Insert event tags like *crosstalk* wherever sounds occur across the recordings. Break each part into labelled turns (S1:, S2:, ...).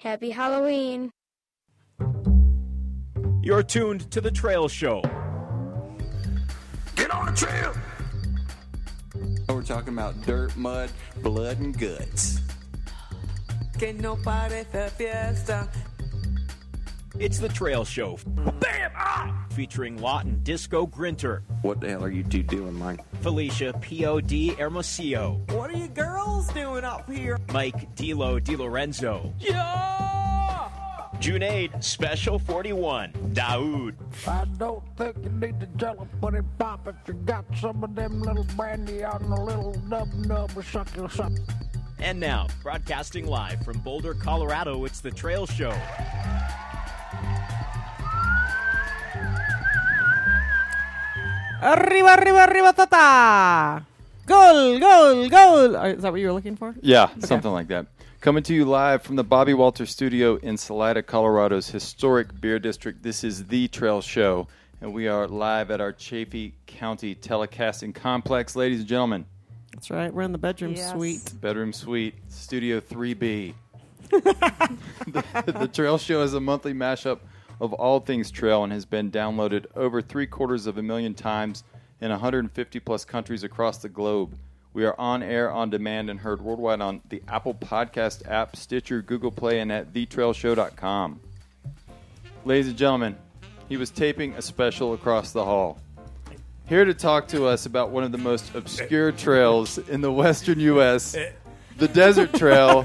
S1: Happy Halloween.
S2: You're tuned to The Trail Show.
S3: Get on the trail!
S4: We're talking about dirt, mud, blood, and guts.
S5: Que no parece fiesta.
S2: It's The Trail Show. Bam! Ah! Featuring Lawton Disco Grinter,
S4: What the hell are you two doing, Mike?
S2: Felicia POD Hermosillo,
S5: What are you girls doing up here?
S2: Mike Dilo DiLorenzo,
S5: Yeah!
S2: Junaid Special 41, Daoud,
S6: I don't think you need to tell a buddy pop if you got some of them little brandy out in a little nub nub or something. something.
S2: And now, broadcasting live from Boulder, Colorado, it's The Trail Show.
S7: Arriba, arriba, arriba, tata! Goal, goal, goal! Uh, Is that what you were looking for?
S8: Yeah, something like that. Coming to you live from the Bobby Walter Studio in Salida, Colorado's historic beer district. This is The Trail Show, and we are live at our Chaffee County Telecasting Complex. Ladies and gentlemen,
S7: That's right. We're in the bedroom
S9: Yes.
S7: suite.
S8: bedroom suite,
S7: *laughs*
S8: Studio 3B. the, the Trail Show is a monthly mashup of all things trail and has been downloaded over three quarters of a million times in 150 plus countries across the globe. We are on air, on demand, and heard worldwide on the Apple Podcast app, Stitcher, Google Play, and at thetrailshow.com. Ladies and gentlemen, he was taping a special across the hall. Here to talk to us about one of the most obscure trails in the western U.S., the
S10: *laughs*
S8: Desert Trail.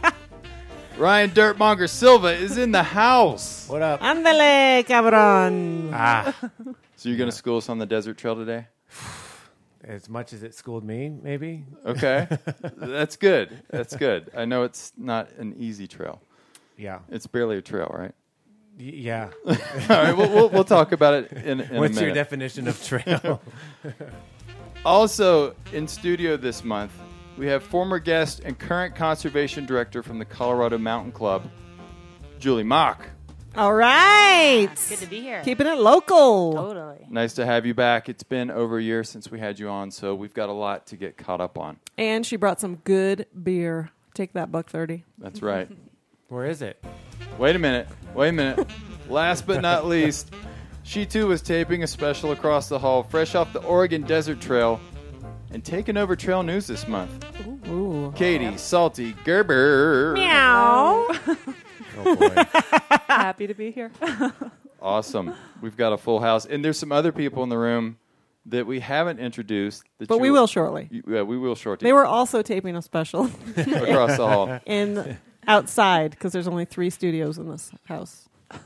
S8: Ryan Dirtmonger Silva is in the house.
S10: What up?
S7: Andale, cabron!
S10: Ah,
S8: *laughs* So you're going to school us on the Desert Trail today?
S10: *laughs* as much as it schooled me, maybe.
S8: Okay. That's good. That's good. I know it's not an easy trail.
S10: Yeah,
S8: It's barely a trail, right?
S10: Y- *laughs* yeah.
S8: *laughs* All right, we'll, we'll, we'll talk about it in, in a
S10: What's your
S8: minute.
S10: definition of trail? *laughs*
S8: Also in studio this month, we have former guest and current conservation director from the Colorado Mountain Club, Julie Mock.
S7: All right!
S9: Good to be here.
S7: Keeping it local.
S9: totally.
S8: Nice to have you back. It's been over a year since we had you on, so we've got a lot to get caught up on.
S7: And she brought some good beer. Take that, buck 30. *laughs*
S8: That's right.
S10: Where is it?
S8: Wait a minute. Wait a minute. Last
S10: *laughs*
S8: but not least, she too was taping a special across the hall, fresh off the Oregon Desert Trail, and taking over trail news this month.
S7: Ooh.
S8: Katie, Salty, Gerber.
S7: Meow!
S10: Oh
S9: *laughs*
S10: boy.
S9: Happy to be here.
S8: Awesome. We've got a full house. And there's some other people in the room that we haven't introduced. that
S7: But
S8: you-
S7: we will shortly.
S8: you- Yeah, we will shortly.
S7: They were also taping a special
S8: *laughs* across the hall.
S7: *laughs* in outside because there's only three studios in this house.
S8: All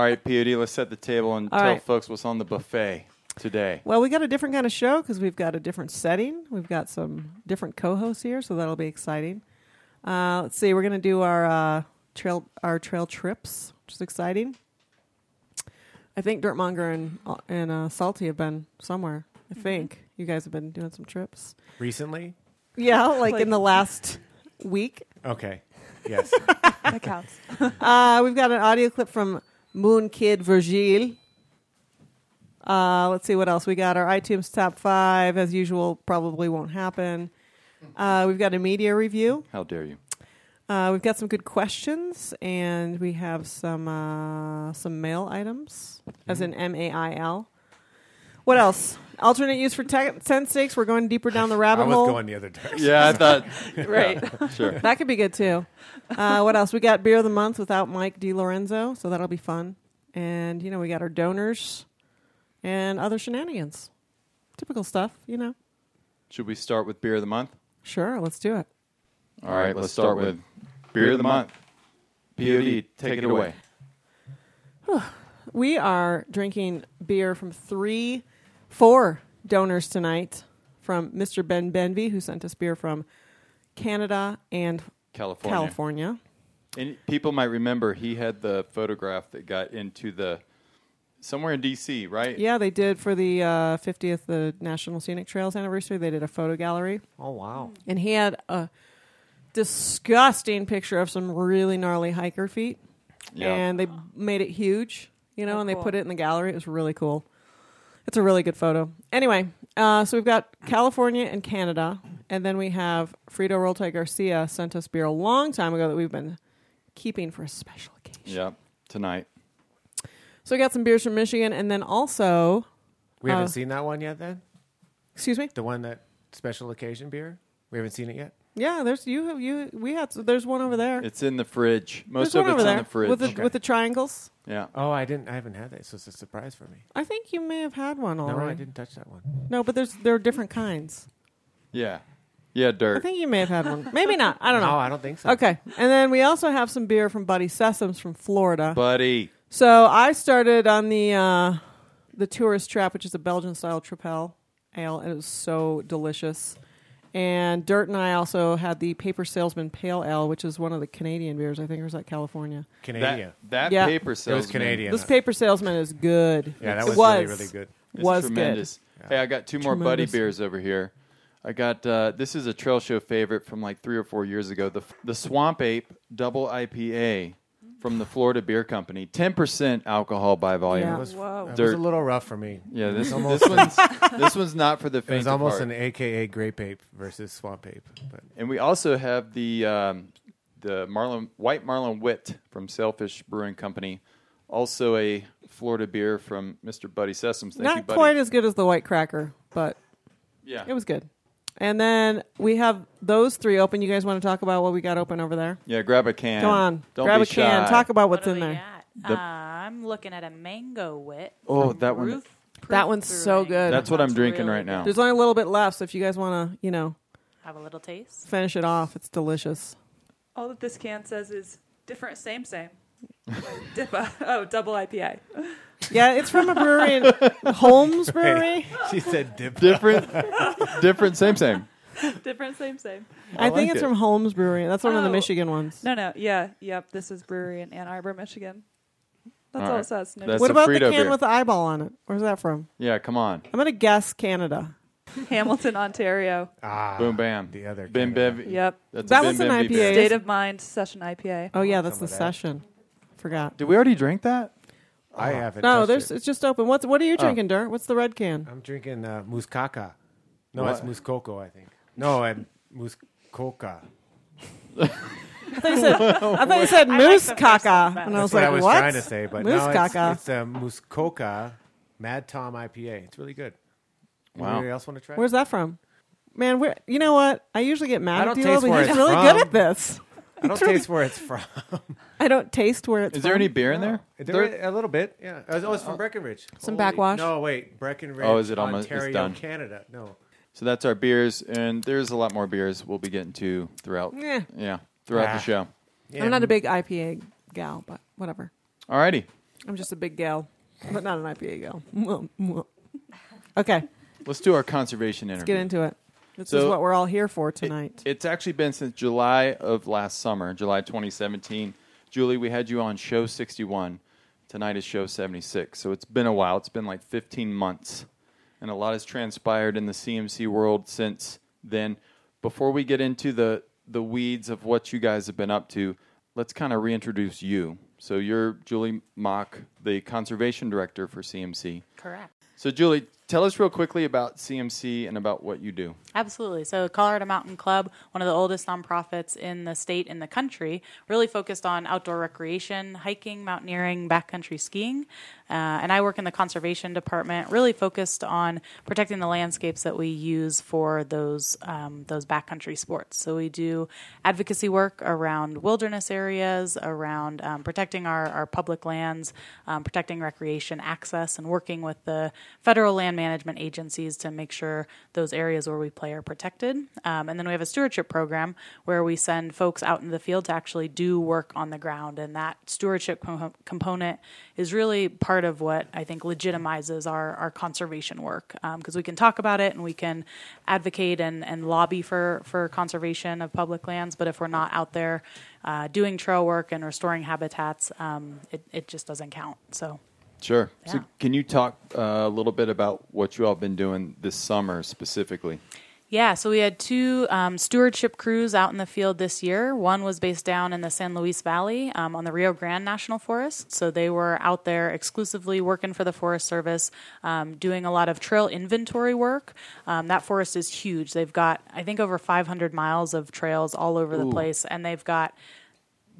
S8: right, POD, let's set the table and
S7: All
S8: tell
S7: right.
S8: folks what's on the buffet today.
S7: Well, we got a different kind of show because we've got a different setting. We've got some different co-hosts here, so that'll be exciting. Uh, let's see, we're going to do our uh, trail our trail trips, which is exciting. I think Dirtmonger and and uh, Salty have been somewhere. I think you guys have been doing some trips.
S10: Recently?
S7: Yeah, like, in the last week.
S10: Okay.
S7: *laughs*
S10: Yes.
S9: That counts.
S7: Uh, we've got an audio clip from Moon Kid Virgil. Uh, let's see what else we got. Our iTunes top five, as usual, probably won't happen. Uh, we've got a media review.
S8: How dare you?
S7: Uh, we've got some good questions, and we have some uh, some mail items, as
S10: Mm-hmm.
S7: in M A I L. What else? Alternate use for te- ten stakes. We're going deeper down the
S10: *laughs* I
S7: rabbit
S10: was
S7: hole.
S10: going the other direction.
S8: Yeah,
S10: *laughs*
S8: I thought.
S7: right.
S8: Sure.
S7: That could be good too. Uh, what else? We got beer of the month without Mike DiLorenzo, so that'll be fun. And you know, we got our donors and other shenanigans, typical stuff. You know.
S8: Should we start with beer of the month?
S7: Sure, let's do it.
S8: All right, let's start with beer of the month. POD, take it away.
S7: We are drinking beer from three, four donors tonight from Mr. Ben Benvey, who sent us beer from Canada and
S8: California.
S7: California.
S8: And people might remember he had the photograph that got into the somewhere in D.C. Right?
S7: Yeah, they did for the uh, 50th, the National Scenic Trails anniversary. They did a photo gallery.
S10: Oh wow.
S7: and he had a disgusting picture of some really gnarly hiker feet
S8: Yeah.
S7: and they made it huge you know
S9: Oh,
S7: and they
S9: cool.
S7: put it in the gallery it was really cool it's a really good photo anyway uh, so we've got california and canada and then we have frito rolte garcia sent us beer a long time ago that we've been keeping for a special occasion.
S8: Yeah, tonight.
S7: So we got some beers from Michigan, and then also,
S10: We
S7: Uh,
S10: haven't seen that one yet, then?
S7: excuse me.
S10: The one that special occasion beer? We haven't seen it yet?
S7: Yeah, there's you have you we had there's one over there.
S8: It's in the fridge. Most
S7: there's one
S8: of it's
S7: over
S8: in
S7: there
S8: the fridge.
S7: with the
S10: Okay.
S7: with the triangles.
S8: yeah.
S10: Oh, I didn't. I haven't had that, so it's a surprise for me.
S7: I think you may have had one
S10: No,
S7: already.
S10: I didn't touch that one.
S7: No, but there's there are different kinds.
S8: Yeah. Yeah,
S7: I
S8: dirt.
S7: think you may have had one. Maybe not. I don't
S10: No,
S7: know.
S10: I don't think so.
S7: Okay, and then we also have some beer from Buddy Sessoms from Florida.
S8: Buddy.
S7: So I started on the uh, the tourist trap, which is a Belgian style tripel ale, and it was so delicious. And Dirt and I also had the Paper Salesman Pale Ale, which is one of the Canadian beers. I think or was that California.
S10: Canadian.
S8: That, that
S7: Yeah.
S8: paper
S10: it
S8: salesman.
S10: was Canadian.
S7: This Paper Salesman is good.
S10: yeah, that
S7: It
S10: was, really, really good.
S8: It's
S7: was
S8: tremendous. Hey, I got two more buddy
S7: Tremendous.
S8: beers over here. I got uh, this is a trail show favorite from like three or four years ago. The the Swamp Ape Double IPA from the Florida Beer Company, ten percent alcohol by volume.
S7: Yeah.
S10: It was,
S9: Whoa.
S10: It was
S8: Dirt.
S10: a little rough for me.
S8: Yeah,
S10: *laughs*
S8: this,
S10: It's
S8: this one's
S10: *laughs*
S8: this one's not for the
S10: It
S8: faint
S10: was
S8: of
S10: almost an
S8: heart.
S10: AKA grape ape versus swamp ape. But
S8: And we also have the um, the Marlin White Marlin Wit from Sailfish Brewing Company, also a Florida beer from Mr. Buddy Sessoms. Thank
S7: Not
S8: you, Buddy.
S7: quite as good as the White Cracker, but
S8: yeah,
S7: it was good. And then we have those three open. You guys want to talk about what we got open over there?
S8: yeah. Grab a can.
S7: Come on,
S8: Don't
S7: grab
S8: be
S7: a can.
S8: shy.
S7: Talk about what's
S1: what
S7: in
S1: do we
S7: there.
S1: got?
S8: The-
S1: Uh, I'm looking at a mango wit.
S8: Oh,
S1: from
S8: that one-
S1: Roof Proof
S7: That one's so
S1: Brewing.
S7: good.
S8: That's what I'm drinking
S1: really
S8: right now.
S1: good.
S7: There's only a little bit left, so if you guys want to, you know,
S1: Have a little taste.
S7: finish it off, it's delicious.
S9: All that this can says is different, same, same. Dipa. Oh, double IPA.
S7: Yeah, it's
S8: *laughs*
S7: from a brewery
S9: *laughs*
S7: in Holmes Brewery.
S10: she said dip. *laughs*
S8: different, different, same, same.
S9: *laughs* different, same, same.
S7: I, think
S8: like
S7: it's
S8: it.
S7: from Holmes Brewery. That's one of the
S9: Oh.
S7: Michigan ones.
S9: No, no. Yeah, yep. This is brewery in Ann Arbor, Michigan. That's
S8: All
S9: all,
S8: right.
S9: it says. No
S8: That's-
S7: what
S8: a
S7: about the
S8: Frito
S7: can
S8: beer.
S7: with the eyeball on it? Where's that from?
S8: Yeah, come on.
S7: I'm gonna guess Canada.
S9: Hamilton, Ontario.
S10: Ah,
S8: Boom, bam.
S10: The other
S8: Bim
S10: Canada.
S8: Bev.
S9: Yep.
S8: That's
S7: That
S8: a
S7: was
S8: Bim
S7: an
S8: Bim
S7: IPA.
S8: Beer.
S9: State of Mind Session IPA.
S7: Oh yeah, that's the
S10: some of that.
S7: session. Forgot.
S8: Did we already drink that?
S10: I haven't.
S7: No,
S10: touched
S7: there's
S10: it.
S7: it's just open. What's what are you
S8: Oh.
S7: drinking, Dirt? What's the red can?
S10: I'm drinking uh, muskaka. No,
S8: What?
S10: it's muscoco, I think. No, I'm muskoka.
S7: *laughs* I thought you said, I thought you said moose caca, and I was
S10: That's what
S7: like,
S10: I was
S7: what?
S10: trying to say, but
S7: moose
S10: no, it's,
S7: caca.
S10: it's a muskoka Mad Tom IPA. It's really good.
S8: Wow.
S10: Anybody else want to try?
S7: Where's
S10: it?
S7: that from? Man, where you know what? I usually get mad
S10: I
S7: at
S10: don't
S7: Dilo,
S10: taste
S7: but
S10: where
S7: he's
S10: it's
S7: really
S10: from.
S7: good at this.
S10: I
S7: *laughs*
S10: don't taste where it's from.
S7: I don't taste where it's
S8: Is there
S7: from.
S8: any beer in there?
S10: There-
S8: There-
S10: a little bit, yeah. Oh, it's from Breckenridge.
S7: Some
S10: Holy-
S7: backwash?
S10: No, wait, Breckenridge.
S8: Oh, is it almost- it's
S10: Ontario,
S8: done.
S10: Canada? No,
S8: So that's our beers, and there's a lot more beers we'll be getting to throughout.
S7: Yeah.
S8: Yeah, throughout
S10: Ah.
S8: the show.
S10: yeah.
S7: I'm not a big IPA gal, but whatever.
S8: Alrighty,
S7: I'm just a big gal, but not an IPA gal. Mwah, mwah. okay,
S8: let's do our conservation interview.
S7: let's get into it. This is
S8: So-
S7: what we're all here for
S8: It-
S7: tonight.
S8: it's actually been since July of last summer, July 2017. Julie, we had you on show 61. Tonight is show 76. So it's been a while. It's been like 15 months. And a lot has transpired in the CMC world since then. Before we get into the, the weeds of what you guys have been up to, let's kind of reintroduce you. So you're Julie Mock, the conservation director for CMC.
S1: Correct.
S8: So, Julie, tell us real quickly about CMC and about what you do.
S1: Absolutely. So, Colorado Mountain Club, one of the oldest nonprofits in the state and the country, really focused on outdoor recreation, hiking, mountaineering, backcountry skiing. Uh, and I work in the conservation department, really focused on protecting the landscapes that we use for those um, those backcountry sports. So, we do advocacy work around wilderness areas, around um, protecting our, our public lands, um, protecting recreation access, and working with the federal land management agencies to make sure those areas where we play are protected. Um, and then we have a stewardship program where we send folks out into the field to actually do work on the ground. And that stewardship co- component is really part of what I think legitimizes our, our conservation work because we can talk about it and we can advocate and, and lobby for, for conservation of public lands. But if we're not out there uh, doing trail work and restoring habitats, um, it, it just doesn't count. So.
S8: Sure. So,
S1: Yeah.
S8: can you talk uh, a little bit about what you all been doing this summer specifically?
S1: Yeah, so we had two um, stewardship crews out in the field this year. One was based down in the San Luis Valley um, on the Rio Grande National Forest. So they were out there exclusively working for the Forest Service, um, doing a lot of trail inventory work. Um, that forest is huge. They've got, I think, over 500 miles of trails all over the place, and they've got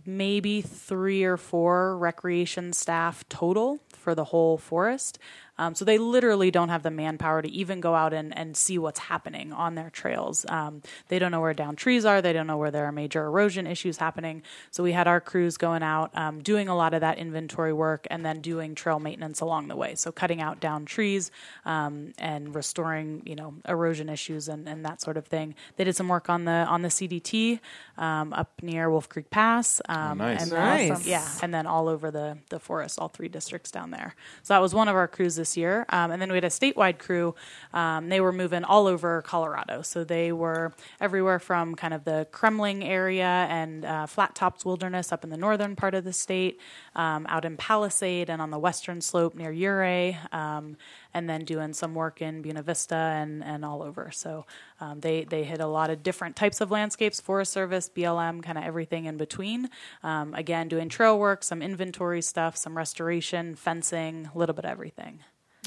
S1: maybe three or four recreation staff total for the whole forest. Um, so they literally don't have the manpower to even go out and, and see what's happening on their trails. Um, they don't know where down trees are. They don't know where there are major erosion issues happening. So we had our crews going out, um, doing a lot of that inventory work and then doing trail maintenance along the way. So cutting out down trees um, and restoring, you know, erosion issues and, and that sort of thing. They did some work on the on the CDT um, up near Wolf Creek Pass. Um,
S8: nice.
S1: And
S7: Nice.
S1: yeah, and then all over the the forest, all three districts down there. So that was one of our crews this year, um, and then we had a statewide crew. Um, they were moving all over Colorado, so they were everywhere from kind of the Kremling area and uh, Flat Tops Wilderness up in the northern part of the state, um, out in Palisade and on the western slope near Uray, um, and then doing some work in Buena Vista and and all over. So um, they they hit a lot of different types of landscapes, Forest Service, BLM, kind of everything in between. Um, again, doing trail work, some inventory stuff, some restoration, fencing, a little bit of everything.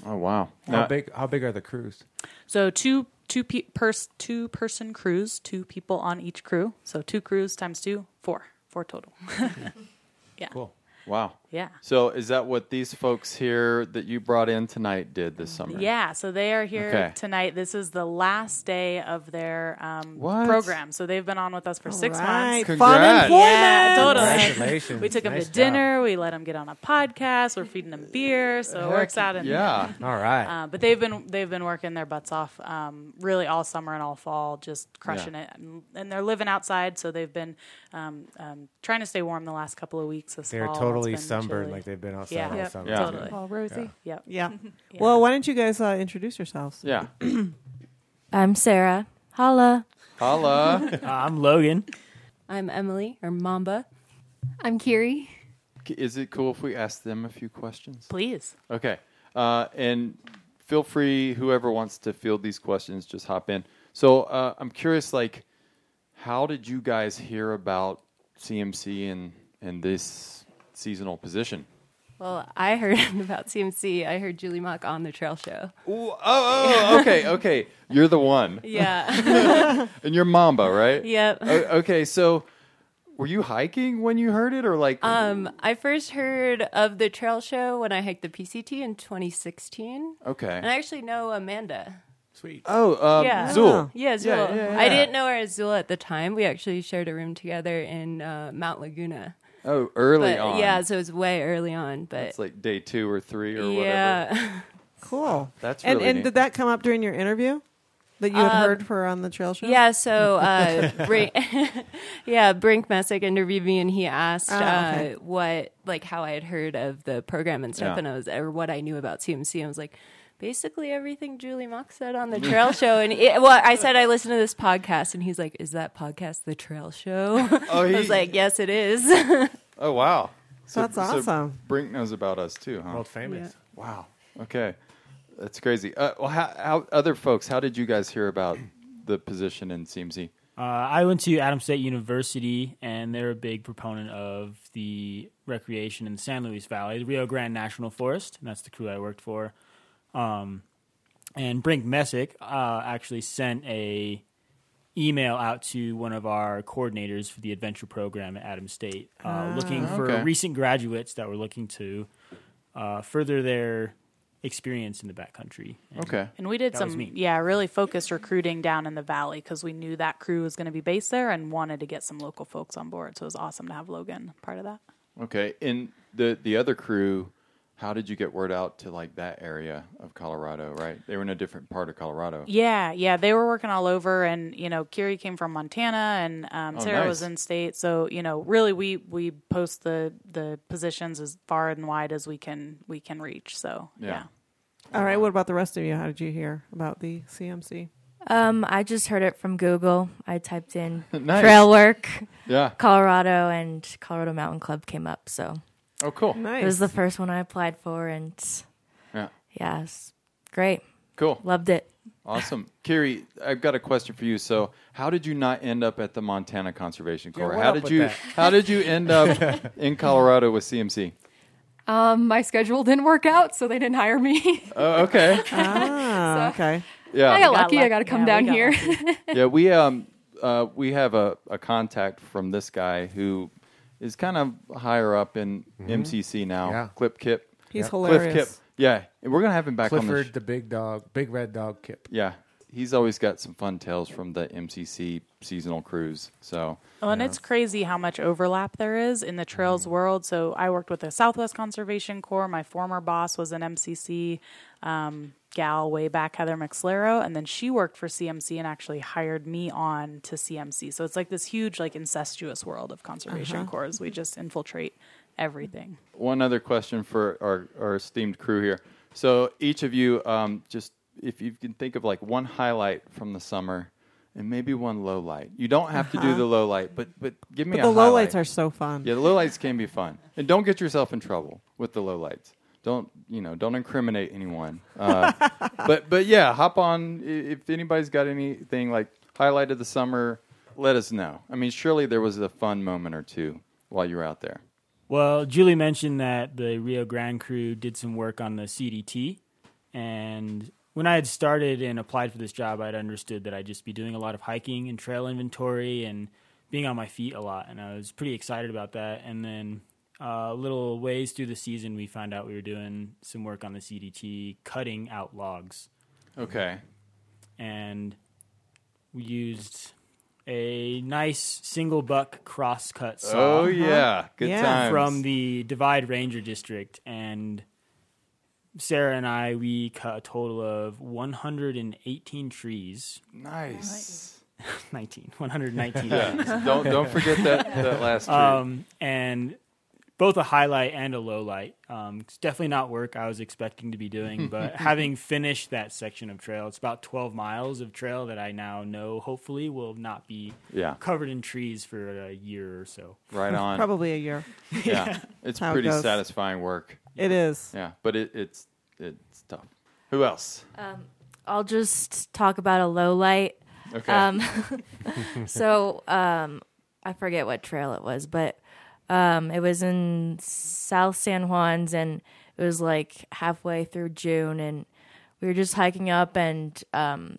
S8: Oh wow.
S10: How
S8: Now,
S10: big? How big are the crews?
S1: So two two pe- pers- two person crews, two people on each crew. So two crews times two, four, four total. *laughs*
S10: Cool.
S8: wow.
S1: yeah.
S8: So is that what these folks here that you brought in tonight did this summer?
S1: Yeah, so they are here
S8: Okay.
S1: tonight. This is the last day of their um,
S8: What?
S1: program. So they've been on with us for six
S7: Right.
S1: months.
S7: Fun
S8: Congrats.
S7: employment.
S1: Yeah, totally.
S10: Congratulations.
S1: We took them
S10: Nice
S1: to
S10: job.
S1: dinner. We let them get on a podcast. We're feeding them beer, so it works out. In *laughs*
S8: Yeah.
S10: All right.
S1: Uh, but they've been they've been working their butts off, um, really all summer and all fall, just crushing
S8: Yeah.
S1: it. And, and they're living outside, so they've been um, um, trying to stay warm the last couple of weeks. This
S10: They're
S1: fall. It's
S10: totally
S1: been
S10: sunburned
S1: chilly.
S10: like they've been outside
S1: Yeah.
S10: all
S1: Yep.
S10: summer.
S8: Yeah.
S1: Totally.
S9: Oh, Rosie.
S1: Yep. *laughs*
S7: Yeah. Well, why don't you guys uh, introduce yourselves?
S8: Yeah.
S3: *clears throat* I'm Sarah. Holla.
S11: *laughs*
S8: Holla.
S11: Uh, I'm Logan.
S3: I'm Emily or Mamba. I'm Kiri.
S8: Is it cool if we ask them a few questions?
S1: Please.
S8: Okay. Uh, and feel free, whoever wants to field these questions, just hop in. So uh, I'm curious, like, how did you guys hear about CMC and and this seasonal
S3: *laughs*
S8: position?
S3: Well, I heard *laughs* about CMC. I heard Julie Mock on the trail show.
S8: Ooh, oh, oh, okay, okay. You're the one,
S3: *laughs* Yeah.
S8: *laughs* and you're Mamba, right?
S3: yep.
S8: O- okay, so were you hiking when you heard it, or like?
S3: Um, I first heard of the trail show when I hiked the PCT in 2016.
S8: okay.
S3: And I actually know Amanda.
S8: oh, uh,
S3: yeah. Uh-huh.
S8: Zool.
S3: Yeah, Zool.
S8: Yeah, yeah, yeah.
S3: I didn't know her as Zool at the time. We actually shared a room together in uh, Mount Laguna.
S8: Oh, early
S3: But,
S8: on.
S3: Yeah, so it was way early on. But
S8: It's like day two or three or whatever.
S3: yeah. *laughs*
S7: Cool.
S8: That's
S7: and
S8: really
S7: and
S8: neat.
S7: did that come up during your interview that you had heard her on the trail show?
S3: Uh, Um, Yeah,
S7: *laughs*
S3: so *laughs* uh, Brink, yeah, Brink Messick interviewed me, and he asked
S7: Oh, okay.
S3: uh, what, like, how I had heard of the program and stuff,
S8: Yeah.
S3: and I was, or what I knew about CMC. I was like, "Hmm." basically everything Julie Mock said on the Trail Show, and it, well, I said I listened to this podcast, and he's like, "Is that podcast the Trail Show?"
S8: Oh,
S3: *laughs* I was
S8: he-
S3: like, "Yes, it is." *laughs*
S8: Oh wow, so,
S7: That's
S8: so
S7: awesome.
S8: Brink knows about us too, huh?
S10: World famous.
S8: Wow. Okay, that's crazy. Uh, well, how, how other folks? How did you guys hear about the position in CMC?
S11: Uh, I went to Adam State University, and they're a big proponent of the recreation in the San Luis Valley, the Rio Grande National Forest, and that's the crew I worked for. Um, and Brink Messick uh, actually sent a email out to one of our coordinators for the adventure program at Adam State, uh,
S1: Ah,
S11: looking for
S8: Okay.
S11: recent graduates that were looking to uh, further their experience in the backcountry. And
S8: Okay.
S1: And we did
S11: That was
S1: some,
S11: me.
S1: yeah, really focused recruiting down in the valley because we knew that crew was going to be based there and wanted to get some local folks on board. So it was awesome to have Logan part of that.
S8: Okay. And the the other crew, how did you get word out to like that area of Colorado? Right, they were in a different part of Colorado.
S1: Yeah, yeah, they were working all over, and you know, Kiri came from Montana, and um,
S8: Oh,
S1: Sarah
S8: nice.
S1: was in state. So you know, really, we we post the the positions as far and wide as we can we can reach. So yeah,
S8: Yeah.
S7: All right. What about the rest of you? How did you hear about the CMC?
S3: um, I just heard it from Google. I typed in
S8: *laughs* Nice.
S3: trail work,
S8: Yeah.
S3: Colorado, and Colorado Mountain Club came up. So
S8: Oh, cool.
S7: Nice.
S3: It was the first one I applied for, and
S8: Yeah.
S3: yeah, it was great.
S8: Cool.
S3: Loved it.
S8: Awesome. *laughs* Kiri, I've got a question for you. So, how did you not end up at the Montana Conservation Corps?
S10: what
S8: how
S10: up
S8: did
S10: with
S8: you
S10: that?
S8: how did you end up
S10: *laughs*
S8: in Colorado with CMC?
S3: Um, my schedule didn't work out, so they didn't hire
S12: *laughs*
S3: me.
S8: Oh, okay.
S7: Ah, okay.
S3: I
S8: Yeah.
S3: got lucky. I got to
S1: lucky.
S3: come
S1: Yeah, we
S3: down
S1: got
S3: here.
S12: *laughs*
S8: *laughs*
S1: lucky.
S8: Yeah, we um uh we have a, a contact from this guy who is kind of higher up in MCC now.
S10: Mm-hmm. Yeah.
S8: Clip Kip.
S10: He's
S8: Cliff Kip.
S10: hilarious.
S8: Yeah, and we're gonna have him back on the
S10: Clifford,
S8: show.
S10: the big dog, big red dog Kip.
S8: Yeah, he's always got some fun tales from the MCC seasonal cruise. So
S1: Well, Oh, and it's crazy how much overlap there is in the trails world. So I worked with the Southwest Conservation Corps. My former boss was an MCC um, gal way back, Heather McSlero, and then she worked for CMC and actually hired me on to CMC. So it's like this huge, like incestuous world of conservation
S13: Uh-huh.
S1: corps. We just infiltrate everything.
S8: one other question for our, our esteemed crew here. So each of you, um, just if you can think of like one highlight from the summer, and maybe one low light. You don't have to do
S7: Uh-huh.
S8: the low light, but but give me
S7: But the
S8: a
S7: low
S8: highlight.
S7: lights are so fun.
S8: Yeah, the low lights can be fun, and don't get yourself in trouble with the low lights. Don't you know? Don't incriminate anyone.
S7: *laughs*
S8: Uh, but but yeah, hop on I- if anybody's got anything like highlight of the summer. Let us know. I mean, surely there was a fun moment or two while you were out there.
S11: Well, Julie mentioned that the Rio Grande crew did some work on the CDT. And when I had started and applied for this job, I'd understood that I'd just be doing a lot of hiking and trail inventory and being on my feet a lot. And I was pretty excited about that. And then uh, little ways through the season, we found out we were doing some work on the CDT, cutting out logs.
S8: Okay.
S11: And we used a nice single buck crosscut saw.
S8: Oh, yeah. Good Yeah. times.
S11: From the Divide Ranger District. And Sarah and I, we cut a total of 118 trees. *laughs*
S8: Nice.
S11: 19. 119.
S8: Yeah. *laughs* Don't- don't forget that- that last tree.
S11: Um, and both a highlight and a low light. Um, it's definitely not work I was expecting to be
S8: *laughs*
S11: doing, but having finished that section of trail, it's about 12 miles of trail that I now know hopefully will not be
S8: Yeah.
S11: covered in trees for a year or so.
S10: *laughs*
S7: *laughs*
S8: Right on.
S7: Probably a year.
S8: Yeah. It's
S7: How it
S8: pretty
S7: goes.
S8: satisfying work.
S7: It is.
S8: Yeah, but it, it's it's tough. Who else?
S14: Um, I'll just talk about a low light.
S8: Okay.
S14: Um, *laughs* so um, I forget what trail it was, but um, it was in South San Juan's, and it was like halfway through June, and we were just hiking up, and um,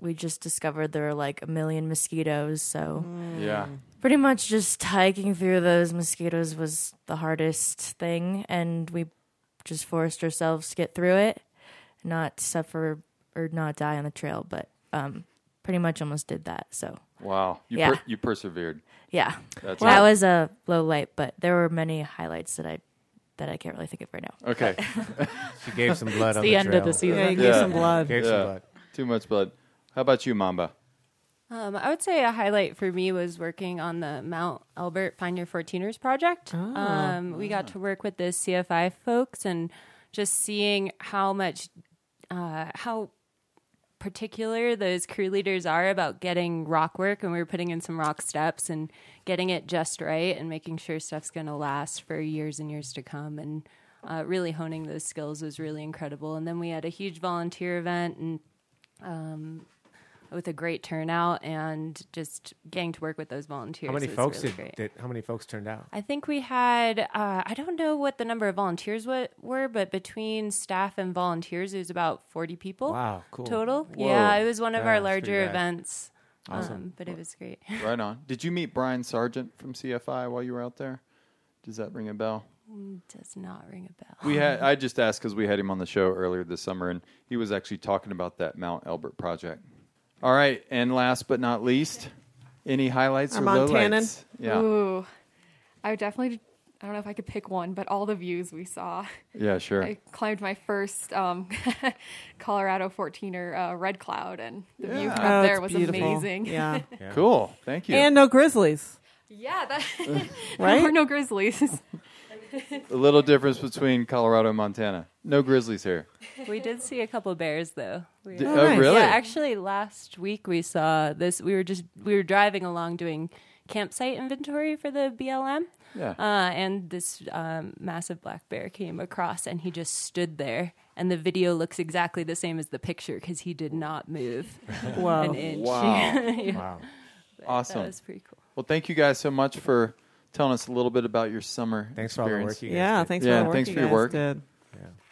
S14: we just discovered there were like a million mosquitoes. So
S8: *laughs* Yeah.
S14: pretty much just hiking through those mosquitoes was the hardest thing and we just forced ourselves to get through it not suffer or not die on the trail but um pretty much almost did that so
S8: Wow. You
S14: yeah
S8: per- you persevered.
S14: yeah
S8: That's
S14: that
S8: it.
S14: was a low light but there were many highlights that i that i can't really think of right now
S8: Okay.
S14: *laughs*
S10: *laughs* She gave some blood It's
S14: on the the end of the trail. season. Yeah, you gave some blood.
S10: Gave some blood.
S8: Too much blood. How about you,
S14: *laughs*
S8: Mamba?
S3: Um, I would say a highlight for me was working on the Mount Albert Find Your 14ers project. Um, we got to work with the CFI folks and just seeing how much, uh, how particular those crew leaders are about getting rock work. And we were putting in some rock steps and getting it just right and making sure stuff's going to last for years and years to come. And uh, really honing those skills was really incredible. And then we had a huge volunteer event and um, with a great turnout and just getting to work with those volunteers.
S10: How many
S3: was
S10: folks
S3: really
S10: did,
S3: great.
S10: did? How many folks turned out?
S3: I think we had, uh, I don't know what the number of volunteers wa- were, but between staff and volunteers, it was about 40 people.
S10: Wow, cool.
S3: Total.
S10: Whoa.
S3: Yeah, it was one of
S10: Yeah,
S3: our
S10: that's pretty
S3: larger
S10: rad.
S3: events.
S8: Awesome.
S3: Um, but it was great.
S8: Right on. Did you meet Brian Sargent from CFI while you were out there? Does that ring a bell?
S3: Does not ring a bell.
S8: We had I just asked because we had him on the show earlier this summer, and he was actually talking about that Mount Albert project. All right, and last but not least, any highlights
S7: Our
S8: or lowlights?
S7: Montanan.
S8: Yeah,
S12: Ooh. I would definitely, I don't know if I could pick one, but all the views we saw.
S8: Yeah, sure.
S12: I climbed my first um, *laughs* Colorado 14er uh, Red Cloud, and the view
S7: Yeah.
S12: from
S7: Oh,
S12: up there
S7: it's
S12: was
S7: beautiful.
S12: amazing.
S7: Yeah.
S8: cool. Thank you.
S7: And no grizzlies.
S12: *laughs* yeah, that, *laughs*
S7: Right?
S12: there were no grizzlies. *laughs*
S8: A little difference between Colorado and Montana. No grizzlies
S10: *laughs*
S8: here.
S3: *laughs* we did see a couple bears though. We-
S8: Di- Oh, oh, nice. really?
S3: Yeah, actually, last week we saw this. We were just we were driving along doing campsite inventory for the BLM.
S8: Yeah.
S3: Uh, and this um, massive black bear came across, and he just stood there. And the video looks exactly the same as the picture because he did
S8: *laughs*
S3: not move
S7: Wow.
S3: an inch.
S8: Wow.
S3: *laughs* Yeah.
S8: Wow.
S3: But
S8: Awesome.
S3: That was pretty cool.
S8: Well, thank you guys so much for telling us a little bit about your summer. Thanks
S10: for all the work
S8: experience.
S10: you guys Yeah, did. thanks for all the work
S8: thanks
S10: you
S8: for your
S10: guys
S8: work.
S10: did.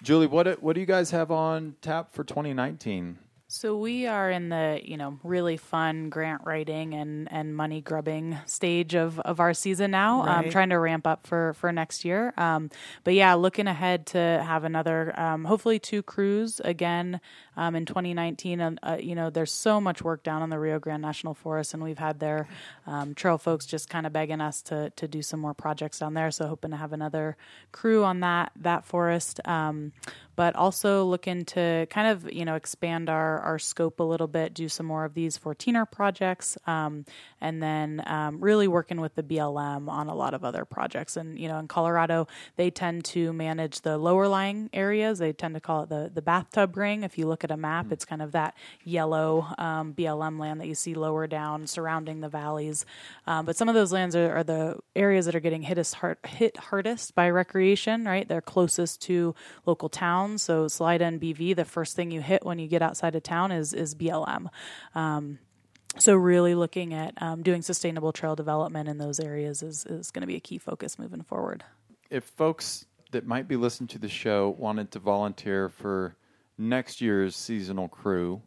S8: Julie, what do- what do you guys have on tap for 2019?
S1: So we are in the you know really fun grant writing and and money grubbing stage of of our season now. Um,
S13: Right.
S1: trying to ramp up for for next year. Um, but yeah, looking ahead to have another um, hopefully two crews again um, in 2019. And uh, you know, there's so much work down on the Rio Grande National Forest, and we've had their um, trail folks just kind of begging us to to do some more projects down there. So hoping to have another crew on that that forest. Um, but also looking to kind of you know expand our our scope a little bit, do some more of these 14er projects, um, and then um, really working with the BLM on a lot of other projects. And you know, in Colorado, they tend to manage the lower lying areas. They tend to call it the the bathtub ring. If you look at a map, it's kind of that yellow um, BLM land that you see lower down, surrounding the valleys. Um, but some of those lands are, are the areas that are getting hit, as hard, hit hardest by recreation, right? They're closest to local towns. So Salida and BV, the first thing you hit when you get outside of town is is BLM. Um, so really looking at um, doing sustainable trail development in those areas is is going to be a key focus moving forward.
S8: if folks that might be listening to the show wanted to volunteer for next year's seasonal crew,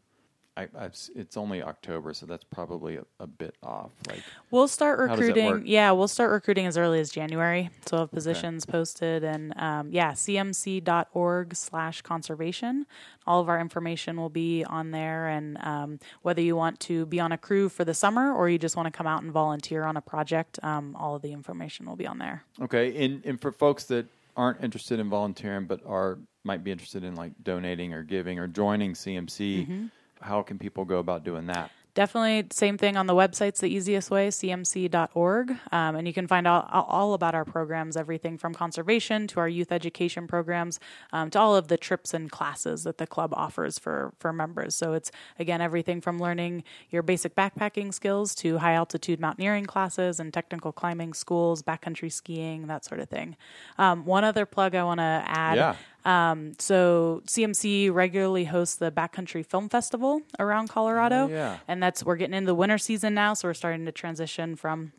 S8: I, I've, s- it's only October, so that's probably a, a bit off. Like
S1: We'll start
S8: How does that work?
S1: recruiting. Yeah, we'll start recruiting as early as January. So we'll have positions posted and um, yeah, cmc.org slash conservation. All of our information will be on there. And um, whether you want to be on a crew for the summer or you just want to come out and volunteer on a project, um, all of the information will be on there.
S8: Okay, and and for folks that aren't interested in volunteering but are might be interested in like donating or giving or joining CMC,
S7: Mm-hmm.
S1: Mhm.
S8: how can people go about doing that?
S1: Definitely, same thing on the website's the easiest way, cmc.org. Um, and you can find all, all about our programs everything from conservation to our youth education programs um, to all of the trips and classes that the club offers for, for members. So it's, again, everything from learning your basic backpacking skills to high altitude mountaineering classes and technical climbing schools, backcountry skiing, that sort of thing. Um, one other plug I want to add.
S13: Yeah.
S1: Um, so CMC regularly hosts the Backcountry Film Festival around Colorado.
S13: Oh, yeah.
S1: And that's we're getting into the winter season now, so we're starting to transition from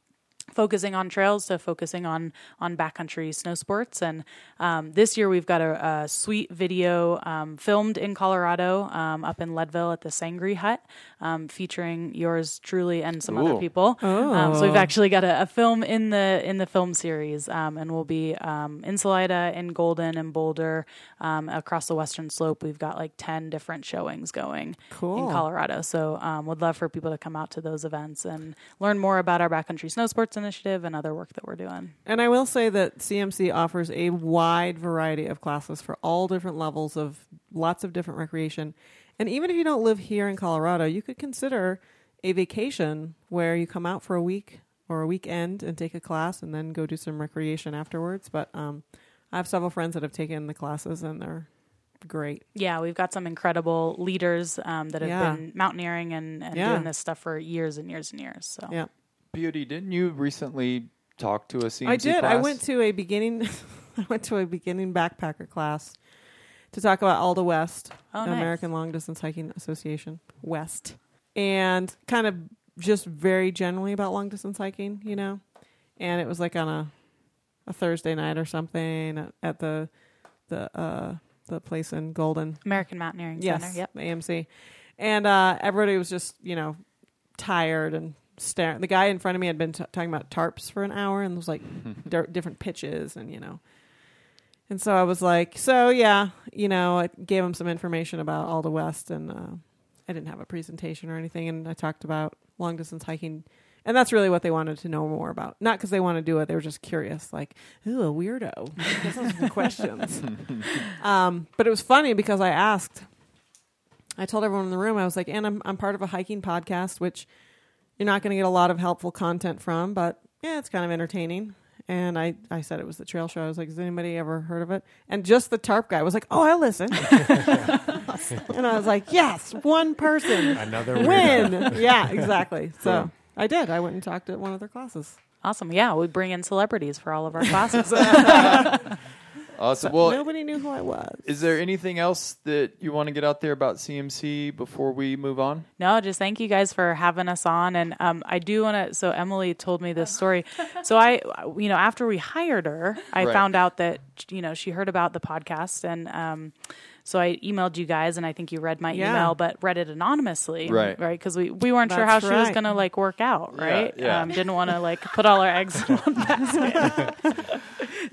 S1: focusing on trails to focusing on on backcountry snow sports. And um, this year we've got a, a sweet video um, filmed in Colorado, um, up in Leadville at the Sangri Hut, um, featuring yours truly and some other
S13: Ooh.
S1: people. Um, so we've
S13: Oh.
S1: actually got a, a film in the in the film series, um, and we'll be um, in Salida, in Golden, and Boulder, um, across the Western Slope. We've got like ten different showings going
S7: Cool.
S1: in Colorado. So um, would love for people to come out to those events and learn more about our backcountry snow sports initiative and other work that we're doing.
S7: And I will say that CMC offers a wide variety of classes for all different levels of lots of different recreation. And even if you don't live here in Colorado, you could consider a vacation where you come out for a week or a weekend and take a class and then go do some recreation afterwards. But um, I have several friends that have taken the classes and they're great.
S1: Yeah, we've got some incredible leaders um, that have
S7: Yeah.
S1: been mountaineering and, and
S7: Yeah.
S1: doing this stuff for years and years and years. So
S7: Yeah.
S8: Pod, didn't you recently talk to a CMC?
S7: I did. I
S8: class?
S7: went to a beginning. *laughs* I went to a beginning backpacker class to talk about Alda West,
S1: Oh,
S7: the
S1: nice.
S7: American Long Distance Hiking Association West, and kind of just very generally about long distance hiking, you know. And it was like on a a Thursday night or something at the the uh, the place in Golden
S1: American Mountaineering
S7: yes,
S1: Center. Yep.
S7: the AMC. And uh, everybody was just, you know, tired and staring. The guy in front of me had been t- talking about tarps for an hour and was like di- different pitches and, you know. And so I was like, so yeah, you know, I gave him some information about Alda West and uh, I didn't have a presentation or anything. And I talked about long distance hiking. And that's really what they wanted to know more about. Not because they want to do it, they were just curious, like, ooh, a weirdo. That's some questions. um, but it was funny because I asked I told everyone in the room, I was like, and I'm, I'm part of a hiking podcast, which you're not going to get a lot of helpful content from, but yeah, it's kind of entertaining. And I, I said it was the trail show. I was like, has anybody ever heard of it? And just the tarp guy was like, oh, I listen. and I was like, yes, one person.
S10: Another
S7: Win. *laughs*
S10: weirdo.
S7: yeah,
S10: *laughs*
S7: exactly. So
S1: Cool.
S7: I did. I went and talked at one of their classes.
S1: Awesome. Yeah, we bring in celebrities for
S7: *laughs*
S1: all of our classes.
S8: Awesome. Well,
S7: Nobody knew who I was.
S8: Is there anything else that you want to get out there about CMC before we move on?
S1: No, just thank you guys for having us on. And um, I do want to. So Emily told me this
S7: *laughs*
S1: story. so I, you know, after we hired her, I
S13: Right.
S1: found out that you know she heard about the podcast and. Um, So I emailed you guys, and I think you read my
S7: Yeah.
S1: email, but read it anonymously,
S7: Right.
S1: Right, because we, we weren't sure how
S7: That's
S1: she was
S7: right.
S1: going to like work out,
S7: Yeah,
S1: right?
S7: yeah.
S1: Um, didn't want to like put all our eggs in one
S7: *laughs*
S1: basket.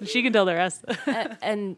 S1: she can tell the rest.
S3: and, and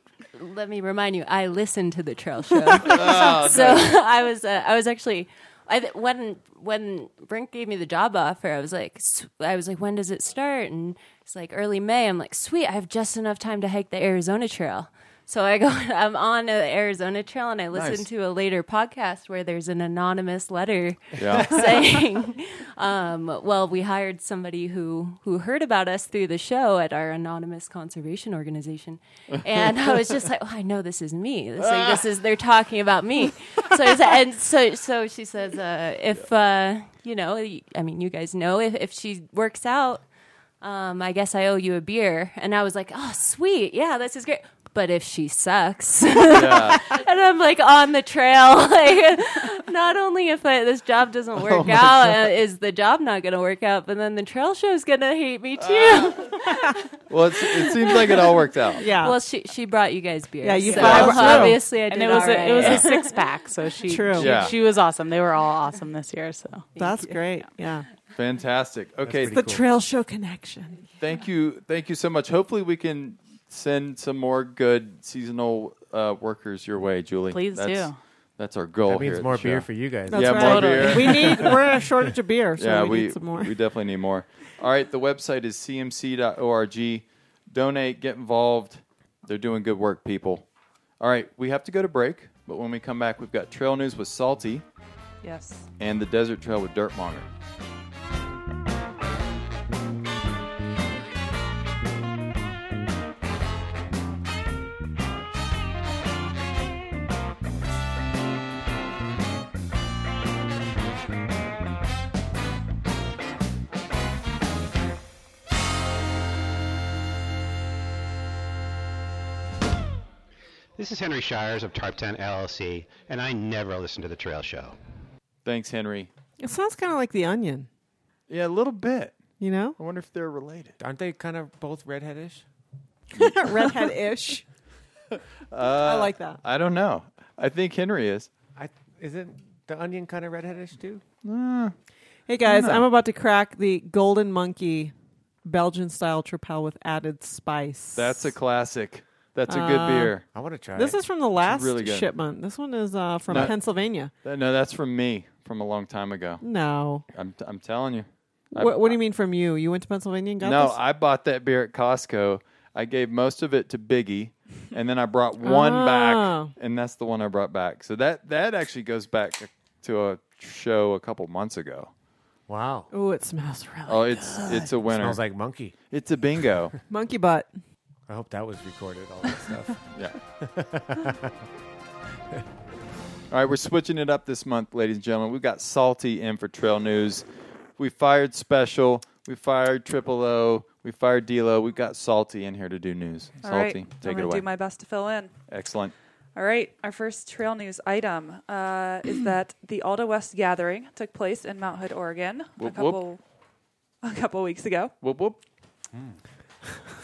S3: let me remind you, I listened to the trail show.
S1: Oh,
S3: so *laughs*
S1: nice.
S3: I was, uh, I was actually, I th- when when Brink gave me the job offer, I was like, s- I was like, when does it start? And it's like early May. I'm like, sweet, I have just enough time to hike the Arizona Trail. So I go, *laughs* I'm on the Arizona Trail, and I listen
S14: Nice.
S3: to a later podcast where there's an anonymous letter
S14: Yeah.
S3: *laughs* saying, um, "Well, we hired somebody who who heard about us through the show at our anonymous conservation organization," and I was just like, "Oh, I know this is me. This, like, this is they're talking about me." So I was- and so so she says, uh, "If uh, you know, y- I mean, you guys know if if she works out." Um, I guess I owe you a beer, and I was like, "Oh, sweet, yeah, this is great." But if she sucks, *laughs*
S14: Yeah.
S3: and I'm like on the trail, *laughs* like not only if I, this job
S8: Oh
S3: doesn't work
S14: my
S3: out,
S14: God.
S3: uh, is the job not going to work out? But then the trail show's going to hate me too.
S8: Well, it's, it Uh, *laughs* seems like it all worked out.
S3: Well, she she brought you guys beer.
S1: Yeah, you
S3: so
S1: found out.
S3: obviously I
S1: And
S3: did.
S1: it was
S3: all
S1: a-
S3: right.
S1: it was a six pack, so she
S3: *laughs* True.
S1: she,
S8: Yeah.
S1: she was awesome. They were all awesome this year. So
S7: That's great. Yeah.
S8: Fantastic. Okay,
S7: It's the trail show connection.
S8: Thank you, thank you so much. Hopefully, we can send some more good seasonal uh, workers your way, Julie.
S7: Please
S8: that's,
S7: do.
S8: That's our goal.
S10: That means
S8: here at the
S10: more beer
S8: show.
S10: for you guys.
S7: That's
S8: yeah,
S7: right.
S8: more
S7: Totally.
S8: beer.
S7: We need- we're
S8: *laughs*
S7: at a shortage of beer, so
S8: yeah,
S7: we need some more.
S8: We definitely need more. All right, the website is cmc.org. Donate, get involved. They're doing good work, people. All right, we have to go to break, but when we come back, we've got trail news with Salty
S9: Yes.
S8: and the desert trail with Dirtmonger.
S13: This is Henry Shires of Tarptown LLC, and I never listen to The Trail
S10: *laughs*
S13: Show.
S8: Thanks, Henry.
S7: It sounds kind of like the onion.
S8: Yeah, a little bit.
S7: You know?
S8: I wonder if they're related.
S10: Aren't they kind of both redheadish?
S7: Redhead ish. I like that.
S8: Uh, I don't know. I think Henry is.
S10: I, isn't the onion kind of redheadish too?
S7: Hey guys,
S10: Yeah.
S7: I'm about to crack the golden monkey Belgian style tripel with added spice.
S8: That's a classic. That's a good
S7: Uh,
S8: beer.
S10: I wanna try
S7: This is from the last
S8: really good.
S7: shipment. This one is uh, from
S8: No.
S7: Pennsylvania.
S8: Th- No, that's from me from a long time ago.
S7: No.
S8: I'm, I'm telling you. I-
S7: What, what do you mean from you? You went to Pennsylvania and got
S8: no,
S7: this?
S8: I bought that beer at Costco. I gave most of it to Biggie, and then I brought
S7: *laughs*
S8: one back,
S7: Oh.
S8: and that's the one I brought back. So that that actually goes back to a show a couple months ago.
S10: Wow.
S7: oh, it smells really
S8: Oh, it's
S7: good.
S8: it's a winner.
S10: Smells like monkey.
S8: It's a bingo.
S7: monkey butt. *laughs*
S10: I hope that was recorded, all that stuff.
S8: *laughs* yeah. All right, we're switching it up this month, ladies and gentlemen. We've got Salty in for Trail News. We fired Special. We fired Triple O. We fired D-Lo. We've got Salty in here to do news.
S9: All
S8: Salty,
S9: right. I'm
S8: take it
S9: gonna
S8: away.
S9: do my best to fill in.
S8: Excellent.
S9: All right, our first trail news item uh, is that the Alda West Gathering took place in Mount Hood, Oregon, a
S8: Whoop, whoop.
S9: couple a couple weeks ago.
S8: Whoop whoop.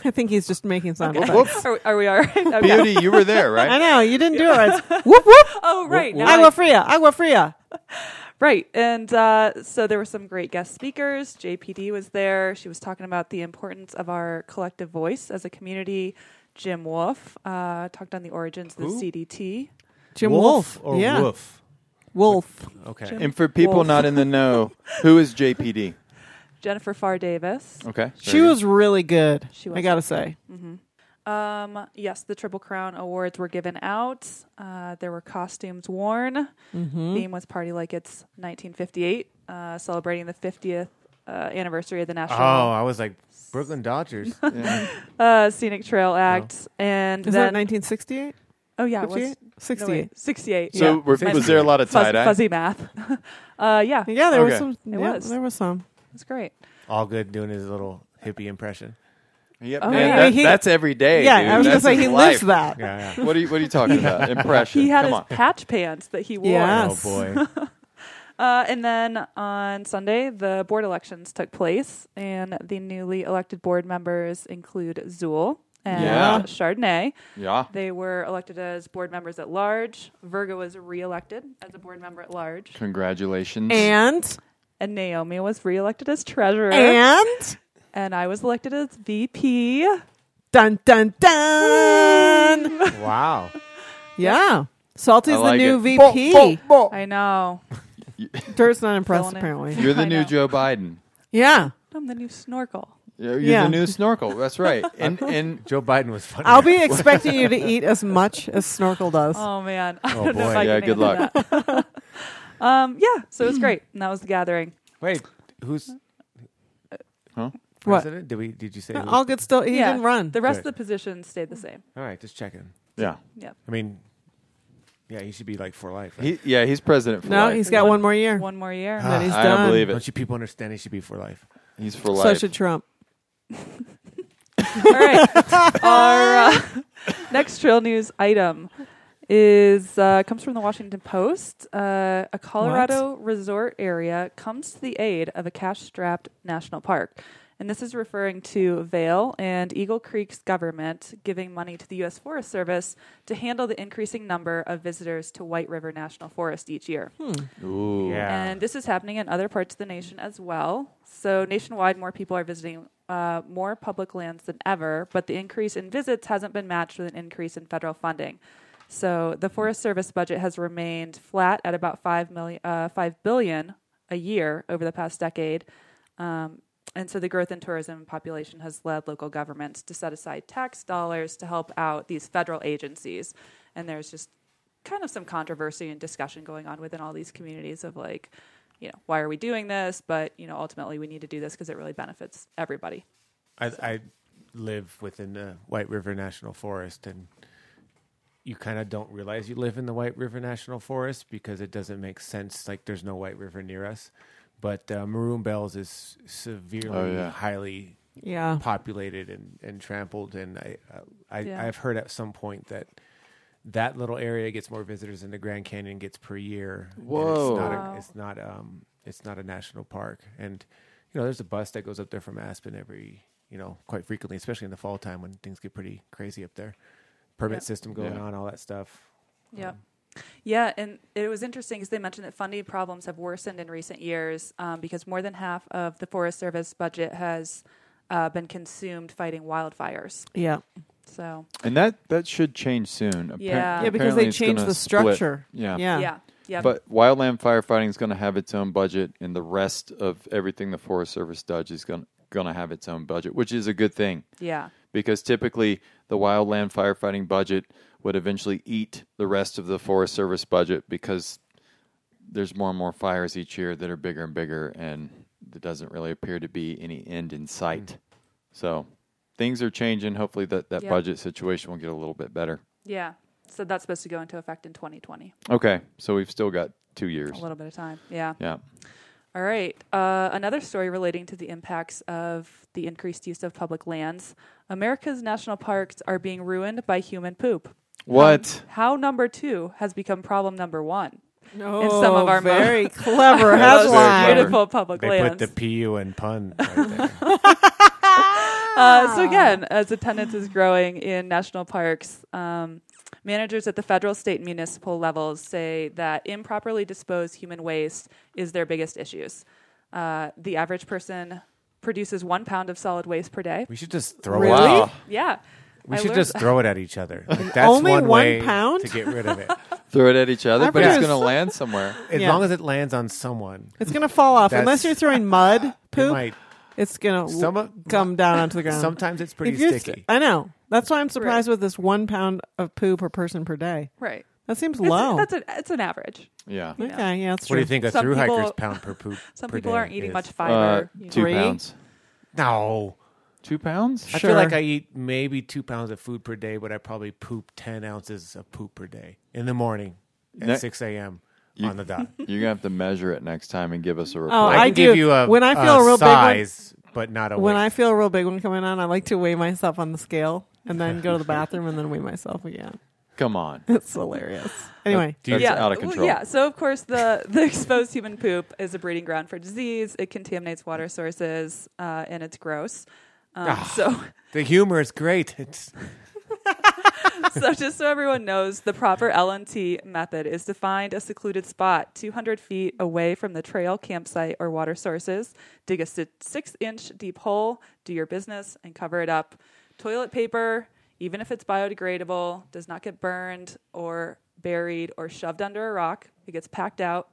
S7: I think he's just making sound
S9: Okay.
S7: effects.
S9: Are, we- are we all right? Okay.
S8: Beauty, you were there, right?
S7: *laughs* I know you didn't do it.
S9: *laughs*
S7: It's *laughs* whoop whoop.
S9: Oh, right, now I-
S7: Agua Fria. Agua Fria.
S9: *laughs* Right. And uh, so there were some great guest speakers. JPD was there. She was talking about the importance of our collective voice as a community. Jim Wolf uh, talked on the origins of the
S7: Who?
S9: CDT.
S7: Jim Wolf,
S8: Wolf or
S7: yeah.
S8: Woof?
S7: Wolf.
S10: Okay.
S9: Jim
S8: And for people
S9: Wolf.
S8: not in
S7: *laughs*
S8: the know, who is JPD?
S9: Jennifer Farr Davis.
S8: Okay.
S7: She was really good.
S9: She
S7: I
S9: was.
S7: gotta say.
S9: Mm-hmm. Um, yes, the Triple Crown Awards were given out. Uh, there were costumes worn.
S7: Mhm.
S9: Theme was Party Like It's 1958, uh, celebrating the 50th uh, anniversary of the
S10: *laughs* oh,
S9: National
S10: I was like Brooklyn
S8: *laughs*
S10: Dodgers.
S9: uh, Scenic
S8: Oh.
S9: Trail Act. And
S7: Is
S9: then,
S7: that 1968?
S9: Oh yeah, it was-
S7: 58?
S9: no, wait,
S7: 68.
S9: 68.
S8: So
S9: yeah.
S8: were-
S9: My-
S8: was there a lot of
S9: fuzz-
S8: tie-dye?
S9: Fuzzy math. *laughs* uh, yeah.
S7: Yeah, there was
S10: Okay.
S7: some.
S9: It
S7: yeah,
S9: was.
S7: There was some.
S9: It's great.
S10: all good doing his little hippie impression.
S8: Yep,
S9: Oh,
S8: man,
S9: yeah.
S8: that-
S9: He-
S8: that's every day.
S7: Yeah,
S8: dude.
S7: I was gonna
S8: That's
S7: say
S8: his
S7: he
S8: life.
S7: lives that.
S10: Yeah,
S8: What are you What are
S7: *laughs*
S8: you talking about? Impression.
S9: He had
S8: Come
S9: his
S8: on.
S9: patch pants that he wore.
S8: Yes. Oh, *laughs*
S9: boy. *laughs* uh, and then on Sunday, the board elections took place, and the newly elected board members include Zool, and
S8: Yeah.
S9: Chardonnay.
S8: Yeah.
S9: They were elected as board members at large. Virgo was reelected as a board member at large.
S8: Congratulations.
S7: And
S9: And Naomi was reelected as treasurer.
S7: And?
S9: And I was elected as VP.
S7: Dun dun dun.
S9: *laughs*
S10: Wow.
S7: Yeah. Salty's
S8: I like
S7: the new
S8: it.
S7: VP.
S9: I know.
S7: *laughs* Dirt's not impressed
S9: Feeling it.
S7: apparently.
S8: You're the new Joe Biden.
S7: Yeah.
S9: I'm the new snorkel.
S8: You're
S7: Yeah.
S8: the new snorkel.
S7: *laughs*
S8: That's right. And and
S10: Joe Biden was funny. *laughs*
S7: I'll be expecting you to eat as much as Snorkel *laughs* does.
S9: Oh man. *laughs* I
S10: Oh,
S9: don't know if
S10: boy.
S9: I
S10: Yeah,
S9: can
S10: good
S9: handle that. *laughs* um, yeah. So it was great, and that was the gathering.
S10: Wait, who's
S8: huh?
S10: What? President? Did we? Did you say? who-
S7: Uh, All good stuff. He
S9: Yeah,
S7: didn't run.
S9: The rest
S10: Good.
S9: of the positions stayed the same.
S10: All right, just checking.
S8: Yeah.
S9: Yep.
S10: I mean, yeah, he should be like for life.
S8: He, yeah, he's president for
S7: No,
S8: life.
S7: he's got one more year.
S9: One more year.
S10: Ah.
S7: Then he's
S8: Ah, I
S7: done.
S8: don't believe it.
S10: Don't you people understand? He should be for life.
S8: He's for
S7: So
S8: life.
S7: should Trump.
S9: All right. Our uh, *laughs* next trail news item is uh, comes from the Washington Post. Uh, a Colorado resort area comes to the aid of a cash-strapped national park. And this is referring to Vail and Eagle Creek's government giving money to the U.S. Forest Service to handle the increasing number of visitors to White River National Forest each year.
S8: Ooh.
S9: And this is happening in other parts of the nation as well. So, nationwide, more people are visiting uh, more public lands than ever, but the increase in visits hasn't been matched with an increase in federal funding. So, the Forest Service budget has remained flat at about five million, uh, five billion a year over the past decade. Um, and so, the growth in tourism and population has led local governments to set aside tax dollars to help out these federal agencies. And there's just kind of some controversy and discussion going on within all these communities of like, you know, why are we doing this? But you know, ultimately we need to do this because it really benefits everybody.
S10: I, I live within the White River National Forest, and you kind of don't realize you live in the White River National Forest because it doesn't make sense. Like, there's no White River near us. But uh, Maroon Bells is severely,
S8: Oh, yeah.
S10: highly
S7: Yeah.
S10: populated and, and trampled. And I, uh, I,
S8: Yeah.
S10: I've heard at some point that that little area gets more visitors than the Grand Canyon gets per year. And
S8: Whoa.
S10: It's not,
S8: Wow.
S10: a, it's not um it's not a national park and you know there's a bus that goes up there from aspen every you know quite frequently especially in the fall time when things get pretty crazy up there permit
S9: Yep.
S10: system going
S8: Yeah.
S10: on all that stuff
S9: Yeah. Yeah, and it was interesting because they mentioned that funding problems have worsened in recent years um, because more than half of the Forest Service budget has uh, been consumed fighting wildfires.
S7: Yeah.
S9: So
S8: And that that should change soon. Appar-
S9: Yeah. Yeah,
S7: because they
S8: apparently it's
S7: changed
S8: gonna
S7: the
S8: split.
S7: structure.
S8: Yeah.
S7: Yeah.
S9: Yeah. Yep.
S8: But wildland firefighting is going to have its own budget, and the rest of everything the Forest Service does is going going to have its own budget, which is a good thing.
S9: Yeah.
S8: Because typically the wildland firefighting budget would eventually eat the rest of the Forest Service budget because there's more and more fires each year that are bigger and bigger, and there doesn't really appear to be any end in sight. So things are changing. Hopefully that that
S9: Yeah.
S8: budget situation will get a little bit better.
S9: yeah, so that's supposed to go into effect in 2020.
S8: Okay, so we've still got two years.
S9: A little bit of time. Yeah.
S8: Yeah.
S9: All right. Uh, another story relating to the impacts of the increased use of public lands. America's national parks are being ruined by human poop.
S8: What?
S9: Um, how number two has become problem number one.
S7: No,
S9: in some of our mo-
S7: very clever
S9: *laughs* our most
S7: headline.
S9: beautiful public
S10: they
S9: lands.
S10: put the pu in
S9: *laughs*
S10: pun right there.
S7: Ah.
S9: Uh, so again, as attendance is growing in national parks, um, managers at the federal, state, and municipal levels say that improperly disposed human waste is their biggest issues. Uh, the average person produces one pound of solid waste per day.
S10: we should just throw
S8: Really?
S10: it
S8: Wow.
S9: Yeah.
S10: we
S9: I
S10: should
S9: learned-
S10: just throw it at each other Like, that's
S7: Only
S10: one,
S7: one
S10: way
S7: pound?
S10: to get rid of it
S8: *laughs* Throw it at each other,
S7: I
S8: but it's
S7: produce-
S8: going to land somewhere.
S10: as
S7: Yeah.
S10: long as it lands on someone
S7: It's gonna fall off unless
S10: That's-
S7: you're throwing mud
S10: *laughs*
S7: poop.
S10: might.
S7: It's gonna w-
S10: Some of-
S7: *laughs* come down onto the ground.
S10: sometimes it's pretty
S7: If you're st-
S10: sticky.
S7: I know. That's why I'm surprised with this one pound of poo per person per day.
S9: Right.
S7: That seems
S9: It's-
S7: low.
S9: That's, a, it's an average.
S8: Yeah.
S9: you know.
S7: okay, yeah, that's
S10: what do you
S7: true.
S10: think a
S9: Some
S10: through hiker's
S9: people-
S10: pound per poop
S9: Some
S10: per
S9: people
S10: day
S9: aren't eating
S10: is?
S9: much
S8: Uh,
S9: fiber. you know.
S8: two
S7: Three?
S8: pounds.
S10: no
S8: Two pounds?
S10: I feel like I eat maybe two pounds of food per day, but I probably poop ten ounces of poop per day in the morning at
S8: Ne-
S10: six a.m.
S8: You-
S10: on the dot.
S8: *laughs* You're going to have to measure it next time and give us a report.
S7: Oh, I,
S10: I can
S7: do.
S10: give you a-
S7: when I
S10: a
S7: feel a real
S10: size,
S7: big one,
S10: but not a
S7: When
S10: weight.
S7: I feel a real big one coming on, I like to weigh myself on the scale and then go to
S10: *laughs*
S7: the bathroom and then weigh myself again. *laughs*
S8: Come on.
S7: It's hilarious. Anyway,
S8: That's out of
S9: well,
S8: control.
S9: yeah. So of course the the exposed human poop is a breeding ground for disease. It contaminates water sources uh, and it's gross. Um,
S10: Ah,
S9: So
S10: the humor is great. It's
S9: *laughs* so just so everyone knows, the proper LNT method is to find a secluded spot 200 feet away from the trail, campsite, or water sources. Dig a si- six-inch deep hole, do your business, and cover it up. Toilet paper, even if it's biodegradable, does not get burned or buried or shoved under a rock. It gets packed out.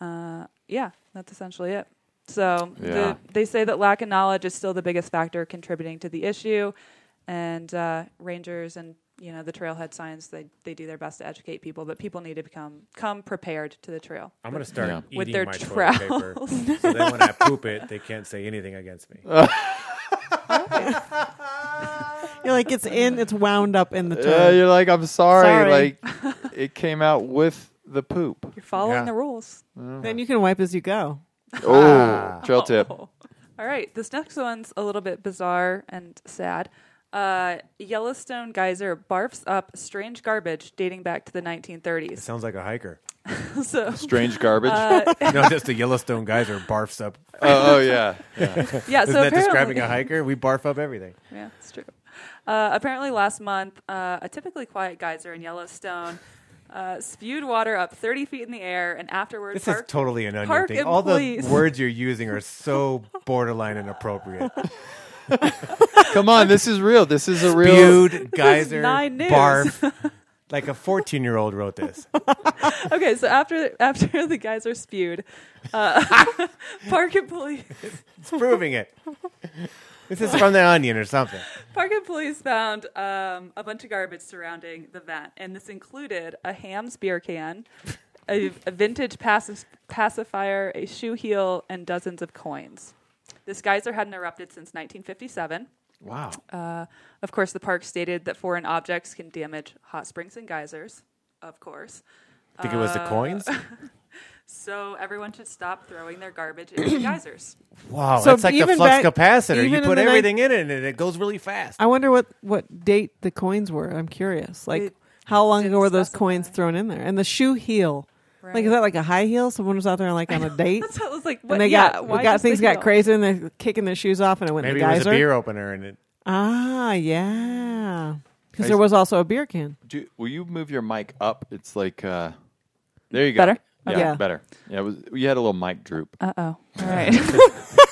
S9: Uh, yeah, that's essentially it. So
S8: Yeah.
S9: the, they say that lack of knowledge is still the biggest factor contributing to the issue, and uh, rangers and you know the trailhead signs they they do their best to educate people, but people need to become come prepared to the trail.
S10: I'm gonna start
S9: with
S10: eating
S9: their
S10: my
S9: trowels.
S10: toilet
S9: *laughs*
S10: paper, so then when I poop it, they can't say anything against
S8: *laughs*
S10: me.
S7: You're like it's in, it's wound up in the toilet.
S8: Yeah, Uh, you're like, I'm sorry.
S7: Sorry.
S9: *laughs*
S8: Like, it came out with the poop.
S9: You're following
S8: Yeah.
S9: the rules.
S7: *laughs* Then you can wipe as you go.
S10: Ah.
S8: Oh, trail tip.
S9: All right, this next one's a little bit bizarre and sad. Uh, Yellowstone geyser barfs up strange garbage dating back to the 1930s.
S10: It sounds like a hiker.
S9: *laughs* so
S8: Strange garbage?
S9: Uh,
S10: *laughs* no, just the Yellowstone geyser barfs up.
S8: Oh,
S10: *laughs*
S8: oh, yeah. Yeah.
S9: Yeah,
S10: Isn't
S9: so
S10: that describing
S9: apparently-
S10: a hiker? We barf up everything.
S9: Yeah, it's true. Uh, apparently, last month, uh, a typically quiet geyser in Yellowstone uh, spewed water up 30 feet in the air, and afterward,
S10: This
S9: park,
S10: is totally an onion
S9: park
S10: thing.
S9: and
S10: All
S9: police. *laughs*
S10: the *laughs* words you're using are so borderline inappropriate.
S8: *laughs* Come on, this is real. This is a real.
S10: Spewed geyser
S9: Nine News. *laughs*
S10: barf. Like a 14 year old wrote this.
S9: okay, so after after the geyser spewed, uh, *laughs* park
S10: *laughs*
S9: and police
S10: It's proving it. This is from the Onion or something.
S9: Park and police found um, a bunch of garbage surrounding the vent, and this included a Ham's beer can, a, a vintage pacif- pacifier, a shoe heel, and dozens of coins. This geyser hadn't erupted since 1957.
S10: Wow.
S9: Uh, of course, the park stated that foreign objects can damage hot springs and geysers. Of course. Uh,
S10: Think it was the coins?
S9: *laughs* so everyone should stop throwing their garbage into geysers.
S10: Wow,
S7: So
S10: that's like the
S7: even
S10: flux
S7: back-
S10: capacitor. You
S7: even in
S10: put
S7: the
S10: everything in it and it goes really fast.
S7: I wonder what what date the coins were. I'm curious. Like
S10: It
S7: how long ago were those coins thrown in there? And the shoe heel. Like is that like a high heel? Someone was out there like on a date.
S9: *laughs* That's what I was like, what-
S7: And they
S9: yeah,
S7: got
S9: why
S7: we got
S9: just the
S7: things got
S9: heel?
S7: crazy and they're kicking their shoes off and it went
S10: Maybe
S7: in
S10: it
S7: the
S10: was
S7: geyser.
S10: a beer opener and it.
S7: Ah, yeah. Because
S8: I
S7: there
S8: s-
S7: was also a beer can.
S8: Do, will you move your mic up? It's like. uh There you go.
S9: Better?
S8: Yeah,
S9: Okay. Yeah.
S8: better. Yeah, it was, you had a little mic droop.
S9: Uh oh. All
S10: *laughs*
S8: *laughs*
S9: right. *laughs*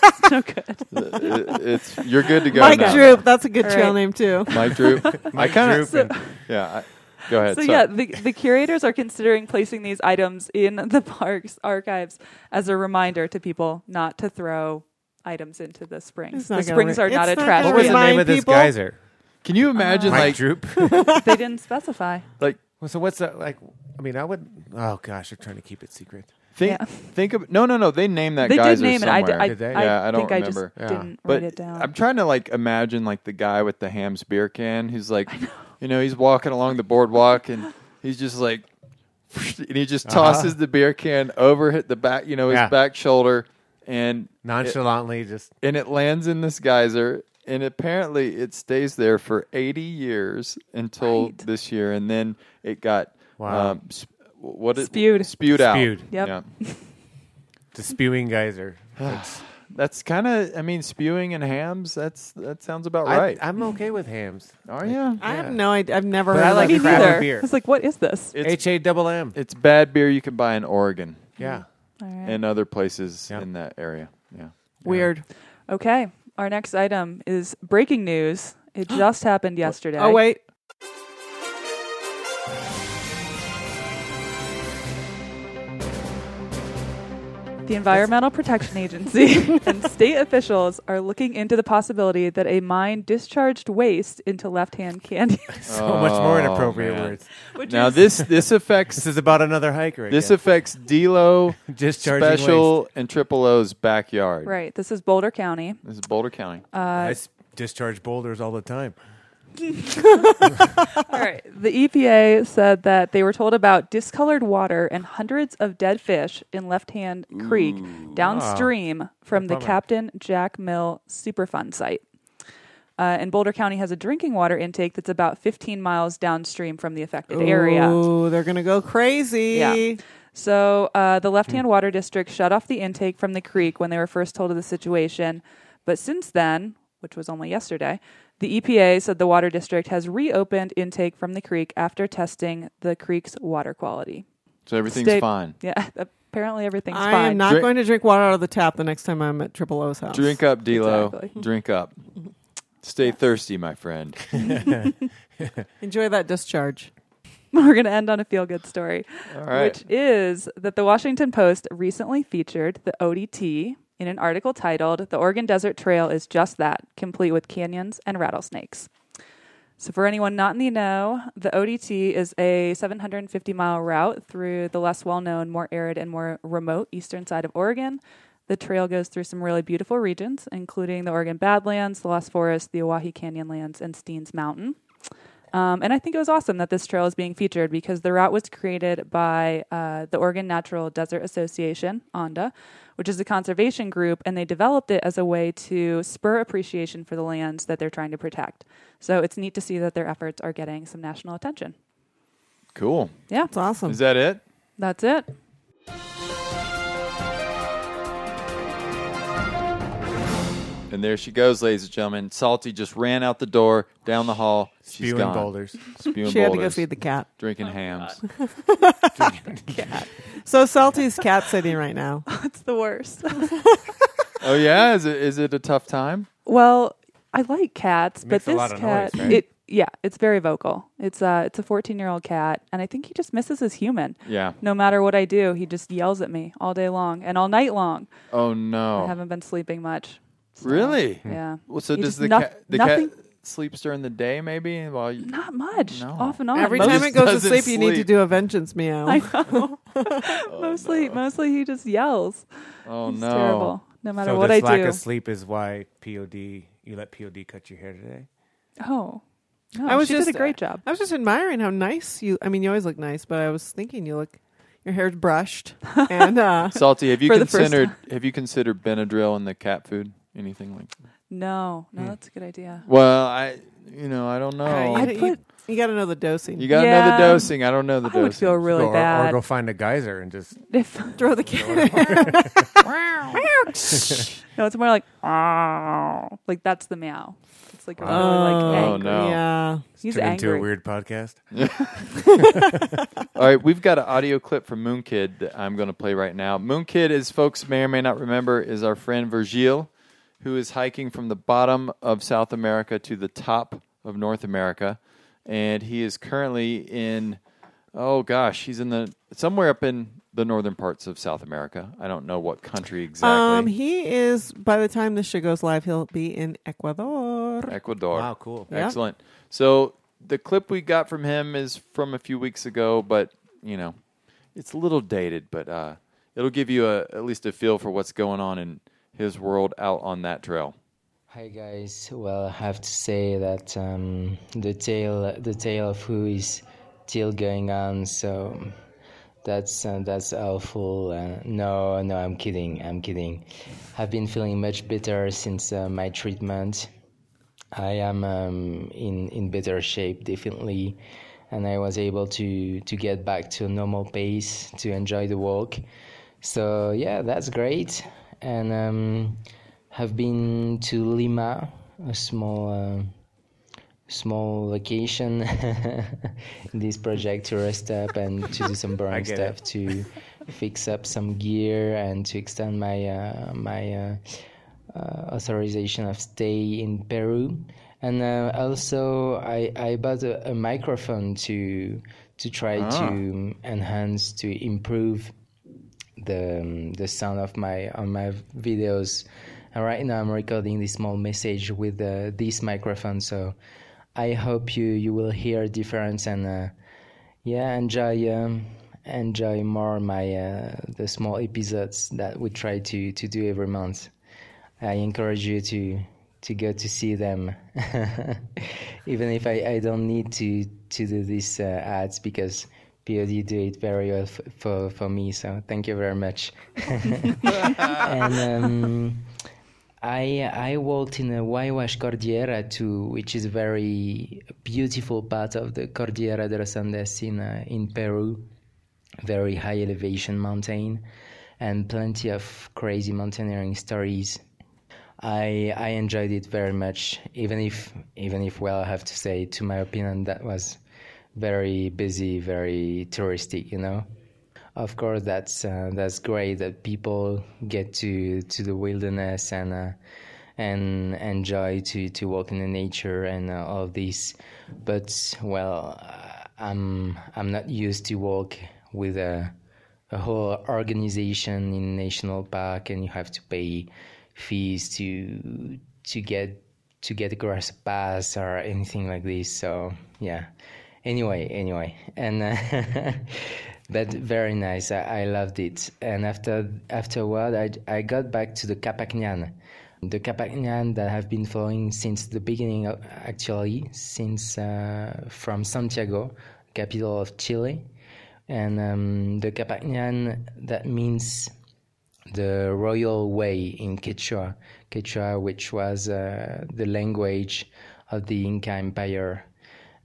S9: It's no good.
S8: It- it's you're good to go.
S7: Mike
S8: now.
S7: Droop, that's a good trail name, too.
S8: Mike Droop. I
S10: *laughs* Mike
S8: kind
S10: Droop
S8: of.
S10: and-
S8: *laughs* Yeah. I, go ahead.
S9: So
S8: sorry.
S9: yeah, the, the curators are considering placing these items in the *laughs* park's archives as a reminder to people not to throw items into the springs.
S7: It's not
S9: The
S7: gonna
S9: springs
S7: re-
S9: are not
S7: it's
S9: a
S7: not
S9: trash.
S7: gonna What was the name remind of *laughs* this people-
S10: geyser?
S8: Can you imagine
S10: Mike
S8: like
S10: Droop?
S9: they didn't specify.
S8: like
S10: Well, so what's that like? I mean, I would. Oh gosh, they're trying to keep it secret.
S8: Think think of no no no. They named that
S10: They did
S8: geyser
S10: name it. I d-
S8: somewhere.
S10: I- Did they? I
S8: yeah, I don't
S10: think I just
S8: remember.
S10: didn't
S8: But
S10: write it down.
S8: I'm trying to like imagine like the guy with the ham's beer can who's like, you know, he's walking along the boardwalk and he's just like, and he just
S10: Uh-huh.
S8: tosses the beer can over hit the back, you know, his
S10: Yeah.
S8: back shoulder and
S10: Nonchalantly just
S8: and it lands in this geyser. And apparently, it stays there for 80 years until this year, and then it got
S10: Wow.
S8: um, sp- what it,
S10: Spewed.
S8: spewed out.
S10: Spewed. Yep.
S8: Oh, Yeah.
S10: *laughs* The spewing geyser. *sighs*
S8: That's kind of. I mean, spewing and hams. That's that sounds about
S10: I-
S8: right.
S10: I'm okay with hams.
S8: Are you?
S7: I have no idea. I've never
S10: But
S7: heard
S10: I
S7: of
S10: like
S7: that
S10: crap
S7: before.
S10: beer.
S9: It's like, what is this?
S10: H A double M.
S8: It's bad beer you can buy in Oregon.
S10: Yeah.
S9: All right.
S8: And other places in that area. Yeah.
S7: Weird.
S9: Okay, our next item is breaking news. It just happened yesterday.
S7: Oh, wait.
S9: The Environmental Protection Agency and state officials are looking into the possibility that a mine discharged waste into left-hand canyons.
S8: *laughs*
S10: So much more inappropriate
S8: Oh, man.
S10: words.
S9: Which
S8: now
S9: is- *laughs*
S8: this this affects.
S10: This is about another hiker.
S8: This
S10: again.
S8: affects D'Lo,
S10: *laughs* Discharging
S8: Special, and Triple O's backyard.
S9: Right. This is Boulder County.
S8: This is Boulder County.
S10: I
S9: Uh,
S10: s- discharge boulders all the time.
S9: all right. The EPA said that they were told about discolored water and hundreds of dead fish in Left Hand Creek downstream
S12: Ah,
S9: from the
S12: bummer.
S9: Captain Jack Mill Superfund site. Uh, and Boulder County has a drinking water intake that's about 15 miles downstream from the affected area.
S7: Oh, they're going to go crazy.
S9: Yeah. So uh, the Left Hand Water District shut off the intake from the creek when they were first told of the situation. But since then, which was only yesterday, the EPA said the water district has reopened intake from the creek after testing the creek's water quality.
S8: So everything's
S9: State-
S8: fine.
S9: Yeah, *laughs* apparently everything's
S7: I
S9: fine.
S7: am not
S8: Drink-
S7: going to drink water out of the tap the next time I'm at Triple O's house. *laughs*
S8: Drink up, D'Lo.
S7: Exactly.
S8: *laughs*
S7: *laughs*
S8: Drink up. Stay thirsty, my friend.
S7: Enjoy that discharge.
S9: *laughs* We're going to end on a feel good story,
S8: All right.
S9: which is that the Washington Post recently featured the ODT in an article titled The Oregon Desert Trail is Just That, Complete with Canyons and Rattlesnakes. So, for anyone not in the know, the ODT is a 750 mile route through the less well known, more arid, and more remote eastern side of Oregon. The trail goes through some really beautiful regions, including the Oregon Badlands, the Lost Forest, the Oahe Canyonlands, and Steens Mountain. Um, and I think it was awesome that this trail is being featured because the route was created by uh, the Oregon Natural Desert Association, ONDA, which is a conservation group, and they developed it as a way to spur appreciation for the lands that they're trying to protect. So it's neat to see that their efforts are getting some national attention.
S8: Cool.
S9: Yeah.
S7: It's awesome.
S8: Is that it?
S9: That's it.
S8: And there she goes, ladies and gentlemen. Salty just ran out the door, down the hall. She's
S10: Spewing
S8: gone.
S10: boulders.
S8: *laughs* Spewing
S7: She
S8: boulders.
S7: had to go feed the
S9: *laughs*
S7: cat.
S8: Drinking
S9: Oh,
S8: hams.
S7: So Salty's cat sitting right
S8: *laughs*
S7: now.
S9: It's
S7: *laughs*
S9: the worst.
S8: Oh yeah, is it is it a tough time?
S9: well, I like cats, but
S8: makes a
S9: this
S8: lot of
S9: cat,
S8: noise, right?
S9: it yeah, it's very vocal. It's uh, it's a 14 year old cat, and I think he just misses his human.
S8: Yeah.
S9: No matter what I do, he just yells at me all day long and all night long.
S8: Oh Hmm. no.
S9: I haven't been sleeping much. so-
S8: Really?
S9: Yeah.
S10: Hmm.
S8: Well, so
S9: He
S8: does
S9: just
S8: the
S9: noth-
S8: cat the
S9: nothing,
S8: cat sleeps during the day maybe while you
S9: Not much.
S8: No.
S9: Off and on.
S7: Every
S9: Most-
S7: time it goes to
S8: doesn't Oh,
S7: sleep, you need to
S8: sleep.
S7: do a vengeance meow.
S9: *laughs* I
S8: *laughs*
S9: know. *laughs* mostly, mostly he just yells.
S8: Oh
S9: He's
S8: no.
S9: Terrible. No matter
S10: so
S9: what I
S10: this lack
S9: do.
S10: of sleep is why POD. You let POD cut your hair today.
S9: Oh. No,
S7: I was
S9: she
S7: just
S9: did a great job.
S7: I was just admiring how nice you. I mean, you always look nice, but I was thinking you look. Your hair's
S9: *laughs*
S7: brushed and uh,
S8: Salty, have you
S7: for the first
S8: considered have you considered Benadryl in the cat food? Anything like that?
S9: No, no,
S8: Hmm.
S9: that's a good idea.
S8: Well, I you know, I don't know.
S7: Uh, you,
S8: you,
S7: you- you gotta know the dosing.
S8: gotta know
S9: Yeah.
S8: the dosing. I don't know the
S9: I
S8: dosing.
S9: would feel really
S10: Or- or
S9: bad.
S10: go find a geyser and just
S9: If
S7: throw the
S9: cat.
S7: *laughs*
S9: *laughs* no, it's more like "Meow." like that's the meow. It's like a really like
S8: Oh,
S9: angry.
S8: no.
S7: Yeah.
S9: he's
S10: Turned
S9: angry.
S10: into a weird podcast.
S8: *laughs* All right, we've got an audio clip from Moon Kid that I'm going to play right now. Moon Kid, as folks may or may not remember, is our friend Virgil, who is hiking from the bottom of South America to the top of North America, and he is currently in, oh gosh, he's in the somewhere up in the northern parts of South America. I don't know what country exactly.
S7: Um, he is. By the time this show goes live, he'll be in Ecuador.
S8: Ecuador.
S10: Wow, cool.
S7: Yeah.
S8: Excellent. So the clip we got from him is from a few weeks ago, but you know, it's a little dated, but uh, it'll give you a, at least a feel for what's going on in his world out on that trail.
S15: Hi guys. Well, I have to say that um, the tale the tale of who is still going on. So that's uh, that's awful. Uh, no, no, I'm kidding. I'm kidding. I've been feeling much better since uh, my treatment. I am um, in in better shape, definitely, and I was able to to get back to a normal pace to enjoy the walk. So yeah, that's great. And um, have been to Lima, a small. Uh, small location *laughs* in this project to rest up and to do some boring
S10: get
S15: stuff to fix up some gear and to extend my uh, my uh, uh, authorization of stay in Peru and uh, also I, I bought a, a microphone to to try
S8: Ah.
S15: to enhance to improve the um, the sound of my on my videos. And right now I'm recording this small message with uh, this microphone, so I hope you you will hear a difference and uh, yeah, enjoy um, enjoy more my uh, the small episodes that we try to to do every month. I encourage you to to go to see them, *laughs* even if I, I don't need to to do these uh, ads because POD do it very well f- for for me. So thank you very much. *laughs* and um, I I walked in the Huayhuash Cordillera too, which is a very beautiful part of the Cordillera de los Andes in uh, in Peru very high elevation mountain and plenty of crazy mountaineering stories. I I enjoyed it very much. Even if even if well, I have to say, to my opinion, that was very busy, very touristic. You know, of course that's uh, that's great that people get to to the wilderness and. Uh, and enjoy to, to walk in the nature and uh, all of this, but well, uh, I'm I'm not used to walk with a a whole organization in national park and you have to pay fees to to get to get a grass pass or anything like this so yeah anyway anyway and *laughs* uh, but very nice I, I loved it and after after a while I, I got back to the Kapaknyan the Kapaknyan that I've been following since the beginning of, actually since uh, from Santiago capital of Chile and um, the Kapaknyan that means the royal way in Quechua, Quechua, which was uh, the language of the Inca Empire,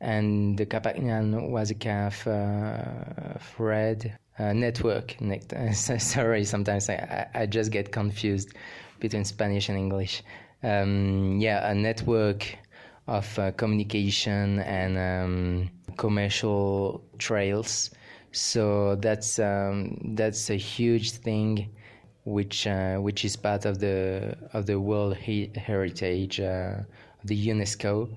S15: and the Kapaknyan was a kind of uh, thread uh, network. net- *laughs* Sorry, sometimes I, I I just get confused between Spanish and English. Um, yeah, a network of uh, communication and um, commercial trails. So that's um, that's a huge thing, which uh, which is part of the of the World He- Heritage, uh, the UNESCO.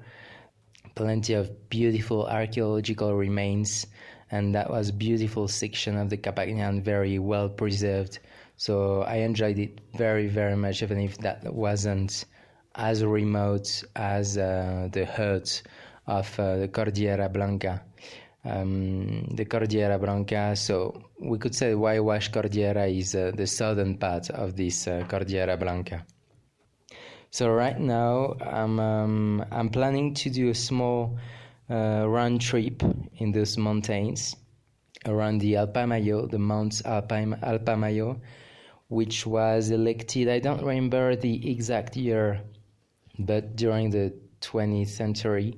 S15: Plenty of beautiful archaeological remains, and that was beautiful section of the Kapaknyan, very well preserved. So I enjoyed it very very much, even if that wasn't as remote as uh, the heart of uh, the Cordillera Blanca um, the Cordillera Blanca. So we could say Waiwash Cordillera is uh, the southern part of this uh, Cordillera Blanca. So right now I'm um, I'm planning to do a small uh, round trip in those mountains around the Alpamayo, the Mount Alpam- Alpamayo, which was elected. I don't remember the exact year, but during the 20th century,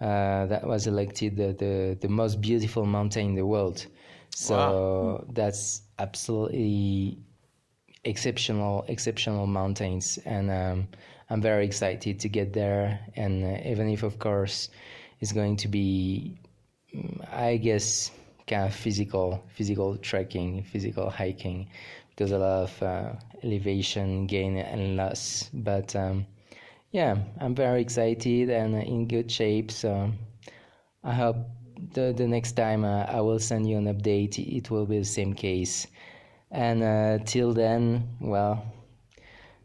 S15: uh, that was elected the, the, the most beautiful mountain in the world. So that's absolutely exceptional, exceptional mountains, and um, I'm very excited to get there. And uh, even if, of course, it's going to be, mm, I guess, kind of physical, physical trekking, physical hiking, because a lot of uh, elevation gain and loss, but. Um, yeah, I'm very excited and in good shape. So I hope the, the next time uh, I will send you an update, it will be the same case. And uh, till then, well,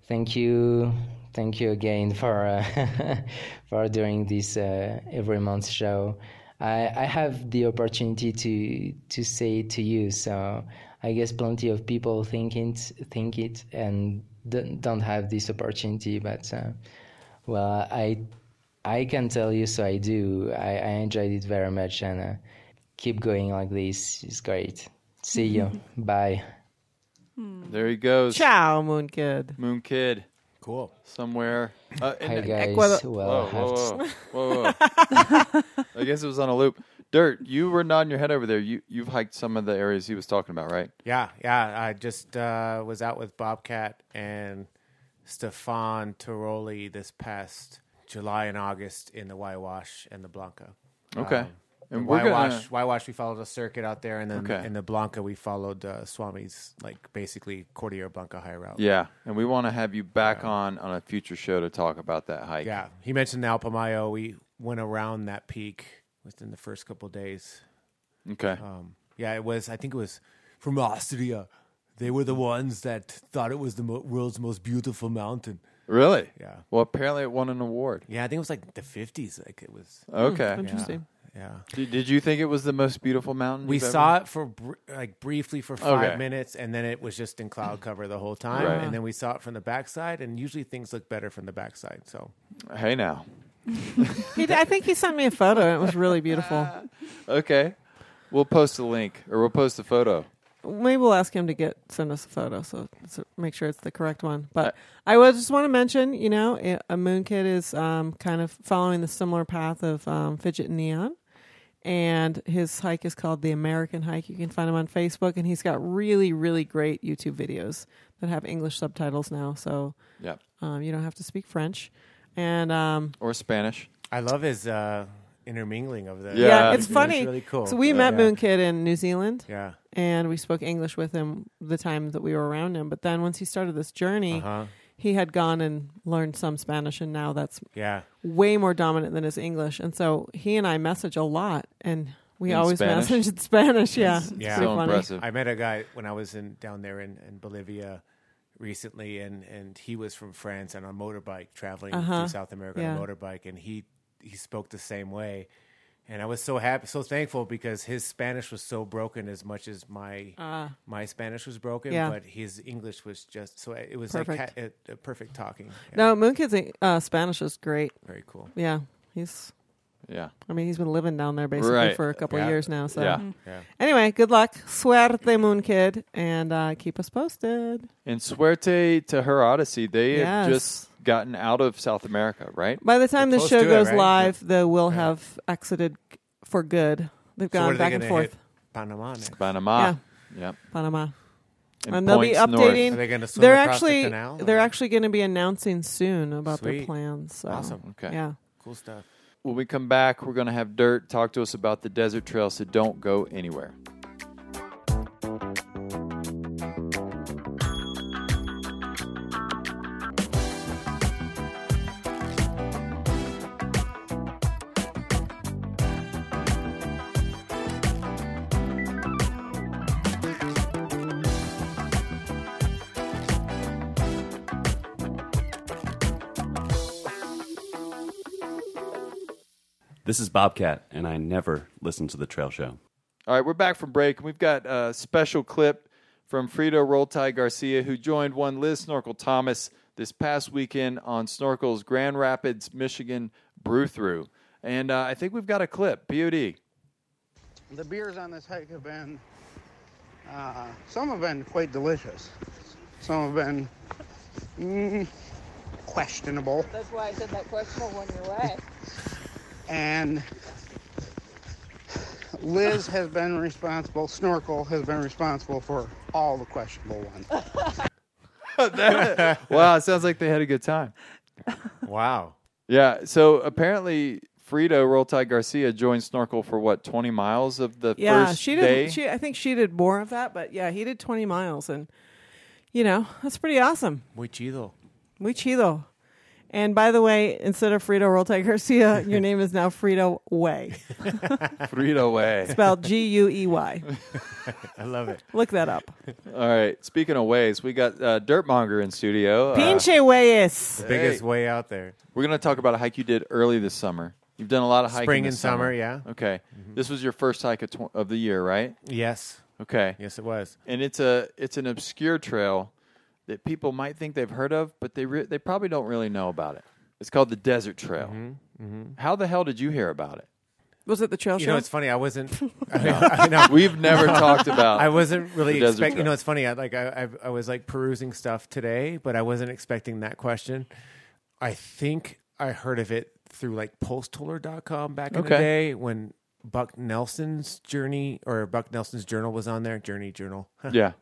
S15: thank you, thank you again for uh, *laughs* for doing this uh, every month show. I, I have the opportunity to to say it to you, so I guess plenty of people think it think it and don't, don't have this opportunity, but. Uh, well, I I can tell you, so I do. I, I enjoyed it very much, and uh, keep going like this. It's great. See you. Bye.
S1: Hmm.
S8: There he goes.
S7: Ciao, Moon Kid.
S8: Moon Kid.
S10: Cool.
S8: Somewhere. Uh, in-
S15: Hi, guys. Ecuador- Well, I have
S8: whoa,
S15: to-
S8: whoa, whoa, whoa.
S15: *laughs*
S8: I guess it was on a loop. Dirt, you were nodding your head over there. You you've hiked some of the areas he was talking about, right?
S10: Yeah, yeah. I just uh, was out with Bobcat and Stefan Tiroli this past July and August in the Waiwash and the Blanca.
S8: Okay. And
S10: and
S8: we're gonna-
S10: Waiwash, Waiwash, we followed a circuit out there, and then
S8: Okay.
S10: in the Blanca, we followed uh, Swami's like basically Cordillera Blanca high route.
S8: Yeah, and we want to have you back on on a future show to talk about that hike.
S10: Yeah, he mentioned the Alpamayo. We went around that peak within the first couple days.
S8: Okay.
S10: Um, yeah, it was. I think it was from Austria. They were the ones that thought it was the mo- world's most beautiful mountain.
S8: Really?
S10: Yeah.
S8: Well, apparently it won an award.
S10: Yeah, I think it was like the fifties. Like it was.
S8: Okay. Hmm,
S10: Yeah, Yeah.
S8: Did, did you think it was the most beautiful mountain?
S10: We
S8: you've ever-
S10: saw it for br- like briefly for five
S8: Okay.
S10: minutes, and then it was just in
S8: *clears throat*
S10: cloud cover the whole time.
S8: Right.
S10: And then we saw it from the backside, and usually things look better from the backside. So
S8: Hey now.
S7: He, d- I think he sent me a photo. and It was really beautiful.
S8: Okay. We'll post a link or we'll post a photo.
S7: Maybe we'll ask him to get send us a photo, so, so make sure it's the correct one. But I would just want to mention, you know, i- a moon kid is um, kind of following the similar path of um, fidget neon, and his hike is called the American Hike. You can find him on Facebook, and he's got really, really great YouTube videos that have English subtitles now. So
S8: Yep.
S7: Um, you don't have to speak French, and um,
S8: or Spanish.
S10: I love his uh, intermingling of the.
S7: yeah, it's funny.
S10: really cool.
S7: So we
S10: Yeah.
S7: met
S10: Yeah.
S7: Moon Kid in New Zealand.
S10: Yeah.
S7: and we spoke English with him the time that we were around him. But then once he started this journey,
S10: Uh-huh.
S7: he had gone and learned some Spanish, and now that's
S10: Yeah.
S7: way more dominant than his English. And so he and I message a lot, and we
S10: In
S7: always
S10: Spanish?
S7: message in Spanish. Yeah, it's pretty funny.
S10: I met a guy when I was in down there in, in Bolivia recently, and, and he was from France and on a motorbike traveling
S7: Uh-huh.
S10: through South America
S7: Yeah.
S10: on a motorbike, and he he spoke the same way. And I was so happy, so thankful because his Spanish was so broken as much as my
S7: Ah.
S10: my Spanish was broken,
S7: Yeah.
S10: but his English was just so it was
S7: Perfect.
S10: like a, a perfect talking.
S7: No, Moonkid's uh, Spanish is great.
S10: Very cool.
S7: Yeah, he's.
S8: Yeah.
S7: I mean, he's been living down there basically
S8: Right.
S7: for a couple
S8: Yeah.
S7: years now. So,
S8: Yeah. Mhm. Yeah.
S7: anyway, good luck, suerte, Moonkid, and uh, keep us posted.
S8: And Suerte to her Odyssey, they
S7: Yes.
S8: have just gotten out of South America, right?
S7: By the time the show goes live, they will
S8: Yeah.
S7: have exited for good. They've
S10: So what
S7: gone
S10: are they
S7: back and
S10: gonna
S7: forth.
S10: hit? Panama. next.
S8: Panama. Yep.
S7: Panama.
S8: And
S7: And, they'll be
S8: points north.
S7: updating.
S10: Are they gonna swim
S7: are
S10: across the
S7: actually
S10: canal, or-
S7: they're actually going to be announcing soon about their
S8: Sweet.
S7: plans. So.
S8: Awesome. Okay.
S7: Yeah.
S10: Cool stuff.
S8: When we come back, we're going to have Dirt talk to us about the desert trail, so don't go anywhere.
S16: This is Bobcat, and I never listen to the Trail Show.
S8: All right, we're back from break. We've got a special clip from Frida Roltai Garcia, who joined one Liz Snorkel Thomas this past weekend on Snorkel's Grand Rapids, Michigan brew through. And uh, I think we've got a clip. POD.
S17: The beers on this hike have been, uh, some have been quite delicious. Some have been mm, questionable.
S18: That's why I said that questionable one your way.
S17: And Liz has been responsible, Snorkel has been responsible for all the questionable ones.
S8: *laughs* wow, it sounds like they had a good time.
S10: Wow.
S8: Yeah. So apparently, Frida Roltai Garcia joined Snorkel for what twenty miles of the
S7: Yeah,
S8: first
S7: she
S8: day.
S7: did. She, I think she did more of that, but yeah, he did 20 miles, and you know that's pretty awesome.
S10: Muy chido.
S7: Muy chido. And by the way, instead of Frito Rolte Garcia, your name is now Frito Way.
S8: *laughs* Frida way
S7: Spelled G U E Y.
S10: *laughs* I love it.
S7: Look that up.
S8: All right. Speaking of ways, we got uh, Dirtmonger in studio. Uh,
S7: Pinche Weyes.
S8: hey,
S10: Biggest way out there.
S8: We're going to talk about a hike you did early this summer. You've done a lot of hiking.
S10: Spring
S8: this
S10: and summer, yeah. Mm-hmm.
S8: Okay. This was your first hike of, tw- of the year, right?
S10: Yes.
S8: Okay.
S10: Yes, it was.
S8: And it's a it's an obscure trail that people might think they've heard of, but they re- they probably don't really know about it. It's called the Desert Trail. How the hell did you hear about it?
S7: Was it the trail
S10: Mm-hmm. you
S7: show?
S10: know, it's funny.
S7: *laughs*
S10: I wasn't.
S8: *laughs* No. *laughs*
S10: *laughs*
S8: We've never talked about
S10: I wasn't really
S8: the desert
S10: expecting. You
S8: trail.
S10: know, it's funny. I, like I, I, I was like perusing stuff today, but I wasn't expecting that question. I think I heard of it through like posttoller.com back in the
S8: Okay.
S10: day when Buck Nelson's journey or Buck Nelson's journal was on there. Journey journal. *laughs*
S8: Yeah.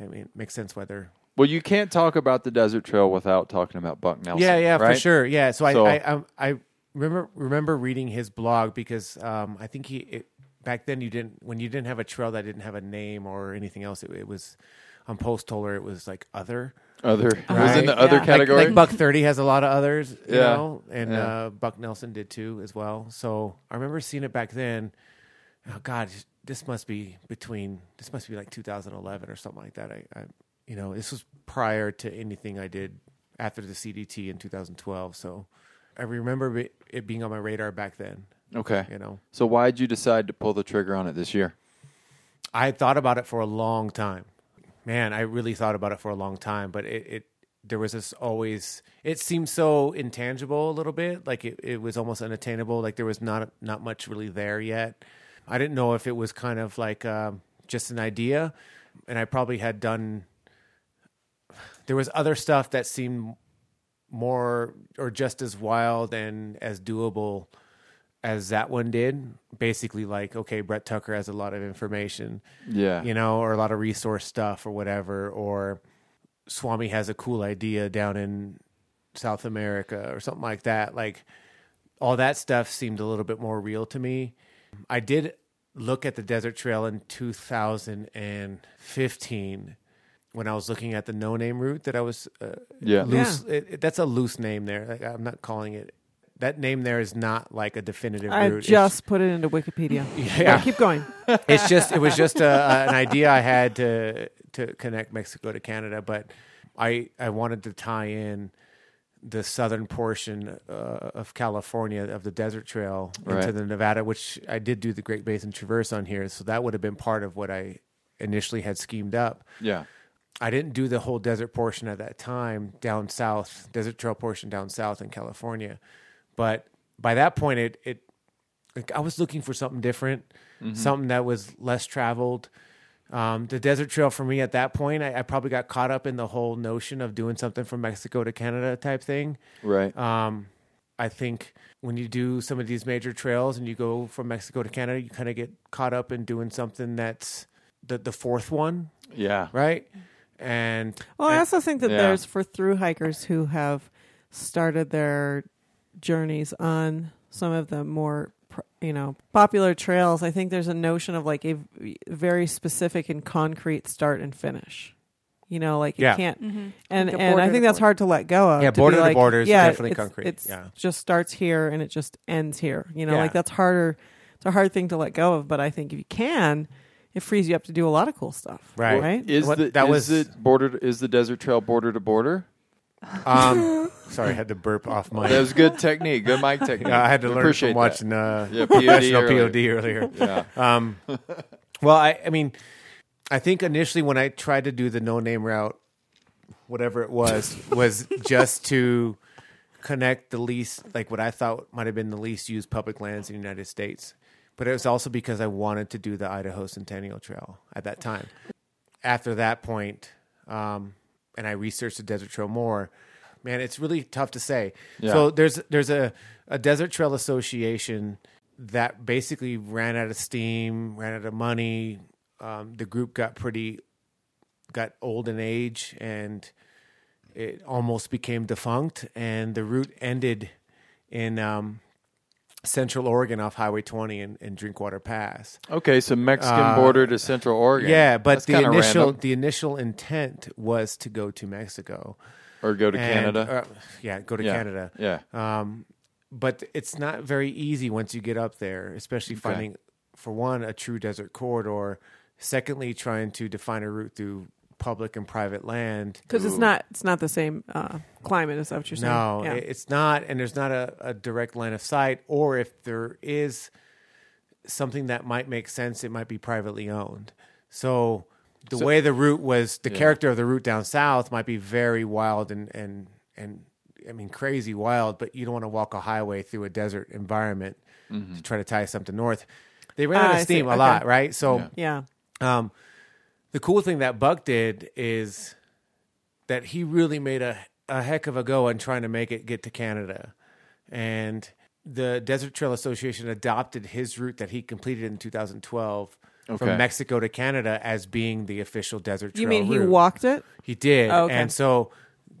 S10: I mean, it makes sense why they're
S8: Well, you can't talk about the Desert Trail without talking about Buck Nelson.
S10: Yeah, yeah,
S8: right?
S10: for sure. Yeah. So, I, I, um, I remember remember reading his blog because um, I think he it, back then you didn't when you didn't have a trail that didn't have a name or anything else. It, it was on Post Toller. It was like other.
S8: Other. It was in the other
S10: Like-
S8: category?
S10: Like, Buck Thirty has a lot of others, you
S8: Yeah.
S10: know, and
S8: Yeah.
S10: uh, Buck Nelson did too as well. So I remember seeing it back then. Oh God, this must be between this must be like 2011 or something like that. I, I you know, this was prior to anything I did after the CDT in 2012. So I remember it- it being on my radar back then.
S8: okay.
S10: you know,
S8: So why'd you decide to pull the trigger on it this year?
S10: I had thought about it for a long time. Man, I really thought about it for a long time, but it, it there was this always it seemed so intangible a little bit, like it, it was almost unattainable, like there was not not much really there yet. I didn't know if it was kind of like um, just an idea, and I probably had done there was other stuff that seemed more or just as wild and as doable as that one did. Basically, like okay, Brett Tucker has a lot of information,
S8: Yeah.
S10: you know, or a lot of resource stuff or whatever, or Swami has a cool idea down in South America or something like that. Like all that stuff seemed a little bit more real to me. I did look at the Desert Trail in 2015 when I was looking at the no name route that I was uh,
S8: Yeah.
S10: loose it, it- that's a loose name there. Like I'm not calling it that name there is not like a definitive
S7: I
S10: route. It's-
S7: just put it into
S10: *laughs*
S7: Wikipedia. But keep going.
S10: it's just it was just a, a- an idea I had to to connect Mexico to Canada, but I I wanted to tie in the southern portion uh, of California of the Desert Trail into
S8: Right.
S10: the Nevada, which I did do the Great Basin Traverse on here, so that would have been part of what I initially had schemed up.
S8: Yeah.
S10: I didn't do the whole desert portion at that time down south, desert trail portion down south in California. But by that point, it, it like I was looking for something different,
S8: Mhm.
S10: something that was less traveled. Um, the desert trail for me at that point, I, I probably got caught up in the whole notion of doing something from Mexico to Canada type thing.
S8: Right.
S10: Um, I think when you do some of these major trails and you go from Mexico to Canada, you kind of get caught up in doing something that's the, the fourth one.
S8: Yeah.
S10: Right. And
S7: Well, I also think that
S10: Yeah.
S7: there's for through hikers who have started their journeys on some of the more pr- you know popular trails. I think there's a notion of like a v- very specific and concrete start and finish. You know, like
S10: Yeah.
S7: you can't,
S10: Mhm.
S7: and
S10: Like a
S7: and
S10: border
S7: I
S10: to
S7: think that's
S10: border.
S7: hard to let go of.
S10: Yeah,
S7: to be
S10: border to
S7: like,
S10: border is
S7: yeah,
S10: definitely
S7: it's-
S10: concrete.
S7: It's
S10: Yeah.
S7: just starts here and it just ends here. You know,
S10: Yeah.
S7: like that's harder. It's a hard thing to let go of, but I think if you can, it frees you up to do a lot of cool stuff.
S10: Right.
S7: Right.
S8: Is
S10: What-
S8: the,
S10: that
S8: is
S10: was-
S8: it border? Is the desert trail border to border?
S10: Um, *laughs* sorry, I had to burp off mic.
S8: That was good technique. Good mic *laughs* technique.
S10: Yeah, I had to learn
S8: Appreciate
S10: from
S8: that.
S10: watching uh, *laughs*
S8: yeah, POD
S10: National
S8: earlier.
S10: POD earlier.
S8: *laughs* Yeah.
S10: Um, well, I, I mean, I think initially when I tried to do the no name route, whatever it was, was just to connect the least, like what I thought might have been the least used public lands in the United States. But it was also because I wanted to do the Idaho Centennial Trail at that time. After that point, um, and I researched the Desert Trail more. Man, it's really tough to say.
S8: Yeah.
S10: So there's there's a, a desert trail association that basically ran out of steam, ran out of money. Um, the group got pretty got old in age and it almost became defunct and the route ended in um, central Oregon off Highway 20 in, in Drinkwater Pass.
S8: Okay, so Mexican
S10: Uh,
S8: border to Central Oregon.
S10: Yeah, but
S8: That's
S10: the
S8: kinda
S10: initial *laughs*
S8: random.
S10: the initial intent was to go to Mexico
S8: Or go to Canada.
S10: uh, yeah, go to
S8: Yeah,
S10: Canada.
S8: yeah.
S10: Um, but it's not very easy once you get up there, especially
S8: Okay.
S10: finding, for one, a true desert corridor. Secondly, trying to define a route through public and private land
S7: Because it's not it's not the same uh, climate. Is that what you're saying?
S10: no,
S7: Yeah.
S10: it- it's not, and there's not a, a direct line of sight. Or if there is something that might make sense, it might be privately owned. So the
S8: So-
S10: way the route was, the
S8: Yeah.
S10: character of the route down south might be very wild and and and I mean crazy wild, but you don't want to walk a highway through a desert environment
S8: Mm-hmm.
S10: to try to tie something north. They ran
S7: Ah,
S10: out
S7: I
S10: of
S7: see.
S10: steam a
S7: Okay.
S10: lot, right? So
S7: Yeah.
S10: um, the cool thing that Buck did is that he really made a, a heck of a go on trying to make it get to Canada. And the Desert Trail Association adopted his route that he completed in 2012
S8: Okay.
S10: from Mexico to Canada as being the official Desert Trail
S7: You mean he
S10: route.
S7: walked it?
S10: He did.
S7: Oh, okay.
S10: And so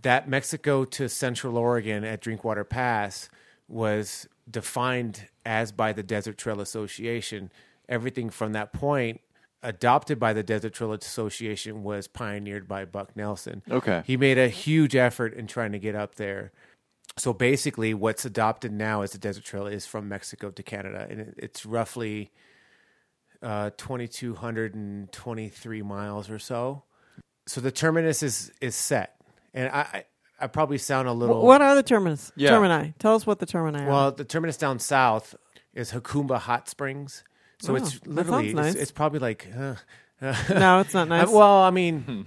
S10: that Mexico to Central Oregon at Drinkwater Pass was defined as by the Desert Trail Association. Everything from that point adopted by the Desert Trail Association was pioneered by Buck Nelson.
S8: Okay.
S10: He made a huge effort in trying to get up there. So basically, what's adopted now as the Desert Trail is from Mexico to Canada, and it- it's roughly uh, 2,223 miles or so. So the terminus is is set, and I I, I probably sound a little.
S7: Wh- What are the terminus?
S10: Yeah.
S7: Termini. Tell us what the termini are.
S10: Well, the terminus down south is Hakumba Hot Springs, so
S7: Oh,
S10: it's
S7: that
S10: literally
S7: sounds
S10: it's,
S7: nice.
S10: it's probably like. Uh, *laughs*
S7: No, it's not nice.
S10: I- well, I
S8: *laughs*
S10: mean,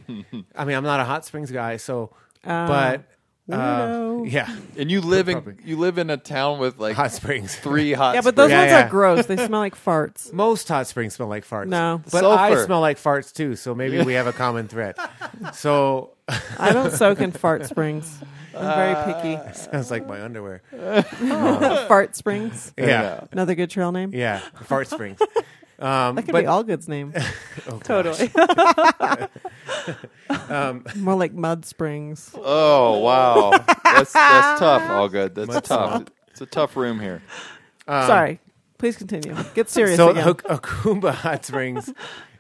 S10: I mean, I'm not a hot springs guy, so
S8: Uh,
S10: but uh,
S8: weirdo.
S10: yeah,
S8: And you live in you live in a town with like
S10: hot springs,
S8: three hot.
S7: Yeah, but those
S8: springs.
S7: ones are gross. They smell like farts.
S10: *laughs* Most hot springs smell like farts.
S7: No.
S10: but I
S7: Sulfur.
S10: smell like farts too, so maybe
S7: Yeah.
S10: we have a common
S7: *laughs*
S10: thread. So
S7: I
S10: *laughs*
S7: don't soak in fart springs. I'm very picky.
S10: Uh, Sounds like my underwear.
S7: *laughs* Fart Springs.
S10: Yeah.
S7: Another good trail name. *laughs*
S10: Yeah, Fart Springs. Um,
S7: That could
S10: but-
S7: be all good's name.
S10: *laughs* Oh,
S7: *laughs*
S10: gosh.
S7: totally.
S10: *laughs*
S7: *laughs*
S10: Um,
S7: More like Mud Springs.
S8: Oh wow, that's that's tough. All good. That's
S7: Mud
S8: tough.
S7: swamp.
S8: It's a tough room here.
S10: Um,
S7: Sorry. Please continue. Get serious
S10: So
S7: again.
S10: Oc- Okumba Hot Springs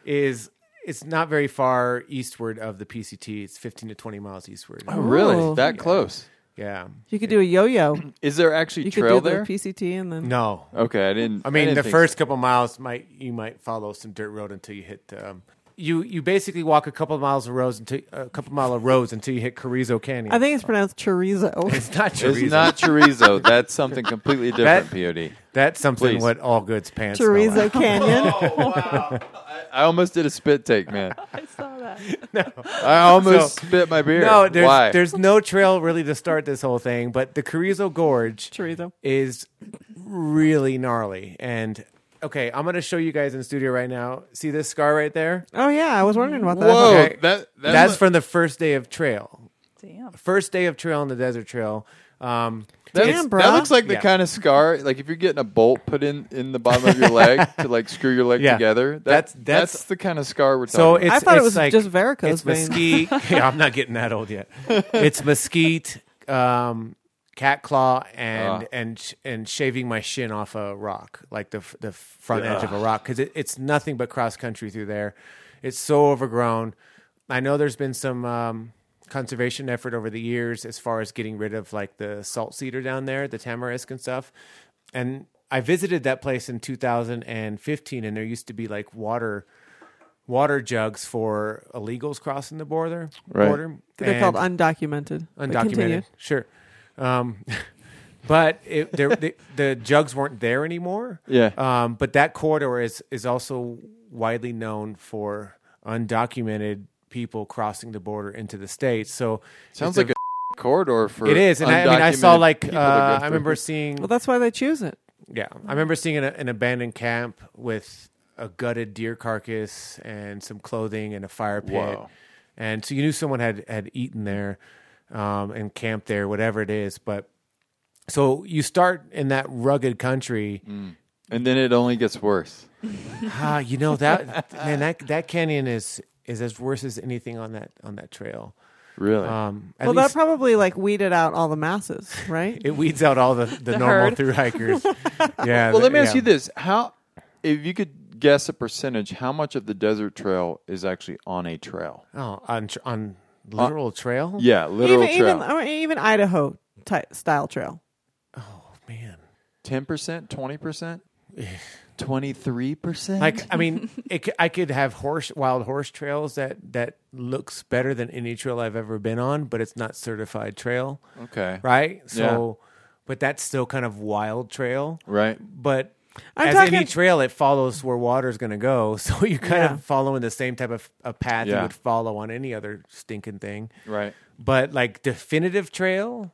S10: is it's not very far eastward of the PCT. It's 15 to 20 miles eastward.
S7: Oh, really? Ooh. That
S8: close?
S10: Yeah.
S7: You could do a
S10: *clears throat*
S7: yo-yo.
S8: Is there actually
S7: you
S8: trail
S7: could do
S8: there?
S7: The PCT and then
S10: No.
S8: Okay, I didn't.
S10: I mean,
S8: didn't
S10: the
S8: think-
S10: first couple miles might you might follow some dirt road until you hit. Um, you you basically walk a couple miles of roads until a couple mile of roads until you hit Carrizo Canyon.
S7: I think it's pronounced chorizo.
S10: *laughs* It's not
S8: It's
S10: chorizo.
S8: not chorizo. That's something completely different, POD.
S10: That's something
S8: Please.
S10: what all goods pants. smell
S7: Chorizo
S10: like.
S7: Canyon.
S8: *laughs* Oh, wow. I, I almost did a spit
S7: *laughs*
S8: take, man.
S9: I saw that.
S8: I almost spit my beer.
S10: No, there's
S8: Why?
S10: there's no trail really to start this whole thing, but the Carrizo Gorge
S7: Chorizo.
S10: is really gnarly. And okay, I'm gonna show you guys in the studio right now. See this scar right there?
S7: Oh yeah, I was wondering about that.
S10: Okay.
S8: that- that
S10: that's
S8: look-
S10: from the first day of trail.
S9: Damn.
S10: First day of trail in the desert trail. Um,
S8: That,
S10: it's-
S8: that looks like the
S10: Yeah.
S8: kind of scar, like if you're getting a bolt put in in the bottom of
S10: *laughs*
S8: your leg to like screw your leg
S10: Yeah.
S8: together. That,
S10: That's-
S8: that's,
S10: that's-
S8: that's the kind of scar we're talking.
S10: So
S8: about.
S10: it's, it's like, it's
S7: varicose veins.
S10: Mesquite.
S7: *laughs*
S10: *laughs* yeah, I'm not getting that old yet. *laughs* It's mesquite, um, cat claw, and
S8: Ugh.
S10: and sh- and shaving my shin off a rock, like the f- the front edge of a
S8: Ugh.
S10: rock, because it, it's nothing but cross country through there. It's so overgrown. I know there's been some um, conservation effort over the years as far as getting rid of like the salt cedar down there, the tamarisk and stuff, and. I visited that place in 2015, and there used to be like water water jugs for illegals crossing the border.
S7: Right.
S10: border
S7: They're called
S10: and-
S7: undocumented, but continue.
S10: Undocumented. Sure. Um, *laughs* but it, there, the, the jugs weren't there anymore.
S8: Yeah.
S10: Um, but that corridor is is also widely known for undocumented people crossing the border into the states. So it's
S8: Sounds
S10: a-
S8: like a *laughs* corridor for
S10: it is. And I, I mean, I saw
S8: undocumented
S10: like
S8: people to
S10: uh,
S8: go
S10: I remember
S8: through.
S10: seeing
S7: Well, that's why they choose it.
S10: yeah,
S8: Mm-hmm.
S10: I remember seeing an, an abandoned camp with a gutted deer carcass and some clothing and a fire pit,
S8: Whoa.
S10: and so you knew someone had had eaten there um, and camped there, whatever it is. But so you start in that rugged country.
S8: Mm-hmm. Mm. and then it only gets worse.
S10: Ah, you know
S8: *laughs*
S10: that man that that canyon is is as worse as anything on that on that trail.
S8: Really?
S10: Um, at
S7: Well,
S10: least
S7: that probably like weeded out all the masses, right?
S10: *laughs* it weeds out all the the, normal
S7: herd. *laughs*
S10: through hikers. *laughs* yeah.
S8: Well, let me
S10: yeah.
S8: ask you this: How, if you could guess a percentage, how much of the desert trail is actually on a trail?
S10: Oh, on tr- on literal trail.
S8: Uh, Yeah, literal
S7: even, Even,
S8: trail.
S7: I mean, even Idaho ty- style trail.
S8: Ten percent, twenty percent, twenty-three percent.
S10: Eh. Like
S7: *laughs*
S10: I mean, it, c- I could have horse wild horse trails that that looks better than any trail I've ever been on, but it's not certified trail.
S8: Okay.
S10: right?
S8: Yeah.
S10: So, but that's still kind of wild trail,
S8: Right.
S10: But
S7: I'm
S10: as any
S7: talking-
S10: trail, it follows where water's going to go. *laughs* So you're kind
S7: Yeah.
S10: of following the same type of a path you
S8: Yeah.
S10: would follow on any other stinking thing,
S8: Right.
S10: But like definitive trail,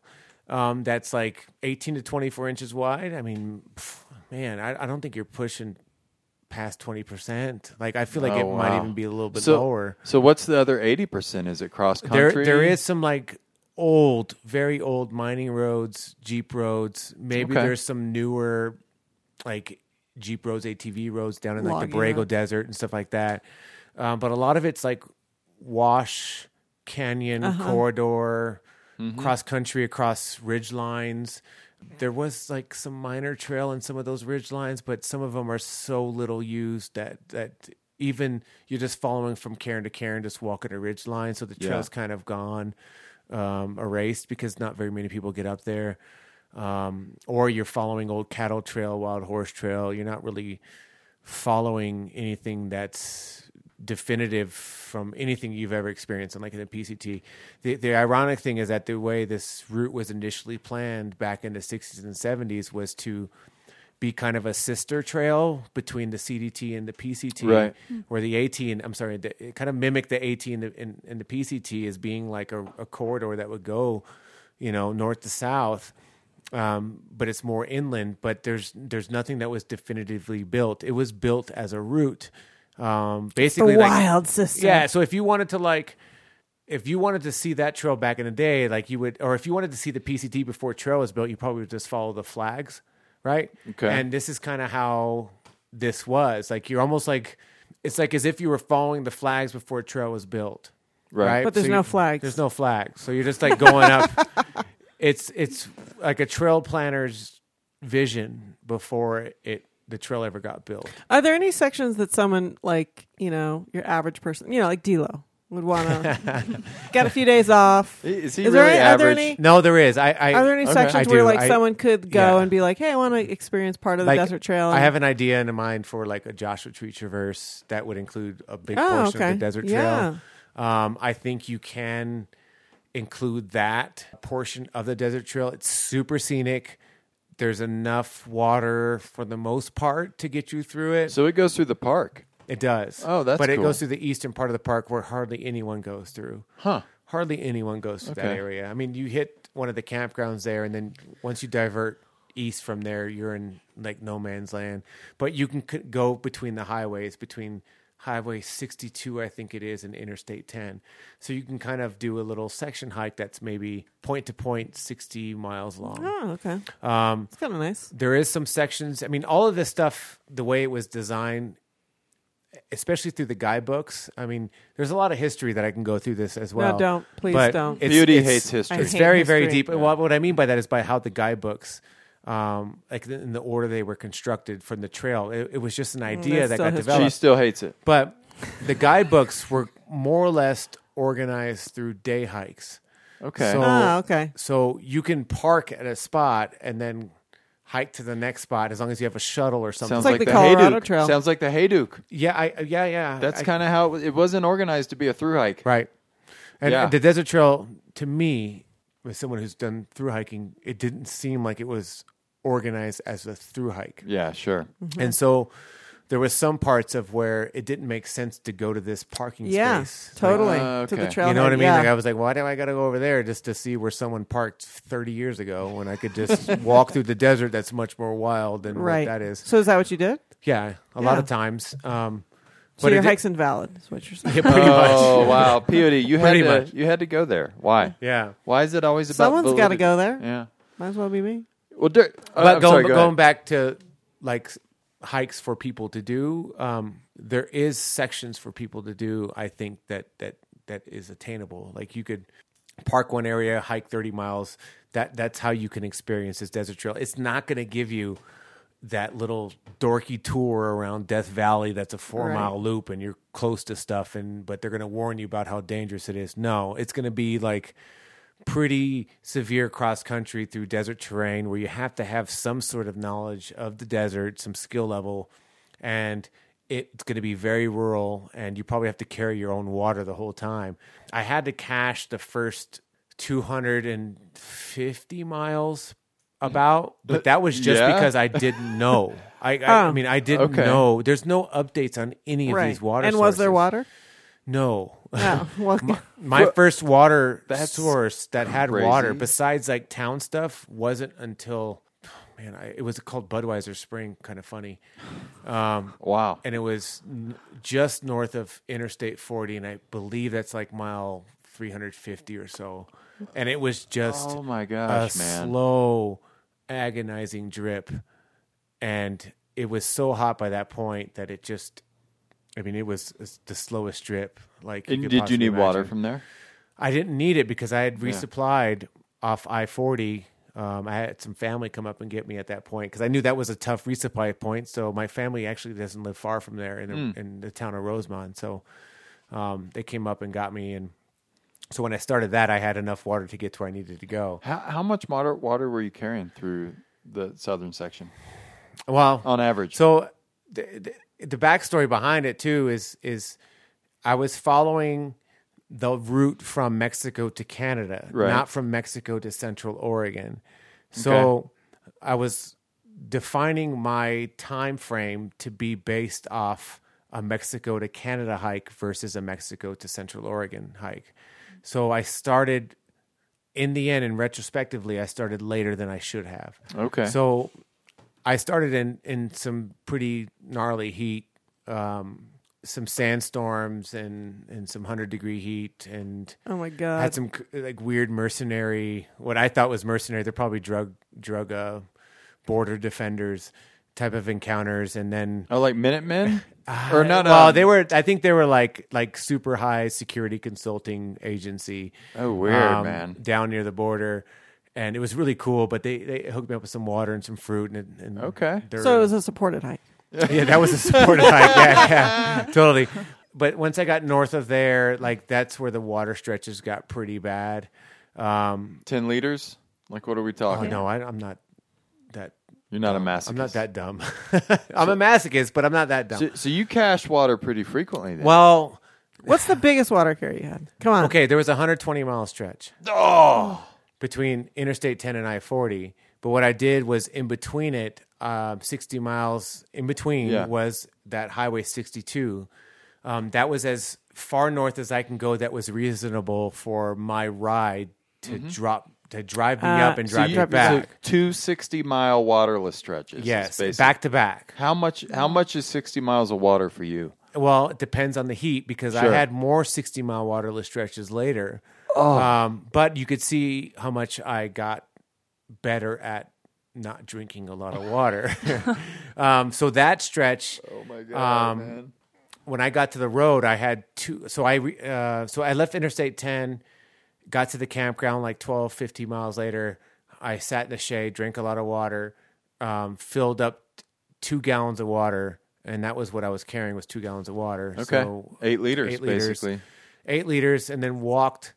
S10: um, that's like 18 to 24 inches wide. I mean, pff, man, I, I don't think you're pushing past 20 percent. Like I feel like it
S8: Oh,
S10: might
S8: wow.
S10: even be a little bit
S8: so,
S10: lower.
S8: So what's the other eighty percent? Is it cross
S10: There,
S8: country?
S10: there is some like old, very old mining roads, jeep roads. Maybe
S8: Okay.
S10: there's some newer, like jeep roads, ATV roads down in like the
S8: Logging
S10: Borrego
S8: road.
S10: Desert and stuff like that. Um, but a lot of it's like wash canyon
S8: Uh-huh.
S10: corridor,
S8: Mhm.
S10: cross country across ridge lines. There was like some minor trail in some of those ridge lines, but some of them are so little used that that even you're just following from cairn to cairn, just walking a ridge line. So the
S8: Yeah.
S10: trail's kind of gone, um, erased because not very many people get up there. Um, or you're following old cattle trail, wild horse trail. You're not really following anything that's definitive from anything you've ever experienced in like in the PCT. The the ironic thing is that the way this route was initially planned back in the 60s and 70s was to be kind of a sister trail between the CDT and the PCT
S8: Right.
S10: where the AT and I'm sorry, the, it kind of mimicked the AT and the, and, and the PCT as being like a, a corridor that would go, you know, north to south. Um, but it's more inland. But there's there's nothing that was definitively built. It was built as a route, um, basically like-
S7: wild system.
S10: Yeah. So if you wanted to like. If you wanted to see that trail back in the day, like you would, or if you wanted to see the PCT before trail was built, you probably would just follow the flags, right?
S8: Okay.
S10: And this is kind of how this was. Like you're almost like it's like as if you were following the flags before a trail was built.
S7: Right.
S10: Right.
S7: But there's
S10: you-
S7: no flags.
S10: There's no flag. So you're just like
S7: *laughs*
S10: going up. *laughs* It's it's like a trail planner's vision before it the trail ever got built.
S7: Are there any sections that someone like you know your average person, you know, like D'Lo would want
S10: *laughs*
S7: to get a few days off?
S10: Is he
S7: there any,
S10: really
S7: Are there
S10: average?
S7: any,
S10: No, there is. I- I-
S7: are there any
S10: okay.
S7: sections
S10: I
S7: where
S10: do.
S7: like
S10: I-
S7: someone could go
S10: yeah.
S7: and be like, "Hey, I want to experience part of the
S10: Like,
S7: desert trail."
S10: I
S7: and-
S10: have an idea in mind for like a Joshua Tree traverse that would include a big
S7: Oh,
S10: portion
S7: okay.
S10: of the desert
S7: Yeah.
S10: trail. Um, I think you can include that portion of the desert trail. It's super scenic. There's enough water for the most part to get you through it.
S8: So it goes through the park.
S10: It does.
S8: Oh, that's
S10: but it
S8: cool.
S10: goes through the eastern part of the park where hardly anyone goes through.
S8: Huh.
S10: Hardly anyone goes to that
S8: Okay.
S10: area. I mean, you hit one of the campgrounds there, and then once you divert east from there, you're in like no man's land. But you can c- go between the highways, between Highway 62, I think it is, and Interstate 10. So you can kind of do a little section hike that's maybe point to point, 60 miles long.
S7: Oh, okay.
S10: Um,
S7: It's kinda nice.
S10: There is some sections. I mean, all of this stuff, the way it was designed, especially through the guidebooks. I mean, there's a lot of history that I can go through this as
S7: No,
S10: well.
S7: don't. Please don't.
S8: Beauty hates history. I
S10: It's
S8: hate
S10: very, very
S8: history.
S10: deep. And What, what I mean by that is by how the guidebooks, um, like in the order they were constructed from the trail, it, it was just
S7: Mm,
S10: an idea
S8: that's
S10: that
S8: still
S10: got
S8: history.
S10: developed.
S8: She still hates it.
S10: But the guidebooks were more or less organized through day hikes.
S8: Okay.
S10: So,
S7: Ah, okay.
S10: So you can park at a spot and then hike to the next spot as long as you have a shuttle or something.
S8: Sounds like, the Hayduke. Sounds like the Hayduke.
S10: Yeah, I uh, yeah yeah.
S8: That's
S10: I-
S8: kind of how it, was, it wasn't organized to be a through hike.
S10: Right. And
S8: yeah.
S10: the desert trail, to me, as someone who's done through hiking, it didn't seem like it was organized as a through hike.
S8: Yeah, sure.
S7: Mm-hmm.
S8: Mhm.
S10: And so there was some parts of where it didn't make sense to go to this parking
S7: Yeah,
S10: space.
S7: totally. Uh, To the okay.
S10: You know what I
S7: trailhead,
S10: mean?
S7: yeah.
S10: Like I was like, why do I got to go over there just to see where someone parked 30 years ago when I could just walk
S7: *laughs*
S10: through the desert that's much more wild than
S7: Right.
S10: what that is.
S7: So is that what you did?
S10: Yeah, a lot
S7: Yeah.
S10: of times. Um,
S7: So
S10: but
S7: your
S10: it-
S7: hike's invalid, is what you're saying.
S10: *laughs* Yeah, pretty much. *laughs*
S8: Oh wow, Peyote, you had
S10: Pretty
S8: to
S10: much.
S8: you had to go there. Why?
S10: Yeah.
S8: Why is it always about?
S7: Someone's got to
S8: validity?
S7: go there.
S8: Yeah.
S7: Might as well be me.
S8: Well, Dirk. uh,
S10: but
S8: I'm
S10: going,
S8: sorry, go ahead.
S10: going back to like s- hikes for people to do, um, there is sections for people to do. I think that that that is attainable. Like you could park one area, hike thirty miles. That that's how you can experience this desert trail. It's not going to give you that little dorky tour around Death Valley that's a four
S8: Right.
S10: mile loop and you're close to stuff and but they're going to warn you about how dangerous it is. No, it's going to be like pretty severe cross country through desert terrain where you have to have some sort of knowledge of the desert, some skill level, and it's going to be very rural and you probably have to carry your own water the whole time. I had to cache the first 250 miles about, but that was just
S8: Yeah.
S10: because I didn't know. I, I,
S7: Oh.
S10: I mean, I didn't
S8: Okay.
S10: know. Oh, There's no updates on any of
S7: Right.
S10: these water
S7: And was there
S10: sources.
S7: water?
S10: No.
S7: Oh, well-
S10: *laughs* my, my first water
S7: That's
S10: source that had
S8: crazy.
S10: water besides like town stuff wasn't until man, I, it was called Budweiser Spring, kind of funny. Um,
S8: wow.
S10: And it was n- just north of Interstate 40 and I believe that's like mile 350 or so. And it was just
S8: Oh my gosh,
S10: a
S8: man.
S10: slow agonizing drip and it was so hot by that point that it just I mean, it was it's the slowest drip. Like,
S8: And
S10: could
S8: did you
S10: possibly
S8: need water
S10: imagine.
S8: from there?
S10: I didn't need it because I had
S8: Yeah.
S10: resupplied off I forty. Um, I had some family come up and get me at that point because I knew that was a tough resupply point. So my family actually doesn't live far from there in the,
S8: Mm.
S10: in the town of Rosemont. So um, they came up and got me, and so when I started that, I had enough water to get to where I needed to go.
S8: How, how much water water were you carrying through the southern section?
S10: Well,
S8: on average.
S10: So the, the, the backstory behind it too is is I was following the route from Mexico to Canada,
S8: Right.
S10: not from Mexico to Central Oregon. So I was defining my time frame to be based off a Mexico to Canada hike versus a Mexico to Central Oregon hike. So I started in the end and retrospectively I started later than I should have.
S8: Okay.
S10: So I started in in some pretty gnarly heat, um, some sandstorms and and some hundred degree heat, and
S7: Oh my God.
S10: had some c- like weird mercenary. What I thought was mercenary, they're probably drug drug uh, border defenders type of encounters, and then Uh,
S8: oh,
S10: *laughs*
S8: like Minutemen, or not?
S10: Well,
S8: um,
S10: they were. I think they were like like super high security consulting agency. um,
S8: Oh, weird, man.
S10: Down near the border, and it was really cool. But they they hooked me up with some water and some fruit and, and
S8: Okay.
S10: dirt.
S7: So it was a supported hike.
S10: yeah, that was a supported hike. *laughs* Yeah, yeah, totally. But once I got north of there, like that's where the water stretches got pretty bad. Um,
S8: Ten liters? Like what are we talking?
S10: Oh, no, I, I'm not that.
S8: You're not a
S10: dumb.
S8: masochist.
S10: I'm not that dumb. *laughs* I'm a masochist, but I'm not that dumb.
S8: So, so you cash water pretty frequently. Then.
S10: Well,
S7: what's the biggest water carrier you had? Come on.
S10: Okay, there was a 120 mile stretch.
S8: Oh.
S10: Between Interstate 10 and I 40. But what I did was in between it, uh, 60 miles in between
S8: Yeah.
S10: was that Highway 62. Um, that was as far north as I can go. That was reasonable for my ride to
S8: Mhm.
S10: drop, to drive me
S8: Uh,
S10: up and
S8: so
S10: drive
S8: you-
S10: me back.
S8: so two 60 mile waterless stretches. is
S10: Yes,
S8: basically-
S10: back to back.
S8: How much? How much is 60 miles of water for you?
S10: Well, it depends on the heat because
S8: Sure.
S10: I had more 60 mile waterless stretches later.
S8: Oh.
S10: Um, but you could see how much I got better at not drinking a lot of
S8: *laughs*
S10: water. *laughs* um, so that stretch. Oh
S8: my God, man.
S10: When I got to the road, I had two. So I re, uh, so I left Interstate 10, got to the campground like 12, 15 miles later. I sat in the shade, drank a lot of water, um, filled up t- two gallons of water, and that was what I was carrying was two gallons of water.
S8: Okay.
S10: So
S8: Eight liters, basically.
S10: Eight liters, and then walked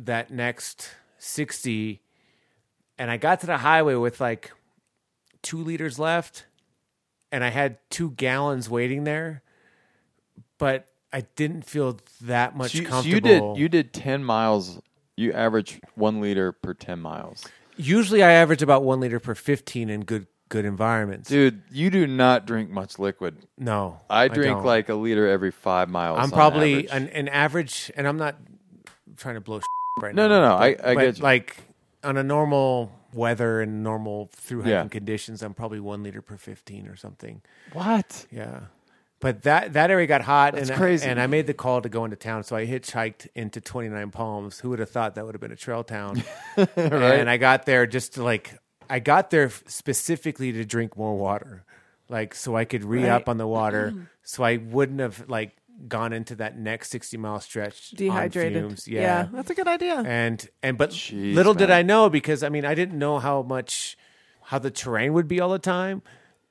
S10: that next 60. And I got to the highway with like two liters left, and I had two gallons waiting there, but I didn't feel that much
S8: So you, so you
S10: comfortable.
S8: did. You did 10 miles. You average one liter per 10 miles.
S10: Usually, I average about one liter per 15 in good good environments.
S8: Dude, you do not drink much liquid.
S10: No,
S8: I
S10: I
S8: drink
S10: don't.
S8: like a liter every five miles.
S10: I'm
S8: on
S10: probably
S8: average.
S10: an, an average, and I'm not trying to blow right
S8: No,
S10: now.
S8: no, no, I-
S10: but-
S8: I
S10: but,
S8: get you.
S10: Like on a normal weather and normal through hiking
S8: Yeah.
S10: conditions, I'm probably one liter per 15 or something.
S8: What?
S10: Yeah. But that, that area got hot,
S8: That's
S10: and
S8: crazy.
S10: I, and I made the call to go into town, so I hitchhiked into Twenty Nine Palms. Who would have thought that would have been a trail town?
S8: *laughs*
S10: And I got there just to like, I got there specifically to drink more water, like so I could re up
S7: Right. Mm-hmm.
S10: on the water, so I wouldn't have like gone into that next sixty mile stretch on
S7: Dehydrated.
S10: fumes.
S7: Yeah,
S10: Yeah.
S7: that's a good idea.
S10: And and but little did
S7: man.
S10: I know because I mean I didn't know how much how the terrain would be all the time.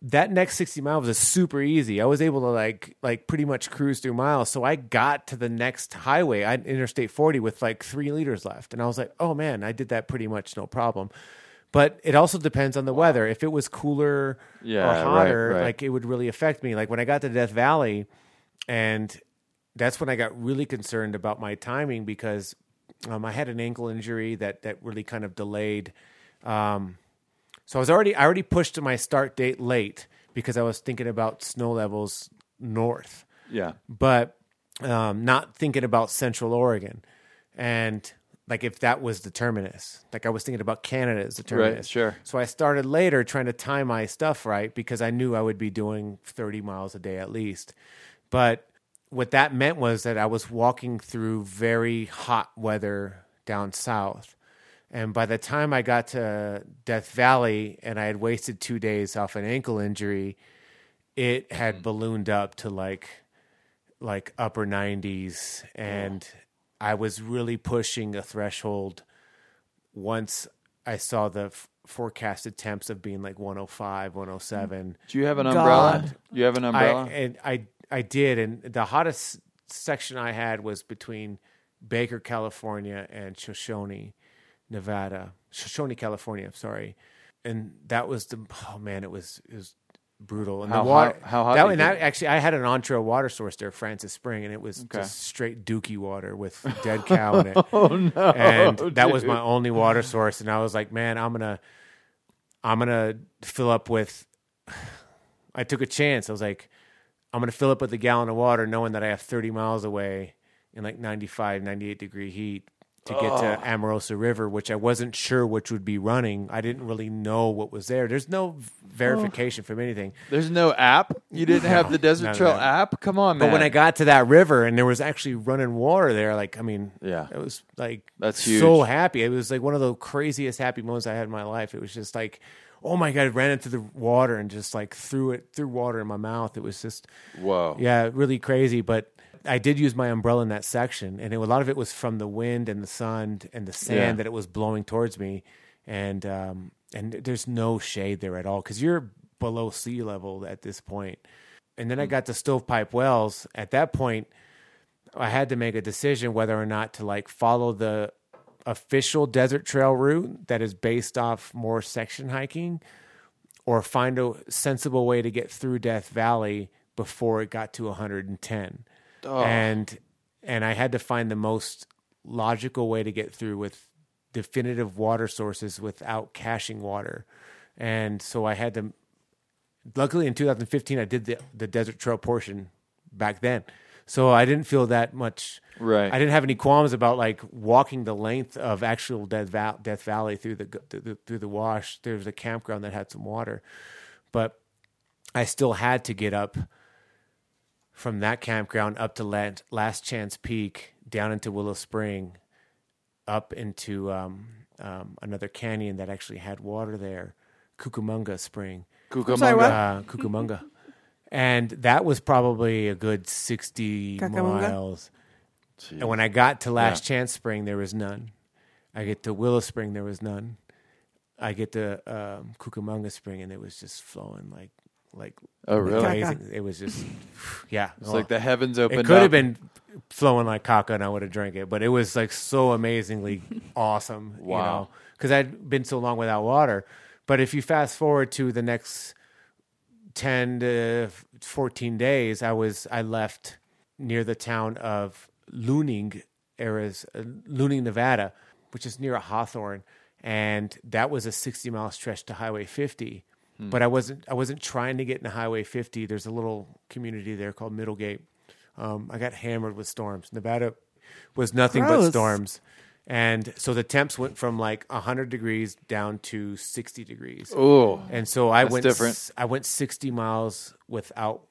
S10: That next sixty miles was super easy. I was able to like like pretty much cruise through miles. So I got to the next highway, I Interstate forty, with like three liters left, and I was like, oh man, I did that pretty much no problem. But it also depends on the weather. If it was cooler
S8: Yeah,
S10: or
S8: right,
S10: hotter,
S8: right.
S10: like it would really affect me. Like when I got to Death Valley, and that's when I got really concerned about my timing because um, I had an ankle injury that that really kind of delayed. Um, so I was already I already pushed my start date late because I was thinking about snow levels north.
S8: Yeah.
S10: but um, not thinking about Central Oregon and. Like if that was the terminus, like I was thinking about Canada as the
S8: Right,
S10: terminus,
S8: sure.
S10: so I started later trying to time my stuff right because I knew I would be doing 30 miles a day at least. But what that meant was that I was walking through very hot weather down south. And by the time I got to Death Valley and I had wasted two days off an ankle injury, it
S8: Mm-hmm.
S10: had ballooned up to like like upper 90s and I was really pushing a threshold once I saw the f- forecasted temps of being like 105, 107.
S8: Do you have an umbrella?
S10: God.
S8: You have an
S10: I-
S8: umbrella?
S10: and I I did and the hottest section I had was between Baker, California and Shoshone, Nevada. Shoshone, California, sorry. And that was the oh man, it was it was brutal. And
S8: How
S10: the water
S8: hot- how hot
S10: that,
S8: did
S10: and
S8: you
S10: that,
S8: get?
S10: actually I had an ontrail water source there, Francis Spring, and it was
S8: Okay.
S10: just straight dookie water with dead cow in it.
S8: *laughs* Oh, no,
S10: And that was my
S8: dude.
S10: only water source and I was like, man, I'm gonna I'm gonna fill up with *sighs* I took a chance. I was like, I'm gonna fill up with a gallon of water knowing that I have thirty miles away in like 95, 98 degree heat to get
S8: Ugh.
S10: to Amarosa River, which I wasn't sure which would be running. I didn't really know what was there. There's no verification from anything.
S8: Oh. There's no app. You didn't have the Desert
S10: none of
S8: Trail
S10: that.
S8: app. Come on, man.
S10: But when I got to that river and there was actually running water there, like I mean,
S8: Yeah.
S10: it was like
S8: That's
S10: so
S8: huge.
S10: happy. It was like one of the craziest happy moments I had in my life. It was just like, oh my god, I ran into the water and just like threw it threw water in my mouth. It was just
S8: Whoa.
S10: yeah, really crazy. But I did use my umbrella in that section, and it, a lot of it was from the wind and the sun and the sand
S8: Yeah.
S10: that it was blowing towards me, and um, and there's no shade there at all because you're below sea level at this point. And
S8: Hmm.
S10: then I got to Stovepipe Wells. At that point, I had to make a decision whether or not to like follow the official desert trail route that is based off more section hiking or find a sensible way to get through Death Valley before it got to 110.
S8: Oh.
S10: And and I had to find the most logical way to get through with definitive water sources without caching water. And so I had to luckily in 2015 I did the the desert trail portion back then. So I didn't feel that much
S8: Right.
S10: I didn't have any qualms about like walking the length of actual Death, Val- Death Valley through the, the through the wash. There was a campground that had some water, but I still had to get up from that campground up to Lan- Last Chance Peak, down into Willow Spring, up into um, um, another canyon that actually had water there, Cucamonga Spring.
S8: I'm sorry, Cucamonga. what?
S10: Uh, Cucamonga. and that was probably a good 60
S8: Cucamonga?
S10: miles. And when I got to Last
S8: Yeah.
S10: Chance Spring, there was none. I get to Willow Spring, there was none. I get to um, Cucamonga Spring, and it was just flowing like, like
S8: Oh, really?
S10: amazing. It was just, yeah.
S8: It's like the heavens opened
S10: It could
S8: up.
S10: have been flowing like caca, and I would have drank it, but it was like so amazingly *laughs* awesome.
S8: Wow.
S10: Because I'd been so long without water. But if you fast forward to the next 10 to 14 days i was i left near the town of Luning, Ariz, uh, Luning, Nevada, which is near Hawthorne, and that was a 60 mile stretch to Highway 50.
S8: Hmm.
S10: But I wasn't I wasn't trying to get into Highway 50. There's a little community there called Middlegate. Um, I got hammered with storms. Nevada was nothing but
S8: Gross.
S10: storms. And so the temps went from like 100 degrees down to 60 degrees.
S8: Ooh.
S10: and so I
S8: That's
S10: went
S8: different.
S10: s- I went 60 miles without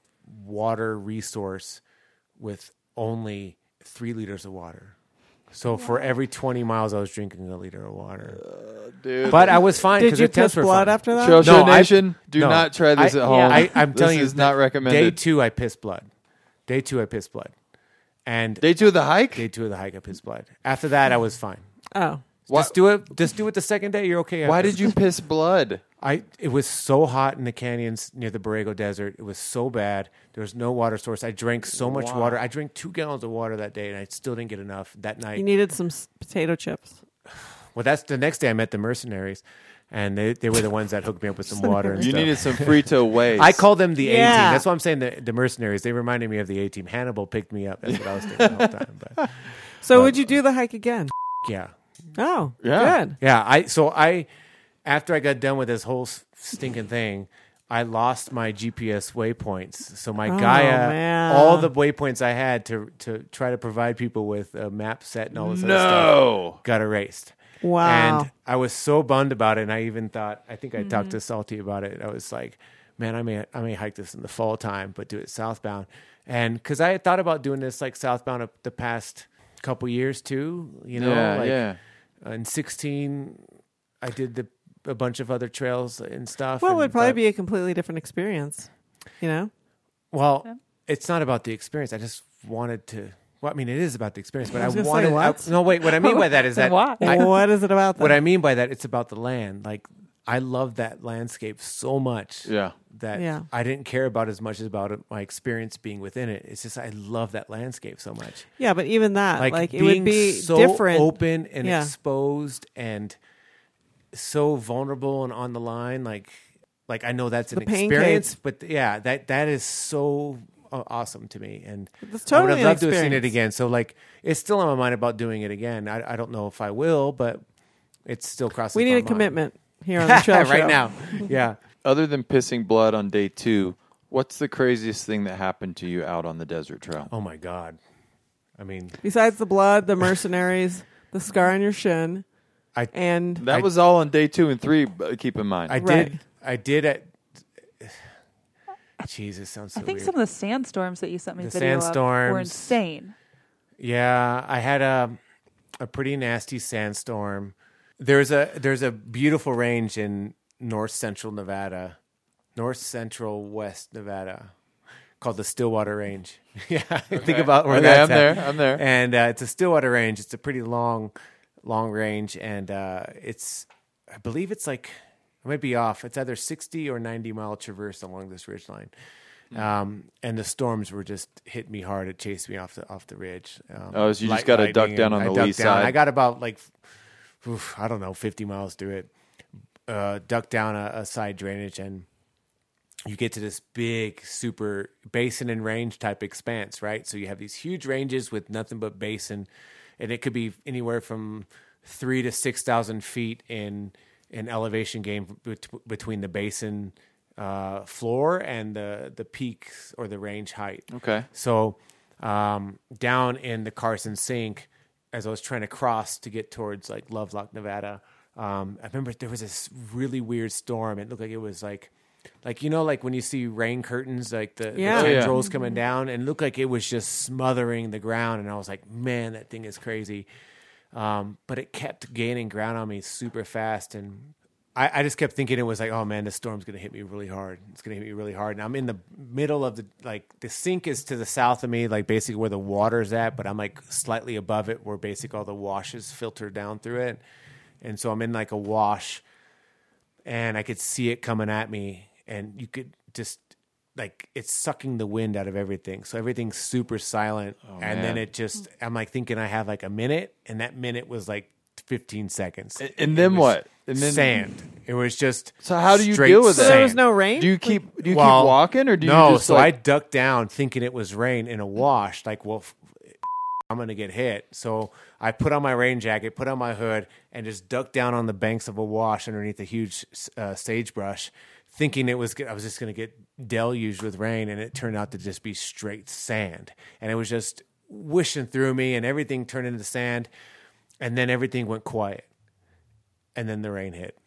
S10: water resource with only three liters of water. So for every 20 miles, I was drinking a liter of water.
S8: Uh, dude.
S10: But I was fine.
S8: Did
S10: 'cause
S8: you
S10: the temps
S8: piss
S10: were
S8: blood
S10: fine.
S8: after that? Trail Show
S10: I-
S8: Nation, do not try this
S10: I-
S8: at home.
S10: I, am
S8: This
S10: telling you,
S8: is not
S10: the-
S8: recommended.
S10: Day two, I pissed blood. Day two, I pissed blood. And
S8: day two of the hike.
S10: Day two of the hike, I pissed blood. After that, I was fine.
S7: Oh.
S10: Just do it. Just do it the second day. You're okay.
S8: Why
S10: after.
S8: did you piss blood?
S10: I it was so hot in the canyons near the Borrego Desert. It was so bad. There was no water source. I drank so much
S7: Wow.
S10: water. I drank two gallons of water that day, and I still didn't get enough that night.
S7: You needed some s- potato
S10: *laughs*
S7: chips.
S10: Well, that's the next day I met the mercenaries, and they, they were the ones that hooked me up with some water. And
S8: You
S10: stuff.
S8: needed some Frito Ways.
S10: I call them the A
S8: Yeah.
S10: team. That's why I'm saying the, the mercenaries. They reminded me of the A team. Hannibal picked me up. That's what I was thinking the whole time. But
S7: So would you do the hike again?
S10: yeah,
S7: Oh, good.
S10: yeah. I so I after I got done with this whole s- stinking thing, I lost my GPS waypoints. So my
S7: Oh,
S10: Gaia,
S7: man.
S10: all the waypoints I had to to try to provide people with a map set and all this other
S8: No.
S10: stuff got erased.
S7: Wow.
S10: And I was so bummed about it, and I even thought I think I talked
S7: Mhm.
S10: to Salty about it. I was like, man, I may I may hike this in the fall time, but do it southbound. And because I had thought about doing this like southbound up the past couple years too, you know,
S8: Yeah,
S10: like uh,
S8: yeah.
S10: in 16 i did the a bunch of other trails and stuff
S7: Well, it
S10: and-
S7: would probably
S10: but-
S7: be a completely different experience. You know?
S10: well it's not about the experience i just wanted to well, I mean, it is about the experience, but
S7: I
S10: I,
S7: was gonna say,
S10: wanted. I-
S7: what?
S10: no, wait. What I mean by
S7: *laughs*
S10: that is that.
S7: Why?
S10: I-
S7: What is it about
S10: What
S7: that?
S10: I mean by that, it's about the land. Like, I love that landscape so much.
S8: Yeah.
S10: That
S7: Yeah.
S10: I didn't care about as much as about my experience being within it. It's just I love that landscape so much.
S7: Yeah, but even that, like, it would
S10: being
S7: be
S10: so
S7: different.
S10: open and
S7: Yeah.
S10: exposed and so vulnerable and on the line. Like, like I know that's an
S7: The pain
S10: experience,
S7: cave.
S10: but yeah, that that is so uh, awesome to me, and
S7: It's
S10: I would
S7: totally
S10: have
S7: an
S10: loved to have seen it
S7: experience.
S10: again. So like, it's still on my mind about doing it again. I, I don't know if I will, but it's still crossing.
S7: We
S10: my
S7: need a
S10: mind.
S7: commitment here
S10: *laughs*
S7: on the trail
S10: right
S7: show.
S10: now. Yeah.
S8: Other than pissing blood on day two, what's the craziest thing that happened to you out on the desert trail?
S10: Oh my god! I mean,
S7: Besides the blood, the mercenaries, the scar on your shin,
S10: I,
S7: and
S8: that was all on day two and three. but Keep in mind,
S10: I
S7: Right.
S10: did. I did at. *sighs* Jesus, sounds so
S9: I think
S10: weird.
S9: some of the sandstorms that you sent me
S10: The
S9: video of were
S10: sandstorms.
S9: insane.
S10: Yeah, I had a a pretty nasty sandstorm. There's a there's a beautiful range in north central Nevada, north central west Nevada, called the Stillwater Range. *laughs* yeah,
S8: Okay.
S10: think about where
S8: Okay,
S10: that's
S8: I'm
S10: at.
S8: there, I'm there.
S10: And uh, it's a Stillwater Range. It's a pretty long, long range, and uh, it's I believe it's like I might be off. It's either sixty or ninety mile traverse along this ridge line.
S8: Hmm.
S10: Um, and the storms were just hit me hard. It chased me off the off the ridge. Um,
S8: Oh, so you
S10: light-
S8: just gotta duck
S10: lightning,
S8: down
S10: and
S8: on
S10: I
S8: the
S10: ducked
S8: lee
S10: down.
S8: side.
S10: I got about like, oof, I don't know, fifty miles to it. Uh, duck down a, a side drainage, and you get to this big super basin and range type expanse, right? So you have these huge ranges with nothing but basin, and it could be anywhere from three to six thousand feet in an elevation gain bet- between the basin uh, floor and the the peaks or the range height.
S8: Okay.
S10: So um, down in the Carson Sink, as I was trying to cross to get towards like Lovelock, Nevada, um, I remember there was this really weird storm. It looked like it was like, like you know, like when you see rain curtains, like the,
S7: Yeah.
S10: the
S7: Oh, yeah.
S10: tendrils coming down, and it looked like it was just smothering the ground. And I was like, man, that thing is crazy. Um, but it kept gaining ground on me super fast, and I, I just kept thinking it was like, oh man, this storm's gonna hit me really hard. It's gonna hit me really hard. And I'm in the middle of the like the sink is to the south of me, like basically where the water's at, but I'm like slightly above it where basically all the washes filter down through it. And so I'm in like a wash and I could see it coming at me and you could just like it's sucking the wind out of everything. So everything's super silent. and
S8: Oh, man.
S10: then it just I'm like thinking I have like a minute and that minute was like 15 seconds.
S8: And- and then
S10: It was
S8: what? And then-
S10: sand. It was just
S8: So how do you
S10: straight
S8: deal with that? So there
S10: sand.
S8: was no rain? Do you keep- do you keep
S10: Well,
S8: walking, or do you
S10: no?
S8: just,
S10: so
S8: like-
S10: I ducked down thinking it was rain in a wash. Like, well, *laughs* f- I'm gonna get hit. So I put on my rain jacket, put on my hood, and just ducked down on the banks of a wash underneath a huge uh, sagebrush, thinking it was. g- I was just gonna get deluged with rain, and it turned out to just be straight sand, and it was just wishing through me, and everything turned into sand, and then everything went quiet, and then the rain hit,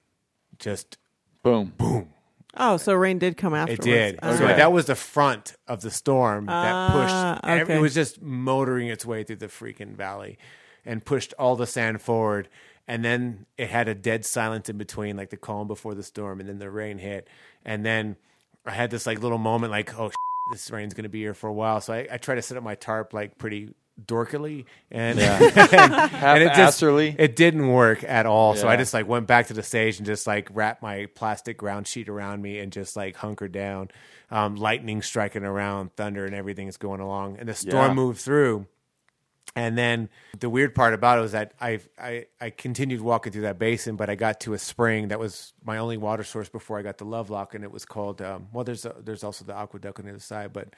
S10: just
S8: boom,
S10: boom.
S7: Oh, so rain did come
S10: It
S7: afterwards. Oh,
S10: did.
S7: All
S10: So
S7: right.
S10: that was the front of the storm that pushed.
S7: Ah,
S10: ev-
S7: okay.
S10: It was just motoring its way through the freaking valley, and pushed all the sand forward. And then it had a dead silence in between, like the calm before the storm, and then the rain hit. And then I had this like little moment, like, oh, this rain's gonna be here for a while. So I, I tried to set up my tarp like pretty dorkily, *laughs* and,
S8: Yeah.
S10: and it just
S8: Half-asserly.
S10: it didn't work at all. So I
S8: Yeah.
S10: just like went back to the stage and just like wrapped my plastic ground sheet around me and just like hunkered down. Um, lightning striking around, thunder, and everything is going along, and the storm
S8: Yeah.
S10: moved through. And then the weird part about it was that I, I I continued walking through that basin, but I got to a spring that was my only water source before I got to Lovelock, and it was called um, well. There's a, there's also the aqueduct on the other side, but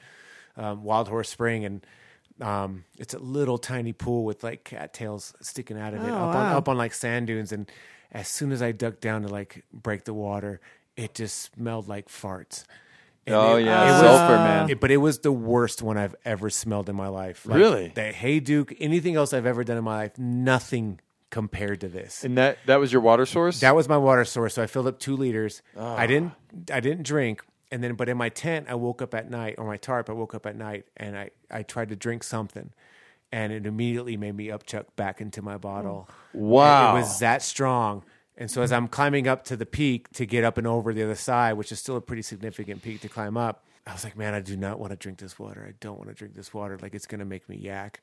S10: um, Wild Horse Spring, and um, it's a little tiny pool with like cattails sticking out of it,
S7: Oh,
S10: up, on,
S7: wow.
S10: up on like sand dunes. And as soon as I ducked down to like break the water, it just smelled like farts.
S8: Oh, yeah. Sulfur, man.
S10: it- but it was the worst one I've ever smelled in my life.
S8: Really?
S10: The Hey Duke, anything else I've ever done in my life, nothing compared to this.
S8: And that that was your water source.
S10: That was my water source. So I filled up two liters.
S8: Ah.
S10: I didn't. I didn't drink. And then, but in my tent, I woke up at night, or my tarp, I woke up at night, and I I tried to drink something, and it immediately made me upchuck back into my bottle.
S8: Wow.
S10: And it was that strong. And so as I'm climbing up to the peak to get up and over the other side, which is still a pretty significant peak to climb up, I was like, man, I do not want to drink this water. I don't want to drink this water. Like it's gonna make me yak.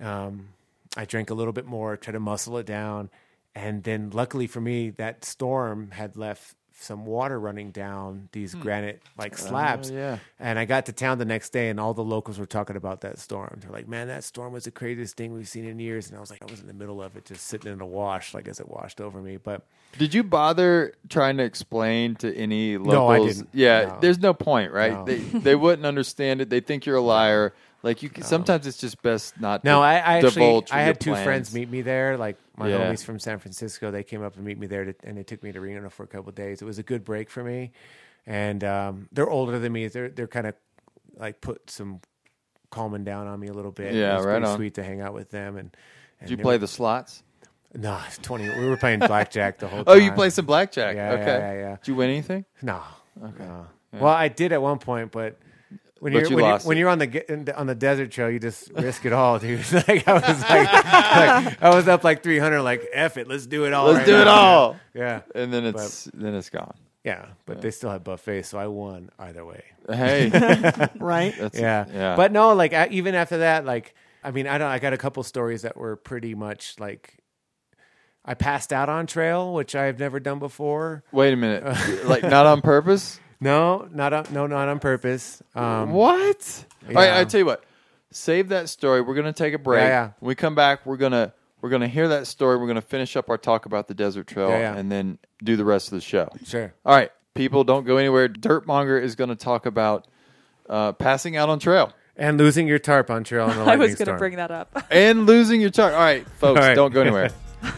S10: Um, I drank a little bit more, tried to muscle it down, and then luckily for me, that storm had left some water running down these granite like
S8: Oh,
S10: slabs.
S8: yeah.
S10: And I got to town the next day, and all the locals were talking about that storm. They're like, "Man, that storm was the craziest thing we've seen in years." And I was like, I was in the middle of it, just sitting in a wash, like as it washed over me. But
S8: Did you bother trying to explain to any locals?
S10: No, I didn't.
S8: Yeah,
S10: No.
S8: there's no point, right?
S10: No.
S8: They they wouldn't understand it. They think you're a liar. Like you, c sometimes it's just best not.
S10: no,
S8: to
S10: I, I actually
S8: divulge
S10: I
S8: your
S10: had two
S8: plans.
S10: friends meet me there, like my
S8: Yeah.
S10: homies from San Francisco. They came up and meet me there, to, and they took me to Reno for a couple of days. It was a good break for me, and um, they're older than me. They're they're kind of like put some calming down on me a little bit.
S8: Yeah,
S10: it was
S8: right
S10: pretty
S8: on.
S10: Sweet to hang out with them and. and
S8: Did you
S10: they
S8: play
S10: were-
S8: the slots?
S10: No, *laughs* it's twenty. We were
S8: *laughs*
S10: playing blackjack the whole time.
S8: Oh, you play some blackjack.
S10: Yeah,
S8: okay.
S10: yeah, yeah, yeah.
S8: Did you win anything?
S10: No.
S8: Okay.
S10: no.
S8: Yeah.
S10: Well, I did at one point, but when
S8: But
S10: you're
S8: you
S10: when,
S8: lost
S10: you're, when
S8: it.
S10: you're on the ge- on the desert trail, you just risk it all, dude. *laughs* like I was like, like, I was up like 300, like f it, let's do it all.
S8: Let's
S10: right
S8: do it
S10: now.
S8: all.
S10: *laughs* Yeah.
S8: And then it's then it's gone.
S10: Yeah, but they still had buffet, so I won either way. *laughs*
S8: Hey. Right? That's-
S10: yeah.
S8: yeah.
S10: But no, like I, even after that, like I mean, I don't. I got a couple stories that were pretty much like I passed out on trail, which I've never done before.
S8: Wait
S10: *laughs*
S8: a minute. Like, not on purpose?
S10: No, not on, no, not on purpose. Um,
S8: what? All right, I
S10: yeah.
S8: tell you what. Save that story. We're gonna take a break.
S10: Yeah, yeah.
S8: When we come back, we're gonna we're gonna hear that story. We're gonna finish up our talk about the desert trail
S10: Yeah, yeah.
S8: and then do the rest of the show.
S10: Sure.
S8: All right, people, don't go anywhere. Dirtmonger is gonna talk about uh, passing out on trail
S10: and losing your tarp on trail. In a
S9: *laughs* I
S10: lightning
S9: was going to
S10: storm.
S9: bring that up.
S8: *laughs* and losing your tarp. All right, folks,
S10: All right.
S8: don't go anywhere.
S2: *laughs*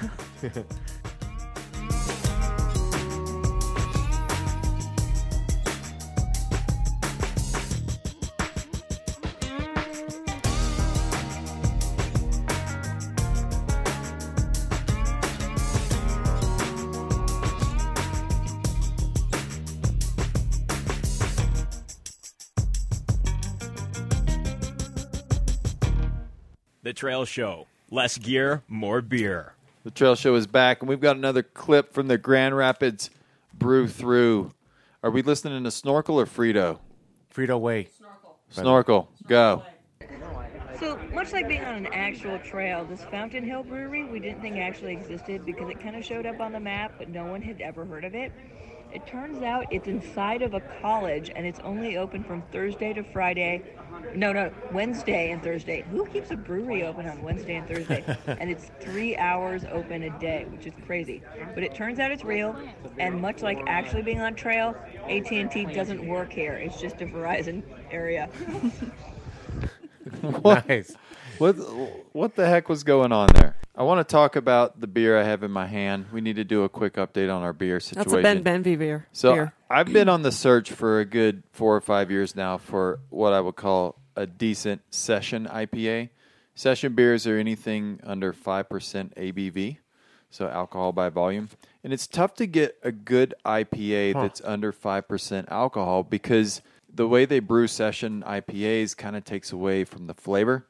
S2: The Trail Show. Less gear, more beer.
S8: The trail show is back, and we've got another clip from the Grand Rapids Brew Through. Are we listening to Snorkel or Frito?
S10: Frito Way.
S8: Snorkel. Go.
S19: So much like being on an actual trail, this Fountain Hill Brewery we didn't think actually existed because it kind of showed up on the map, but no one had ever heard of it. It turns out it's inside of a college and it's only open from Thursday to Friday. No, no, Wednesday and Thursday. Who keeps a brewery open on Wednesday and
S8: *laughs*
S19: Thursday? and it's three hours open a day, which is crazy. But it turns out it's real, and much like actually being on trail, AT&T doesn't work here. It's just a Verizon area.
S10: Nice.
S8: *laughs* What what the heck was going on there? I want to talk about the beer I have in my hand. We need to do a quick update on our beer
S7: a
S8: situation.
S7: Ben Benvie beer-
S8: So
S7: beer.
S8: I've been on the search for a good four or five years now for what I would call a decent session IPA. Session beers are anything under five percent ABV, so alcohol by volume, and it's tough to get a good IPA
S10: Huh.
S8: that's under five percent alcohol because the way they brew session IPAs kind of takes away from the flavor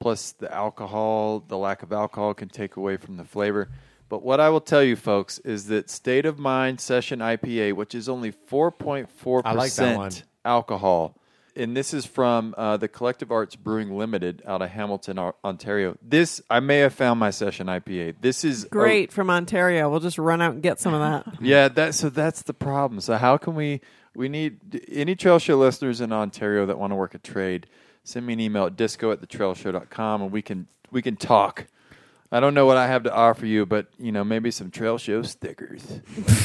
S8: plus the alcohol, the lack of alcohol can take away from the flavor. But what I will tell you, folks, is that State of Mind Session IPA, which is only 4.4%
S10: I like that one.
S8: alcohol, and this is from uh, the Collective Arts Brewing Limited out of Hamilton, Ar- Ontario. This, I may have found my Session IPA. This is a-
S7: Great from Ontario. We'll just run out and get some of
S8: *laughs*
S7: that.
S8: yeah, that so that's the problem. So how can we we need any trail show listeners in Ontario that want to work a trade, send me an email at disco at the trailshow.com and we can we can talk. I don't know what I have to offer you, but you know, maybe some trail
S10: *laughs*
S8: show stickers.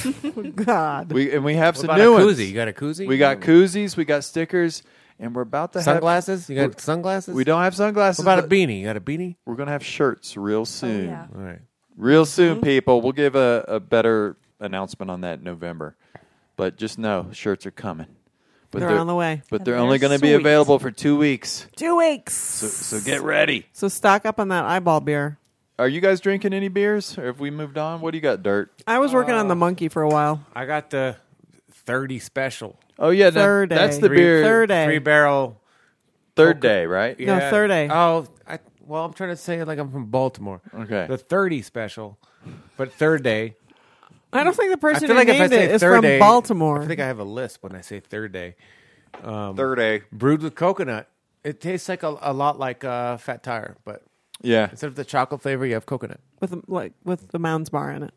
S8: Oh,
S7: God.
S8: We and we have
S10: What
S8: some
S10: about
S8: new
S10: a
S8: ones.
S10: koozie? You got a koozie?
S8: We got Mm. koozies, we got stickers, and we're about to
S10: Sunglasses?
S8: have
S10: You got sunglasses?
S8: We don't have sunglasses.
S10: What about a
S8: but
S10: beanie? You got a beanie?
S8: We're gonna have shirts real soon.
S10: yeah. All right.
S8: Real soon, people. We'll give a, a better announcement on that in November. But just know shirts are coming. But
S7: They're on the way.
S8: But
S7: And
S8: they're
S7: they're
S8: only going to be
S7: sweet.
S8: available for two weeks.
S7: Two weeks.
S8: So, so get ready.
S7: So stock up on that eyeball beer.
S8: Are you guys drinking any beers? Or have we moved on? What do you got, Dirt?
S7: I was working on
S8: Oh.
S7: the monkey for a while.
S10: I got the 30 special.
S8: Oh, yeah. that-
S7: Third
S8: that's
S7: day.
S8: the
S7: Three-
S8: beer.
S7: third day.
S10: Three barrel.
S8: Third day, right?
S7: No, third day.
S10: Oh, I, well, I'm trying to say it like I'm from Baltimore.
S8: Okay.
S10: The 30 special, but third day.
S7: I don't think the person who
S10: I feel like if I
S7: named
S10: say
S7: it is
S10: third
S7: from
S10: day-
S7: Baltimore.
S10: I think I have a lisp when I say third day. Um,
S8: third day.
S10: Brewed with coconut. It tastes like a, a lot like uh, Fat Tire, but
S8: Yeah.
S10: instead of the chocolate flavor, you have coconut. *laughs*
S7: with the- like with the Mounds bar in it.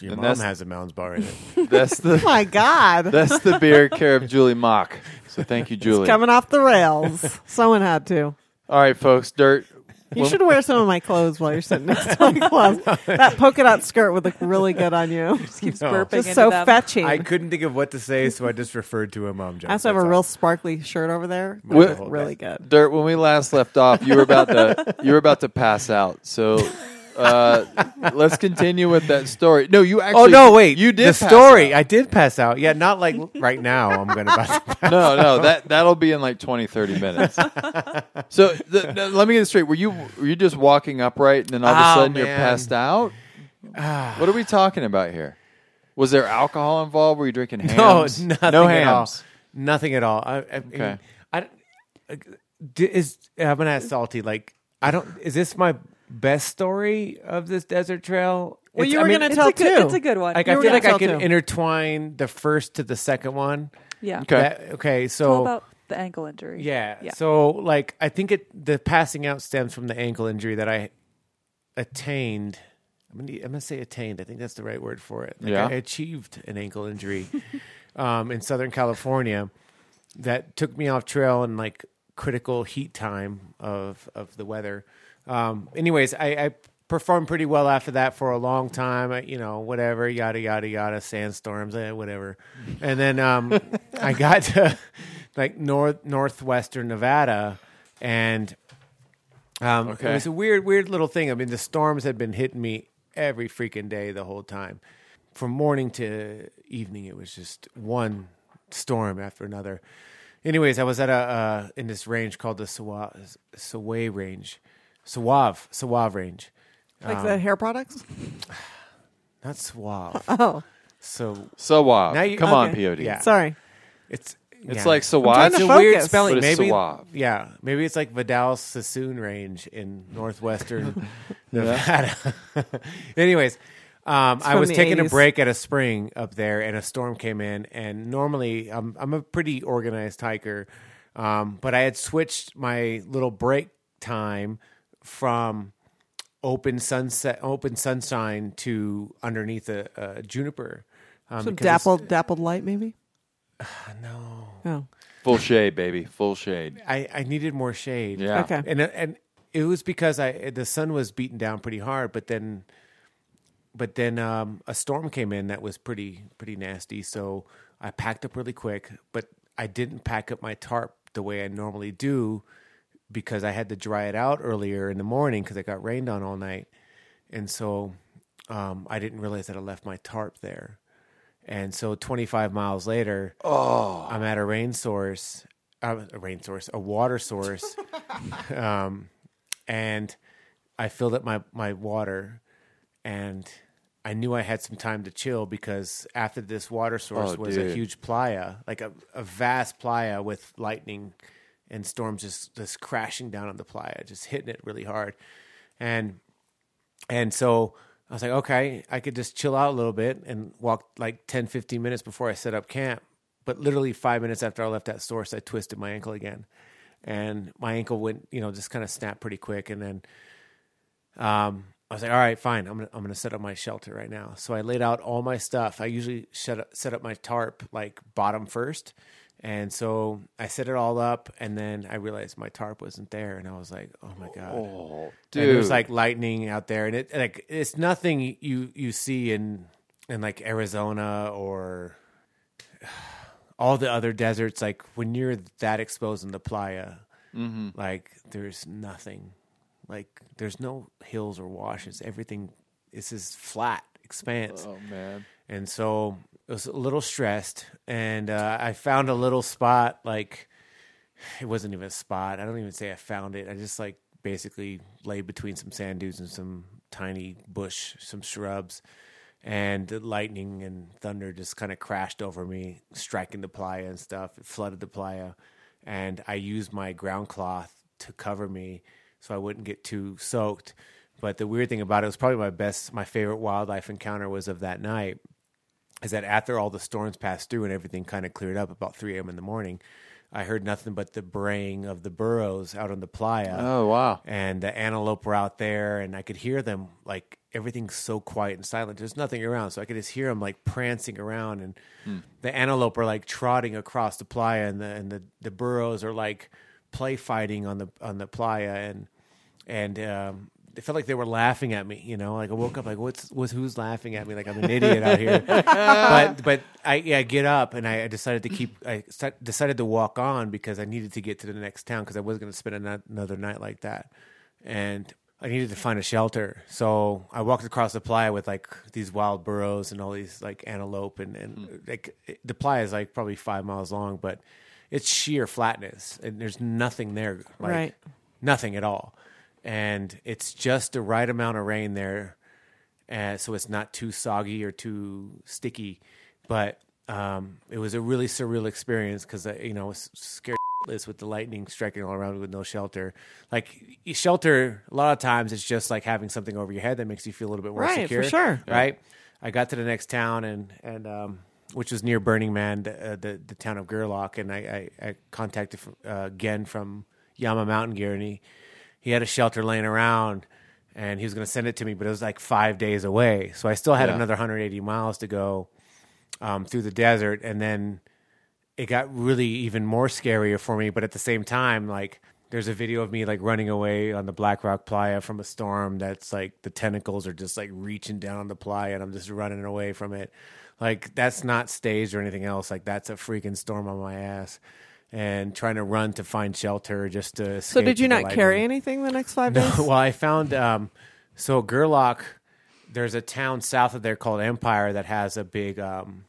S10: Your
S8: And
S10: mom
S8: that's-
S10: has a Mounds bar in it.
S8: *laughs* That's the
S7: Oh *laughs* my God.
S8: *laughs* That's the
S7: *laughs*
S8: beer care of Julie Mock. So thank you, Julie.
S7: Coming off the rails. Someone had to.
S8: All right, folks. Dirt.
S7: You
S8: Well-
S7: should wear some of my clothes while you're sitting next to my clothes. that polka dot skirt would look really good on you. Just keeps
S10: burping
S7: Just
S10: into
S7: so
S10: them.
S7: fetching.
S10: I
S7: I,
S10: couldn't think of what to say, so I just referred to a mom joke.
S7: also have a
S10: That's
S7: real sparkly shirt over there.
S8: Wh-
S7: That's really good.
S8: Dirt, when we last left off, you were
S10: *laughs*
S8: about to you were about to pass out. So uh, let's continue with that story. No, you actually.
S10: all. oh no, wait!
S8: you did
S10: the
S8: pass
S10: story. I did pass out. Yeah, not like right now. I'm gonna.
S8: *laughs*
S10: Pass
S8: out. No, no, that that'll be in like 20, 30
S10: *laughs*
S8: minutes. so the, the- let me get this straight. Were you were you just walking upright, and then all of a
S10: Oh,
S8: sudden you're
S10: man. *sighs*
S8: passed out? what are we talking about here? Was there alcohol involved? Were you drinking hams?
S10: No, nothing
S8: no
S10: at all.
S8: hams.
S10: Nothing at all. I, I,
S8: Okay.
S10: I, I- d- is I'm gonna ask Salty. Like, I don't. Is this my best story of this desert trail?
S7: Well,
S10: It's-
S7: you
S10: I
S7: were
S10: mean,
S7: going to
S10: it's
S7: tell
S10: a good-
S7: too.
S10: it's a good one. Like, I
S7: You were
S10: feel like
S7: gonna
S10: I
S7: tell
S10: could
S7: too.
S10: intertwine the first to the second one.
S9: Yeah.
S10: Okay. okay.
S9: It's all
S10: So
S9: about the ankle injury.
S10: yeah, So like I think it the passing out stems from the ankle injury that I attained. I'm gonna, I'm gonna say attained. I think that's the right word for it. Like,
S8: Yeah.
S10: I achieved an ankle injury *laughs* um, in Southern California that took me off trail in like critical heat time of of the weather. Um, anyways, I, I performed pretty well after that for a long time. I, you know, whatever, yada yada yada, sandstorms, eh, whatever. And then
S8: *laughs*
S10: um, I got to like north northwestern Nevada, and um,
S8: Okay.
S10: it was a weird, weird little thing. I mean, the storms had been hitting me every freaking day the whole time. From morning to evening, it was just one storm after another. Anyways, I was at a uh, in this range called the Suave, Suave Range, Suave, Suave Range.
S7: Like
S10: Um,
S7: the hair products?
S10: not suave.
S7: *laughs* Oh.
S10: so
S8: Suave. Come on, Okay. POD.
S7: Sorry.
S10: It's
S8: It's like
S10: I'm
S8: suave.
S10: trying to It's a weird
S8: focus.
S10: spelling.
S8: But it's
S10: maybe
S8: suave.
S10: yeah, maybe it's like Vidal Sassoon range in northwestern
S8: Yeah.
S10: Nevada. *laughs* Anyways, um,
S8: It's
S10: I
S8: from
S10: was
S8: the
S10: taking a
S8: 80s.
S10: break at a spring up there, and a storm came in. And normally, I'm I'm a pretty organized hiker, um, but I had switched my little break time from open sunset, open sunshine to underneath a, a juniper. Um,
S7: Some
S10: because it's-
S7: dappled, dappled light, maybe? no.
S8: Full shade, baby. Full shade.
S10: I, I needed more shade.
S8: Yeah.
S7: Okay.
S10: And uh, and it was because I the sun was beaten down pretty hard, but then but then um, a storm came in that was pretty pretty nasty. So I packed up really quick, but I didn't pack up my tarp the way I normally do because I had to dry it out earlier in the morning because it got rained on all night, and so um, I didn't realize that I left my tarp there. And so 25 miles later,
S8: Oh.
S10: I'm at a rain source, uh, a rain source, a water
S8: *laughs*
S10: source, um, and I filled up my my water, and I knew I had some time to chill because after this water source
S8: Oh,
S10: was a
S8: dude.
S10: huge playa, like a, a vast playa with lightning and storms just just crashing down on the playa, just hitting it really hard, and and so I was like, okay, I could just chill out a little bit and walk like 10, 15 minutes before I set up camp. But literally five minutes after I left that source, I twisted my ankle again. And my ankle went, you know, just kind of snapped pretty quick. And then um, I was like, all right, fine. I'm gonna I'm gonna set up my shelter right now. So I laid out all my stuff. I usually set up, set up my tarp like bottom first, and so I set it all up. And then I realized my tarp wasn't there, and I was like, oh my god,
S8: Oh,
S10: And it was
S8: dude.
S10: like lightning out there, and it like it's nothing you you see in in like Arizona or *sighs* all the other deserts. Like when you're that exposed in the playa,
S8: Mhm.
S10: like there's nothing like there's no hills or washes everything is this flat expanse
S8: Oh, man.
S10: and so i was a little stressed and uh, i found a little spot like it wasn't even a spot i don't even say i found it i just like basically lay between some sand dunes and some tiny bush some shrubs and the lightning and thunder just kind of crashed over me striking the playa and stuff it flooded the playa and I used my ground cloth to cover me so I wouldn't get too soaked. But the weird thing about it was probably my best, my favorite wildlife encounter was of that night. Is that after all the storms passed through and everything kind of cleared up about 3 a.m. in the morning, I heard nothing but the braying of the burros out on the playa.
S8: Oh, wow.
S10: And the antelope were out there, and I could hear them like everything's so quiet and silent. There's nothing around, so I could just hear them like prancing around and
S8: Hmm.
S10: the antelope are like trotting across the playa and the and the, the burros are like play fighting on the on the playa and and um it felt like they were laughing at me, you know. Like I woke up, like what's what's who's laughing at me? Like I'm an idiot out here. but but I, yeah, I get up and I, I decided to keep. I sta- decided to walk on because I needed to get to the next town because I wasn't going to spend ano- another night like that. And I needed to find a shelter. So I walked across the playa with like these wild burros and all these like antelope and, and like it- the playa is like probably five miles long, but it's sheer flatness and there's nothing there. Like,
S7: Right.
S10: Nothing at all. And it's just the right amount of rain there. And so it's not too soggy or too sticky. But um, it was a really surreal experience because, you uh, know, I was scared countless with the lightning striking all around with no shelter. Like y- shelter, a lot of times it's just like having something over your head that makes you feel a little bit more
S7: Right, for
S10: secure.
S7: sure. Yeah.
S10: Right. I got to the next town and and um, which was near Burning Man, the, uh, the the town of Gerlach, and I I, I contacted uh, Gen from Yama Mountain Gear, and he he had a shelter laying around, and he was going to send it to me, but it was like five days away, so I still had
S8: Yeah.
S10: another 180 miles to go um, through the desert, and then it got really even more scarier for me. But at the same time, like there's a video of me like running away on the Black Rock Playa from a storm that's like the tentacles are just like reaching down on the playa, and I'm just running away from it. Like that's not staged or anything else. Like that's a freaking storm on my ass. And trying to run to find shelter just to escape.
S7: So did you
S10: the
S7: not
S10: lightning.
S7: carry anything the next five days?
S10: *laughs* Well, I found um, so Gerlach. There's a town south of there called Empire that has a big um,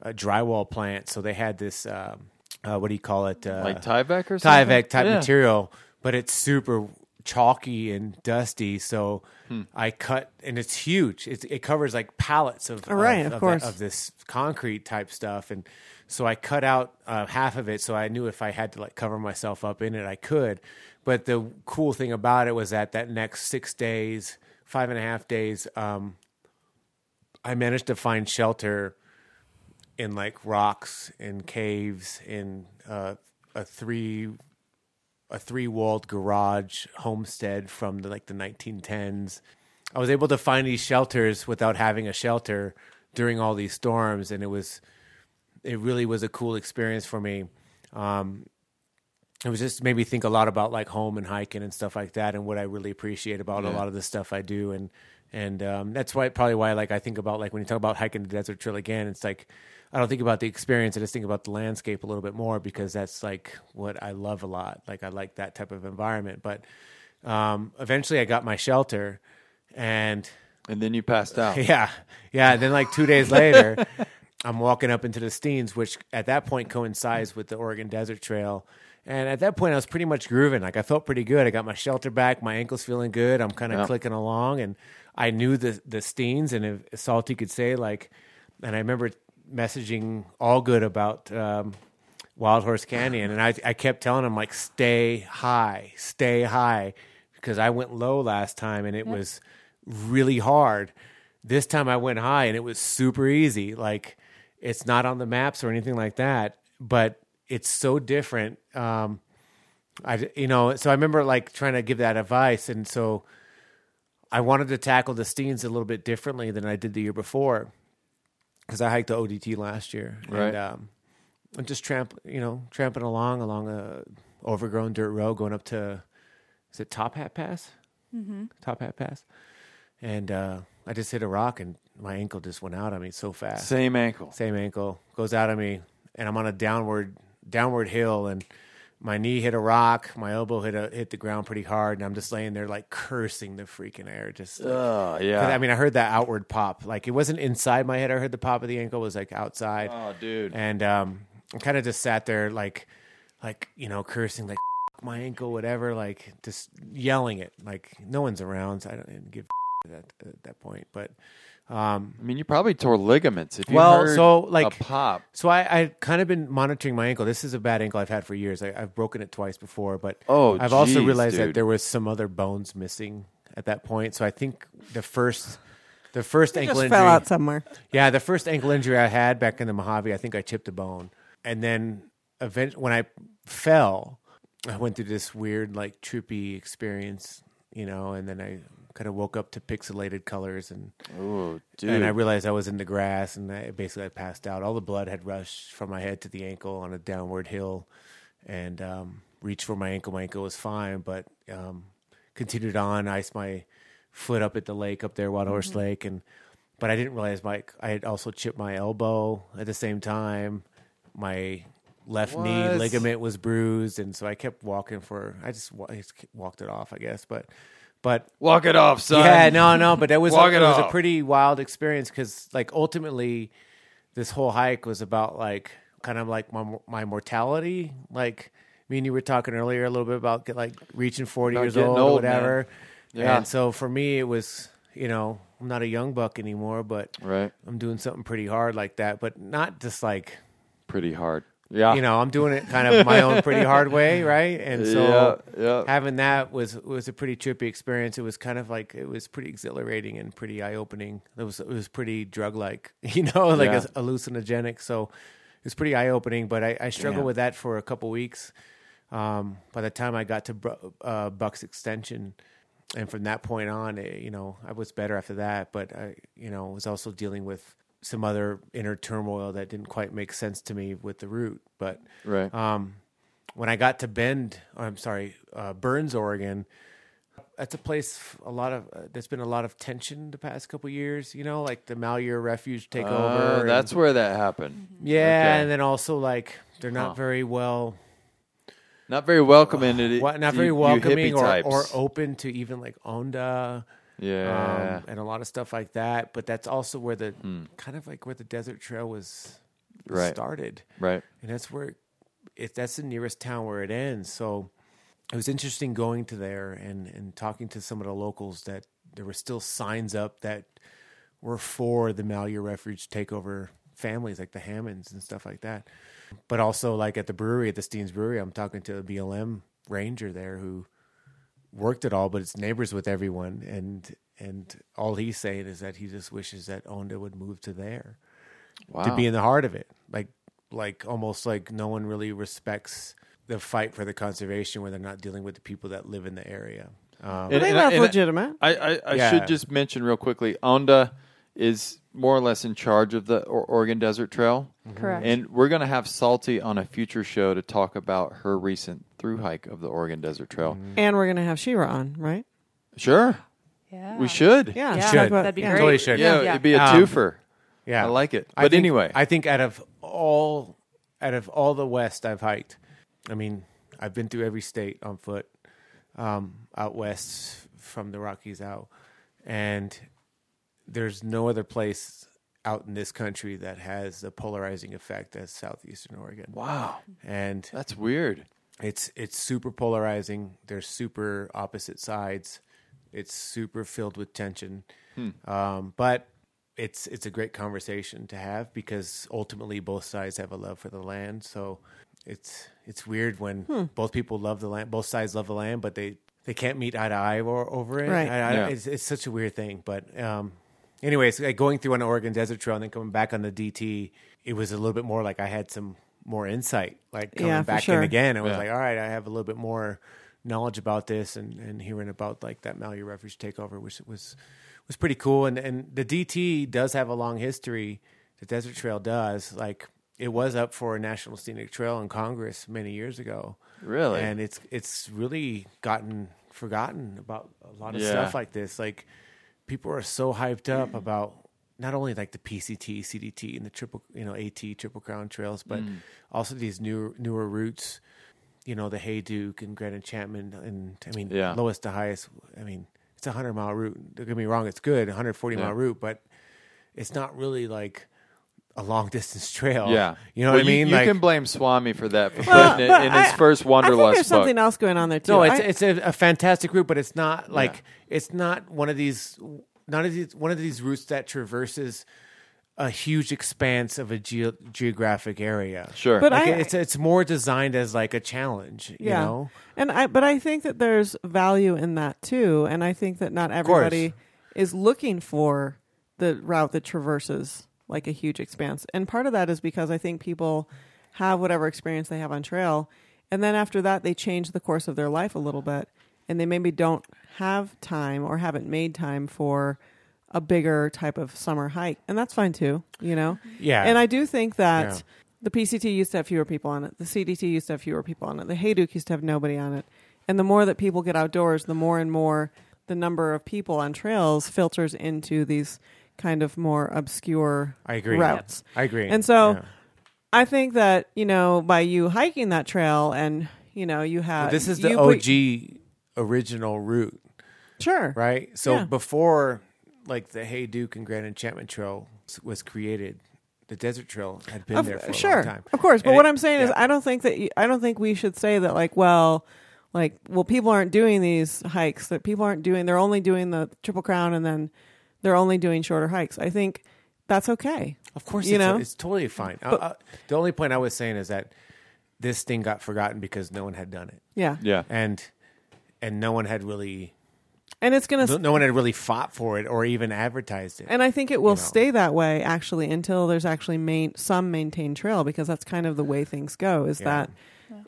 S10: a drywall plant. So they had this um, uh, what do you call it? Uh,
S8: Like Tyvek or something?
S10: Tyvek type
S8: Yeah.
S10: material, but it's super chalky and dusty. So
S7: Hmm.
S10: I cut, and it's huge. It, it covers like pallets of
S7: All Oh, right, of
S10: of
S7: course.
S10: that- of this concrete type stuff, and so I cut out uh, half of it. So I knew if I had to like cover myself up in it, I could. But the cool thing about it was that that next six days, five and a half days, um, I managed to find shelter in like rocks and caves in uh, a three a three walled garage homestead from the, like the 1910s. I was able to find these shelters without having a shelter during all these storms, and it was it really was a cool experience for me. Um, it was just made me think a lot about like home and hiking and stuff like that, and what I really appreciate about a
S8: Yeah.
S10: lot of the stuff I do, and and um, that's why probably why like I think about like when you talk about hiking the desert trail again, it's like I don't think about the experience, I just think about the landscape a little bit more because that's like what I love a lot. Like I like that type of environment, but um, eventually I got my shelter, and
S8: and then you passed
S10: *laughs*
S8: out.
S10: Yeah, yeah. And then like two days
S8: *laughs*
S10: later, *laughs* I'm walking up into the Steens, which at that point coincides with the Oregon Desert Trail. And at that point, I was pretty much grooving. Like I felt pretty good. I got my shelter back. My ankles feeling good. I'm kind of
S8: Yeah.
S10: clicking along, and I knew the the Steens, and if if Salty could say like, and I remember messaging all good about. Um, Wild Horse Canyon, and I, I kept telling him like, stay high, stay high, because I went low last time, and it
S8: Yep.
S10: was really hard. This time I went high and it was super easy. Like it's not on the maps or anything like that, but it's so different. Um, I you know so I remember like trying to give that advice, and so I wanted to tackle the Steens a little bit differently than I did the year before because I hiked the ODT last year,
S8: Right.
S10: And, um, I'm just tramp, you know, tramping along along a overgrown dirt road, going up to is it Top Hat Pass?
S9: Mhm.
S10: Top Hat Pass, and uh, I just hit a rock and my ankle just went out on me so fast.
S8: Same ankle.
S10: Same ankle goes out on me, and I'm on a downward downward hill, and my knee hit a rock, my elbow hit a, hit the ground pretty hard, and I'm just laying there like cursing the freaking air, just like-
S8: Ugh, yeah.
S10: 'Cause, I mean, I heard that outward pop. Like it wasn't inside my head. I heard the pop of the ankle it was like outside.
S8: Oh, dude.
S10: And um, I kind of just sat there, like, like you know, cursing, like my ankle, whatever, like just yelling it. Like no one's around. So I don't I didn't give a at that at that point. But um,
S8: I mean, you probably tore ligaments if you
S10: well,
S8: heard
S10: so like
S8: a pop.
S10: So I I kind of been monitoring my ankle. This is a bad ankle I've had for years. I, I've broken it twice before, but
S8: Oh,
S10: I've also
S8: geez,
S10: realized that
S8: dude.
S10: there was some other bones missing at that point. So I think the first the first
S7: It
S10: ankle
S7: just
S10: injury
S7: fell out somewhere.
S10: Yeah, the first ankle injury I had back in the Mojave, I think I chipped a bone, and then event when I fell, I went through this weird like trippy experience, you know, and then I kind of woke up to pixelated colors and
S8: oh, dude.
S10: and I realized I was in the grass, and I basically I passed out. All the blood had rushed from my head to the ankle on a downward hill, and um, reached for my ankle. My ankle was fine, but um, continued on. Iced my foot up at the lake up there, Wild Horse
S8: Mhm.
S10: Lake, and but I didn't realize my I had also chipped my elbow at the same time. My left knee
S8: What?
S10: ligament was bruised, and so I kept walking for. I just, wa- I just walked it off, I guess, but. But
S8: Walk it off, son.
S10: Yeah, no, no, but that was
S8: Walk
S10: a,
S8: it
S10: was a
S8: off.
S10: pretty wild experience because like ultimately this whole hike was about like kind of like my my mortality like me and you were talking earlier a little bit about get, like reaching 40
S8: About
S10: years
S8: getting
S10: old, or
S8: old, man.
S10: whatever
S8: Yeah.
S10: and so for me it was you know i'm not a young buck anymore but
S8: right
S10: i'm doing something pretty hard like that but not just like
S8: pretty hard. Yeah.
S10: You know, I'm doing it kind of my own pretty hard
S8: *laughs*
S10: way, right? And so having that was was a pretty trippy experience. It was kind of like it was pretty exhilarating and pretty eye opening. It was it was pretty drug like, *laughs* you know, like
S8: Yeah.
S10: it's hallucinogenic. So it was pretty eye opening. But I, I struggled
S8: Yeah.
S10: with that for a couple weeks. Um, by the time I got to Bru- uh, Buck's Extension, and from that point on, eh, you know, I was better after that. But I, you know, was also dealing with some other inner turmoil that didn't quite make sense to me with the route. But
S8: Right.
S10: um, when I got to Bend, or I'm sorry, uh, Burns, Oregon, that's a place f- a lot of uh, there's been a lot of tension the past couple years. You know, like the Malheur Refuge takeover.
S8: Oh,
S10: and-
S8: that's where that happened.
S10: Yeah,
S8: Okay.
S10: and then also like they're not
S8: Huh.
S10: very well
S8: Not very welcoming. to the-
S10: what, not
S8: you-
S10: very
S8: you
S10: welcoming
S8: hippie
S10: or,
S8: types.
S10: or open to even like Onda. um,
S8: Yeah.
S10: and a lot of stuff like that. But that's also where the
S8: Hmm.
S10: kind of like where the desert trail was was
S8: Right.
S10: started.
S8: Right.
S10: And that's where it that's the nearest town where it ends. So it was interesting going to there and, and talking to some of the locals that there were still signs up that were for the Malheur Refuge takeover families like the Hammonds and stuff like that. But also like at the brewery, at the Steens Brewery, I'm talking to a BLM ranger there who worked at all, but it's neighbors with everyone, and and all he's saying is that he just wishes that Onda would move to there, *laughs* to
S8: Wow.
S10: be in the heart of it, like like almost like no one really respects the fight for the conservation when they're not dealing with the people that live in the area. Um,
S8: And- and I- and I- I, I, I should just mention real quickly, Onda is more or less in charge of the or- Oregon Desert Trail.
S7: Mm-hmm.
S10: Mhm. Correct.
S8: And we're going to have Salty on a future show to talk about her recent through hike of the Oregon Desert Trail.
S10: Mm-hmm.
S7: And we're going to have Shira on, right?
S8: Sure.
S7: Yeah.
S8: We should.
S7: Yeah,
S10: You
S7: talk
S10: should.
S7: about-
S10: That'd be
S7: yeah.
S10: great. Totally should.
S8: Yeah,
S10: Yeah.
S8: it'd be a
S10: Um,
S8: twofer.
S10: yeah,
S8: I like it.
S10: I
S8: But
S10: think-
S8: anyway,
S10: I think out of all out of all the West I've hiked, I mean, I've been through every state on foot, um, out west from the Rockies out, and there's no other place out in this country that has the polarizing effect as southeastern Oregon.
S8: Wow.
S10: and
S8: that's weird.
S10: It's it's super polarizing. There's super opposite sides. It's super filled with tension.
S8: Hmm.
S10: Um, but it's it's a great conversation to have because ultimately both sides have a love for the land. So it's it's weird when
S8: Hmm.
S10: both people love the land, both sides love the land, but they they can't meet eye to eye or over it.
S8: Right.
S10: I- I-
S8: Yeah.
S10: it's, it's such a weird thing. But um, anyways, like going through an Oregon desert trail and then coming back on the DT, it was a little bit more like I had some more insight. Like coming
S7: Yeah, for
S10: back
S7: sure.
S10: in again, it was
S7: Yeah.
S10: like, all right, I have a little bit more knowledge about this and, and hearing about like that Malheur Refuge takeover, which was was pretty cool. And and the DT does have a long history. The Desert Trail does. Like it was up for a National Scenic Trail in Congress many years ago.
S8: Really?
S10: And it's it's really gotten forgotten about a lot of
S8: Yeah.
S10: stuff like this. Like people are so hyped
S8: Mm.
S10: up about not only like the PCT, CDT, and the triple, you know, AT Triple Crown trails, but
S8: Mm.
S10: also these newer newer routes. You know, the Hey Duke and Grand Enchantment, and I mean,
S8: Yeah.
S10: lowest to highest. I mean, it's a hundred mile route. Don't get me wrong; it's good, 140
S8: Yeah.
S10: mile route, but it's not really like a long distance *laughs* trail.
S8: Yeah.
S10: you know
S8: Well,
S10: what I mean.
S8: You
S10: like,
S8: can blame Swami for that for putting
S7: *laughs* Well,
S8: it
S7: but
S8: in his
S7: I-
S8: first
S7: I think
S8: Wanderlust
S7: there's
S8: book.
S7: something else going on there too.
S10: No, it's
S7: I-
S10: it's a, a fantastic route, but it's not like it's not one of these not of these one of these routes that traverses a huge expanse of a geo geographic area.
S8: Sure,
S7: But
S10: Like,
S7: I-
S10: it's it's more designed as like a challenge.
S7: yeah.
S10: You know,
S7: And I but I think that there's value in that too, and I think that not
S10: course.
S7: everybody is looking for the route that traverses like a huge expanse. And part of that is because I think people have whatever experience they have on trail and then after that they change the course of their life a little bit and they maybe don't have time or haven't made time for a bigger type of summer hike. And that's fine too, you know.
S10: Yeah.
S7: And I do think that
S10: Yeah.
S7: the PCT used to have fewer people on it. The CDT used to have fewer people on it. The Hayduke used to have nobody on it. And the more that people get outdoors, the more and more the number of people on trails filters into these kind of more obscure
S10: I agree.
S7: routes.
S10: I agree.
S7: And so
S10: Yeah.
S7: I think that, you know, by you hiking that trail and, you know, you have
S10: this is the
S7: Uh, you put-
S10: OG original route.
S7: Sure.
S10: Right. So
S7: Yeah.
S10: before like the Hey Duke and Grand Enchantment Trail s- was created, the Desert Trail had been
S7: Of-
S10: there for
S7: sure,
S10: a long time.
S7: Of course, but
S10: And
S7: what
S10: it-
S7: I'm saying is, I don't think that you, I don't think we should say that like, well, like, well, people aren't doing these hikes. That people aren't doing. They're only doing the Triple Crown, and then they're only doing shorter hikes. I think that's okay.
S10: Of course,
S7: you
S10: it's,
S7: know,
S10: it's totally fine. I-
S7: But-
S10: I- the only point I was saying is that this thing got forgotten because no one had done it.
S7: Yeah.
S8: Yeah.
S10: And and no one had really
S7: And it's gonna
S10: no, no one had really fought for it or even advertised it.
S7: And I think it will stay that way actually until there's actually main, some maintained trail because that's kind of the way things go. Is
S10: Yeah.
S7: that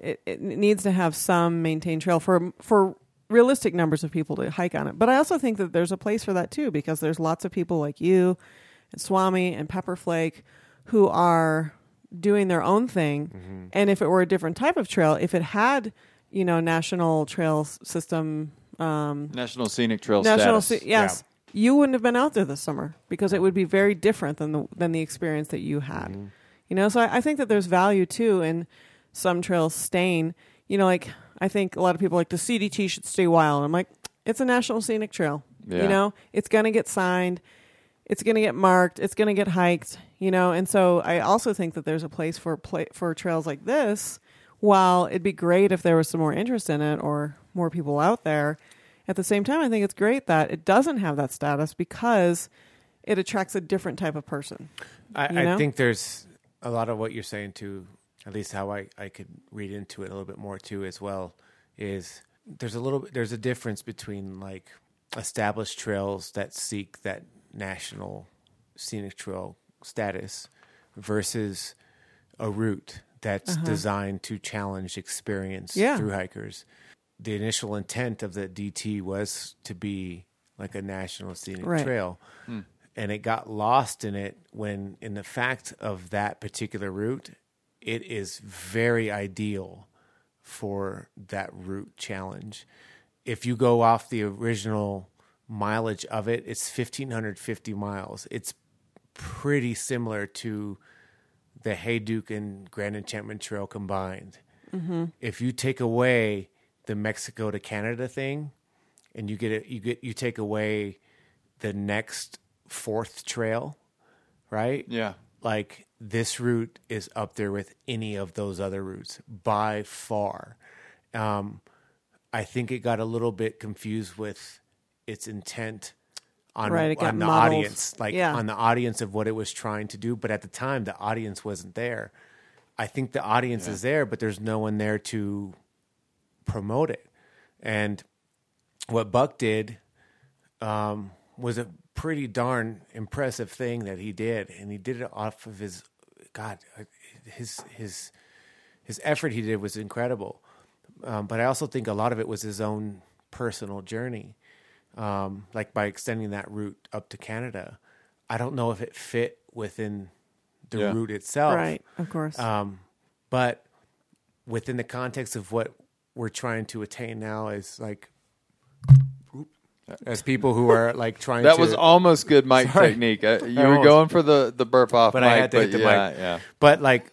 S7: it, it needs to have some maintained trail for for realistic numbers of people to hike on it. But I also think that there's a place for that too because there's lots of people like you and Swami and Pepperflake who are doing their own thing. And if it were a different type of trail, if it had you know national trail s- system. Um,
S8: National Scenic Trail
S7: National
S8: status.
S7: Se- yes. You wouldn't have been out there this summer because it would be very different than the than the experience that you had. You know, so I, I think that there's value too in some trails staying. You know, like I think a lot of people are like the CDT should stay wild. I'm like, it's a national scenic trail.
S8: Yeah.
S7: You know, it's gonna get signed, it's gonna get marked, it's gonna get hiked. You know, and so I also think that there's a place for play, for trails like this. While it'd be great if there was some more interest in it or more people out there, at the same time, I think it's great that it doesn't have that status because it attracts a different type of person.
S10: I,
S7: you know?
S10: I think there's a lot of what you're saying too, at least how I, I could read into it a little bit more too as well, is there's a little bit there's a difference between like established trails that seek that national scenic trail status versus a route that's
S7: Uh-huh.
S10: designed to challenge experience
S7: Yeah.
S10: through hikers. The initial intent of the DT was to be like a national scenic
S7: Right.
S10: trail
S8: Hmm.
S10: and it got lost in it when in the fact of that particular route it is very ideal for that route challenge if you go off the original mileage of it it's 1550 miles it's pretty similar to the Hey Duke and Grand Enchantment Trail combined
S7: Mhm.
S10: if you take away the Mexico to Canada thing, and you get it, you get you take away the next fourth trail, right?
S8: Yeah.
S10: Like this route is up there with any of those other routes by far. Um, I think it got a little bit confused with its intent on,
S7: Right, it got
S10: on the
S7: muddled.
S10: audience, like
S7: Yeah.
S10: on the audience of what it was trying to do. But at the time, the audience wasn't there. I think the audience
S8: Yeah.
S10: is there, but there's no one there to promote it. And what Buck did um, was a pretty darn impressive thing that he did, and he did it off of his God, uh, his his his effort he did was incredible. Um, but I also think a lot of it was his own personal journey, um, like by extending that route up to Canada. I don't know if it fit within the
S7: Yeah.
S10: route itself,
S7: Right, of course.
S10: Um, but within the context of what we're trying to attain now is like as people who are like trying
S8: That
S10: to
S8: was almost good mic
S10: *laughs* Sorry.
S8: technique. Uh, you
S10: I
S8: were
S10: almost-
S8: going for the, the burp off
S10: but
S8: mic,
S10: I had to
S8: but
S10: hit the
S8: yeah,
S10: mic.
S8: yeah.
S10: But like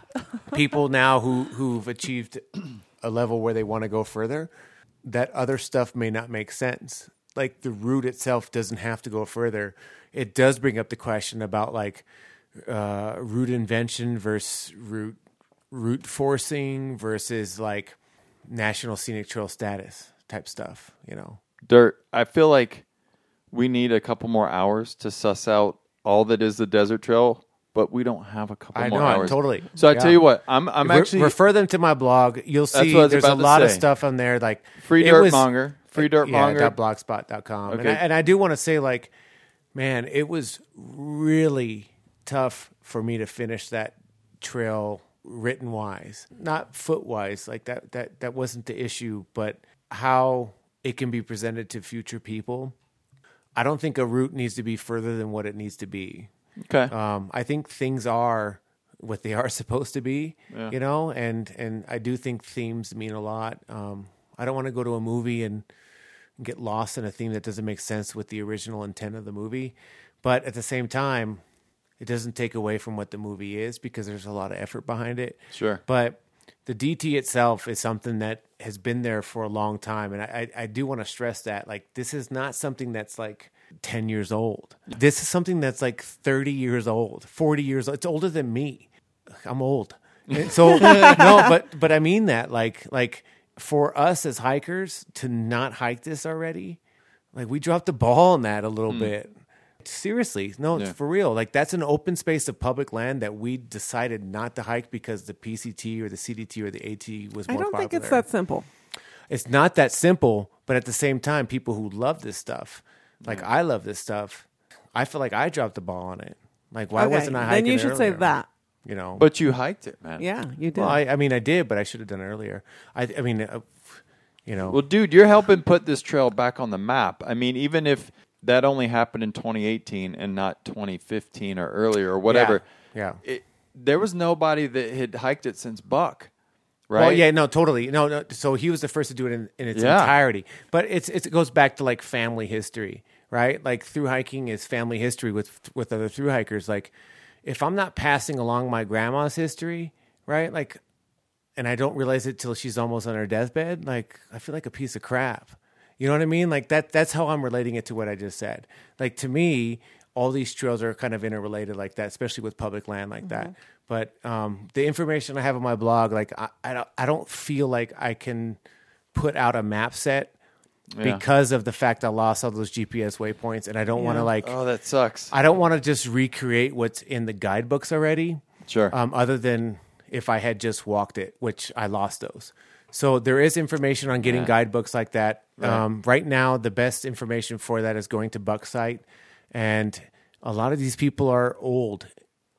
S10: *laughs* people now who who've achieved a level where they want to go further, that other stuff may not make sense. Like the route itself doesn't have to go further. It does bring up the question about like uh, route invention versus route route forcing versus like national scenic trail status type stuff. You know.
S8: Dirt. I feel like we need a couple more hours to suss out all that is the desert trail, but we don't have a couple
S10: I
S8: more
S10: know,
S8: hours.
S10: totally.
S8: So I
S10: Yeah.
S8: tell you what, I'm I'm
S10: Re-
S8: actually
S10: refer them to my blog. You'll
S8: That's
S10: see
S8: what I was
S10: there's a
S8: about to
S10: lot of
S8: say.
S10: stuff on there like
S8: Free
S10: it
S8: Dirt
S10: was-
S8: Monger, Free Dirt
S10: yeah,
S8: Monger.
S10: dot blogspot.com. Um, And, I,
S8: Okay.
S10: and I do want to say like, man, it was really tough for me to finish that trail written wise, not foot wise. Like that that that wasn't the issue, but how it can be presented to future people. I don't think a route needs to be further than what it needs to be.
S8: Okay.
S10: Um, I think things are what they are *laughs* supposed to be,
S8: Yeah.
S10: you know, and and I do think themes mean a lot. Um, I don't want to go to a movie and get lost in a theme that doesn't make sense with the original intent of the movie, but at the same time, it doesn't take away from what the movie is because there's a lot of effort behind it.
S8: Sure.
S10: But the DT itself is something that has been there for a long time. And I, I, I do want to stress that. Like, this is not something that's like 10 years old. This is something that's like 30 years old, 40 years old. It's older than me. I'm old. And
S8: *laughs*
S10: so, no, but, but I mean that. Like, like, for us as hikers to not hike this already, like, we dropped the ball on that a little
S8: Hmm.
S10: bit. Seriously, no, it's
S8: Yeah.
S10: for real. Like that's an open space of public land that we decided not to hike because the PCT or the CDT or the AT was
S7: I
S10: more
S7: don't think it's
S10: popular.
S7: that simple.
S10: It's not that simple, but at the same time, people who love this stuff, like I love this stuff, I feel like I dropped the ball on it. Like why
S7: Okay,
S10: wasn't I
S7: then
S10: hiking?
S7: you should say
S10: earlier?
S7: that.
S10: You know,
S8: But you hiked it, man.
S7: Yeah, you
S10: Well, I,
S7: did.
S10: I mean, I did, but I should have done it earlier. I, I mean, uh, oh. you know,
S8: Well, dude, you're helping put this trail back on the map. I mean, even if that only happened in 2018 and not 2015 or earlier or whatever,
S10: Yeah,
S8: It, there was nobody that had hiked it since Buck, right?
S10: Well, yeah, no, totally, no, no. So he was the first to do it in, in its
S8: Yeah.
S10: entirety. But it's, it's it goes back to like family history, right? Like through hiking is family history with with other through hikers. Like if I'm not passing along my grandma's history, right? Like, and I don't realize it till she's almost on her deathbed. Like I feel like a piece of crap. You know what I mean? Like that. That's how I'm relating it to what I just said. Like to me, all these trails are kind of interrelated like that, especially with public land like that.
S8: Mhm.
S10: But um, the information I have on my blog, like I, I don't, I don't feel like I can put out a map set
S8: Yeah.
S10: because of the fact I lost all those GPS waypoints, and I don't want
S8: Yeah.
S10: to like.
S8: Oh, that sucks.
S10: I don't want to just recreate what's in the guidebooks already.
S8: Sure.
S10: Um, other than if I had just walked it, which I lost those. So there is information on getting
S8: Yeah.
S10: guidebooks like that.
S8: Right.
S10: Um, right now, the best information for that is going to Bucksite, and a lot of these people are old.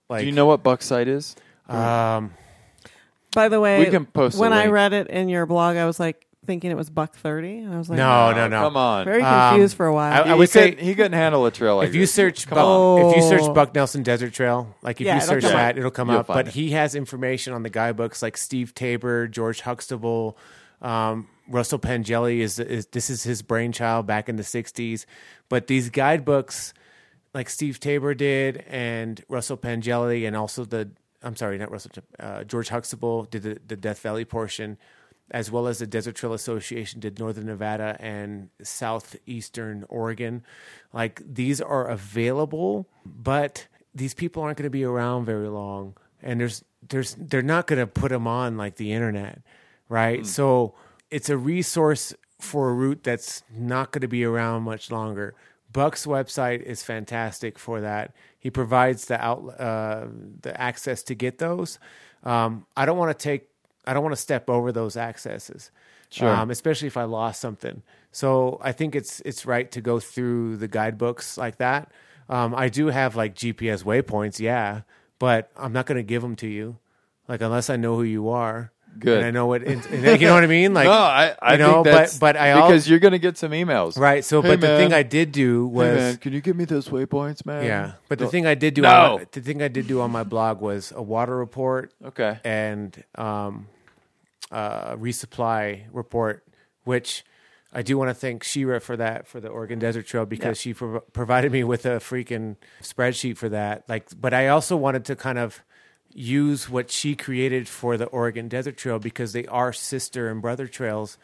S10: Like,
S8: Do you know what Bucksite is?
S10: Um,
S7: By the way,
S8: We can post a
S7: when I
S8: link.
S7: read it in your blog, I was like thinking it was buck thirty, and I was like,
S10: no, no, no.
S8: come on.
S7: Very confused for a while.
S10: I- I, would
S8: he
S10: say
S8: couldn't, he couldn't handle a trail like
S10: if you
S8: this.
S10: search
S8: Come
S10: Buck,
S8: on.
S10: if you search Buck Nelson Desert Trail, like if
S7: Yeah,
S10: you
S7: it'll
S10: search
S7: come
S10: that,
S7: up.
S10: it'll come
S8: You'll
S10: up.
S8: find
S10: But
S8: it.
S10: he has information on the guidebooks like Steve Tabor, George Huxtable, um, Russell Pangelli is, is this is his brainchild back in the '60s. But these guidebooks, like Steve Tabor did, and Russell Pangelli, and also the I'm sorry, not Russell, uh, George Huxtable did the, the Death Valley portion as well as the Desert Trail Association did Northern Nevada and Southeastern Oregon. Like these are available, but these people aren't going to be around very long, and there's there's they're not going to put them on like the internet, right?
S8: Mm.
S10: So it's a resource for a route that's not going to be around much longer. Buck's website is fantastic for that. He provides the out uh, the access to get those. Um, I don't want to take I don't want to step over those accesses,
S8: Sure.
S10: um, especially if I lost something. So I think it's it's right to go through the guidebooks like that. Um, I do have like GPS waypoints, yeah, but I'm not going to give them to you, like unless I know who you are.
S8: Good.
S10: And I know what and- and you know what I
S8: *laughs*
S10: mean. Like
S8: no, I, I
S10: you know,
S8: think that's
S10: but but I al-
S8: because you're going to get some emails,
S10: Right, so-
S8: Hey,
S10: but the
S8: man.
S10: thing I did do
S8: Hey,
S10: was-
S8: man, can you give me those waypoints, man?
S10: yeah, but the
S8: Don't-
S10: thing I did do,
S8: no,
S10: on my, the thing I did do on my blog was a water report,
S8: Okay.
S10: and um, uh, resupply report, which I do want to thank Shira for that for the Oregon Desert Trail because she pro- provided me with a freaking spreadsheet for that. Like, but I also wanted to kind of use what she created for the Oregon Desert Trail because they are sister and brother trails.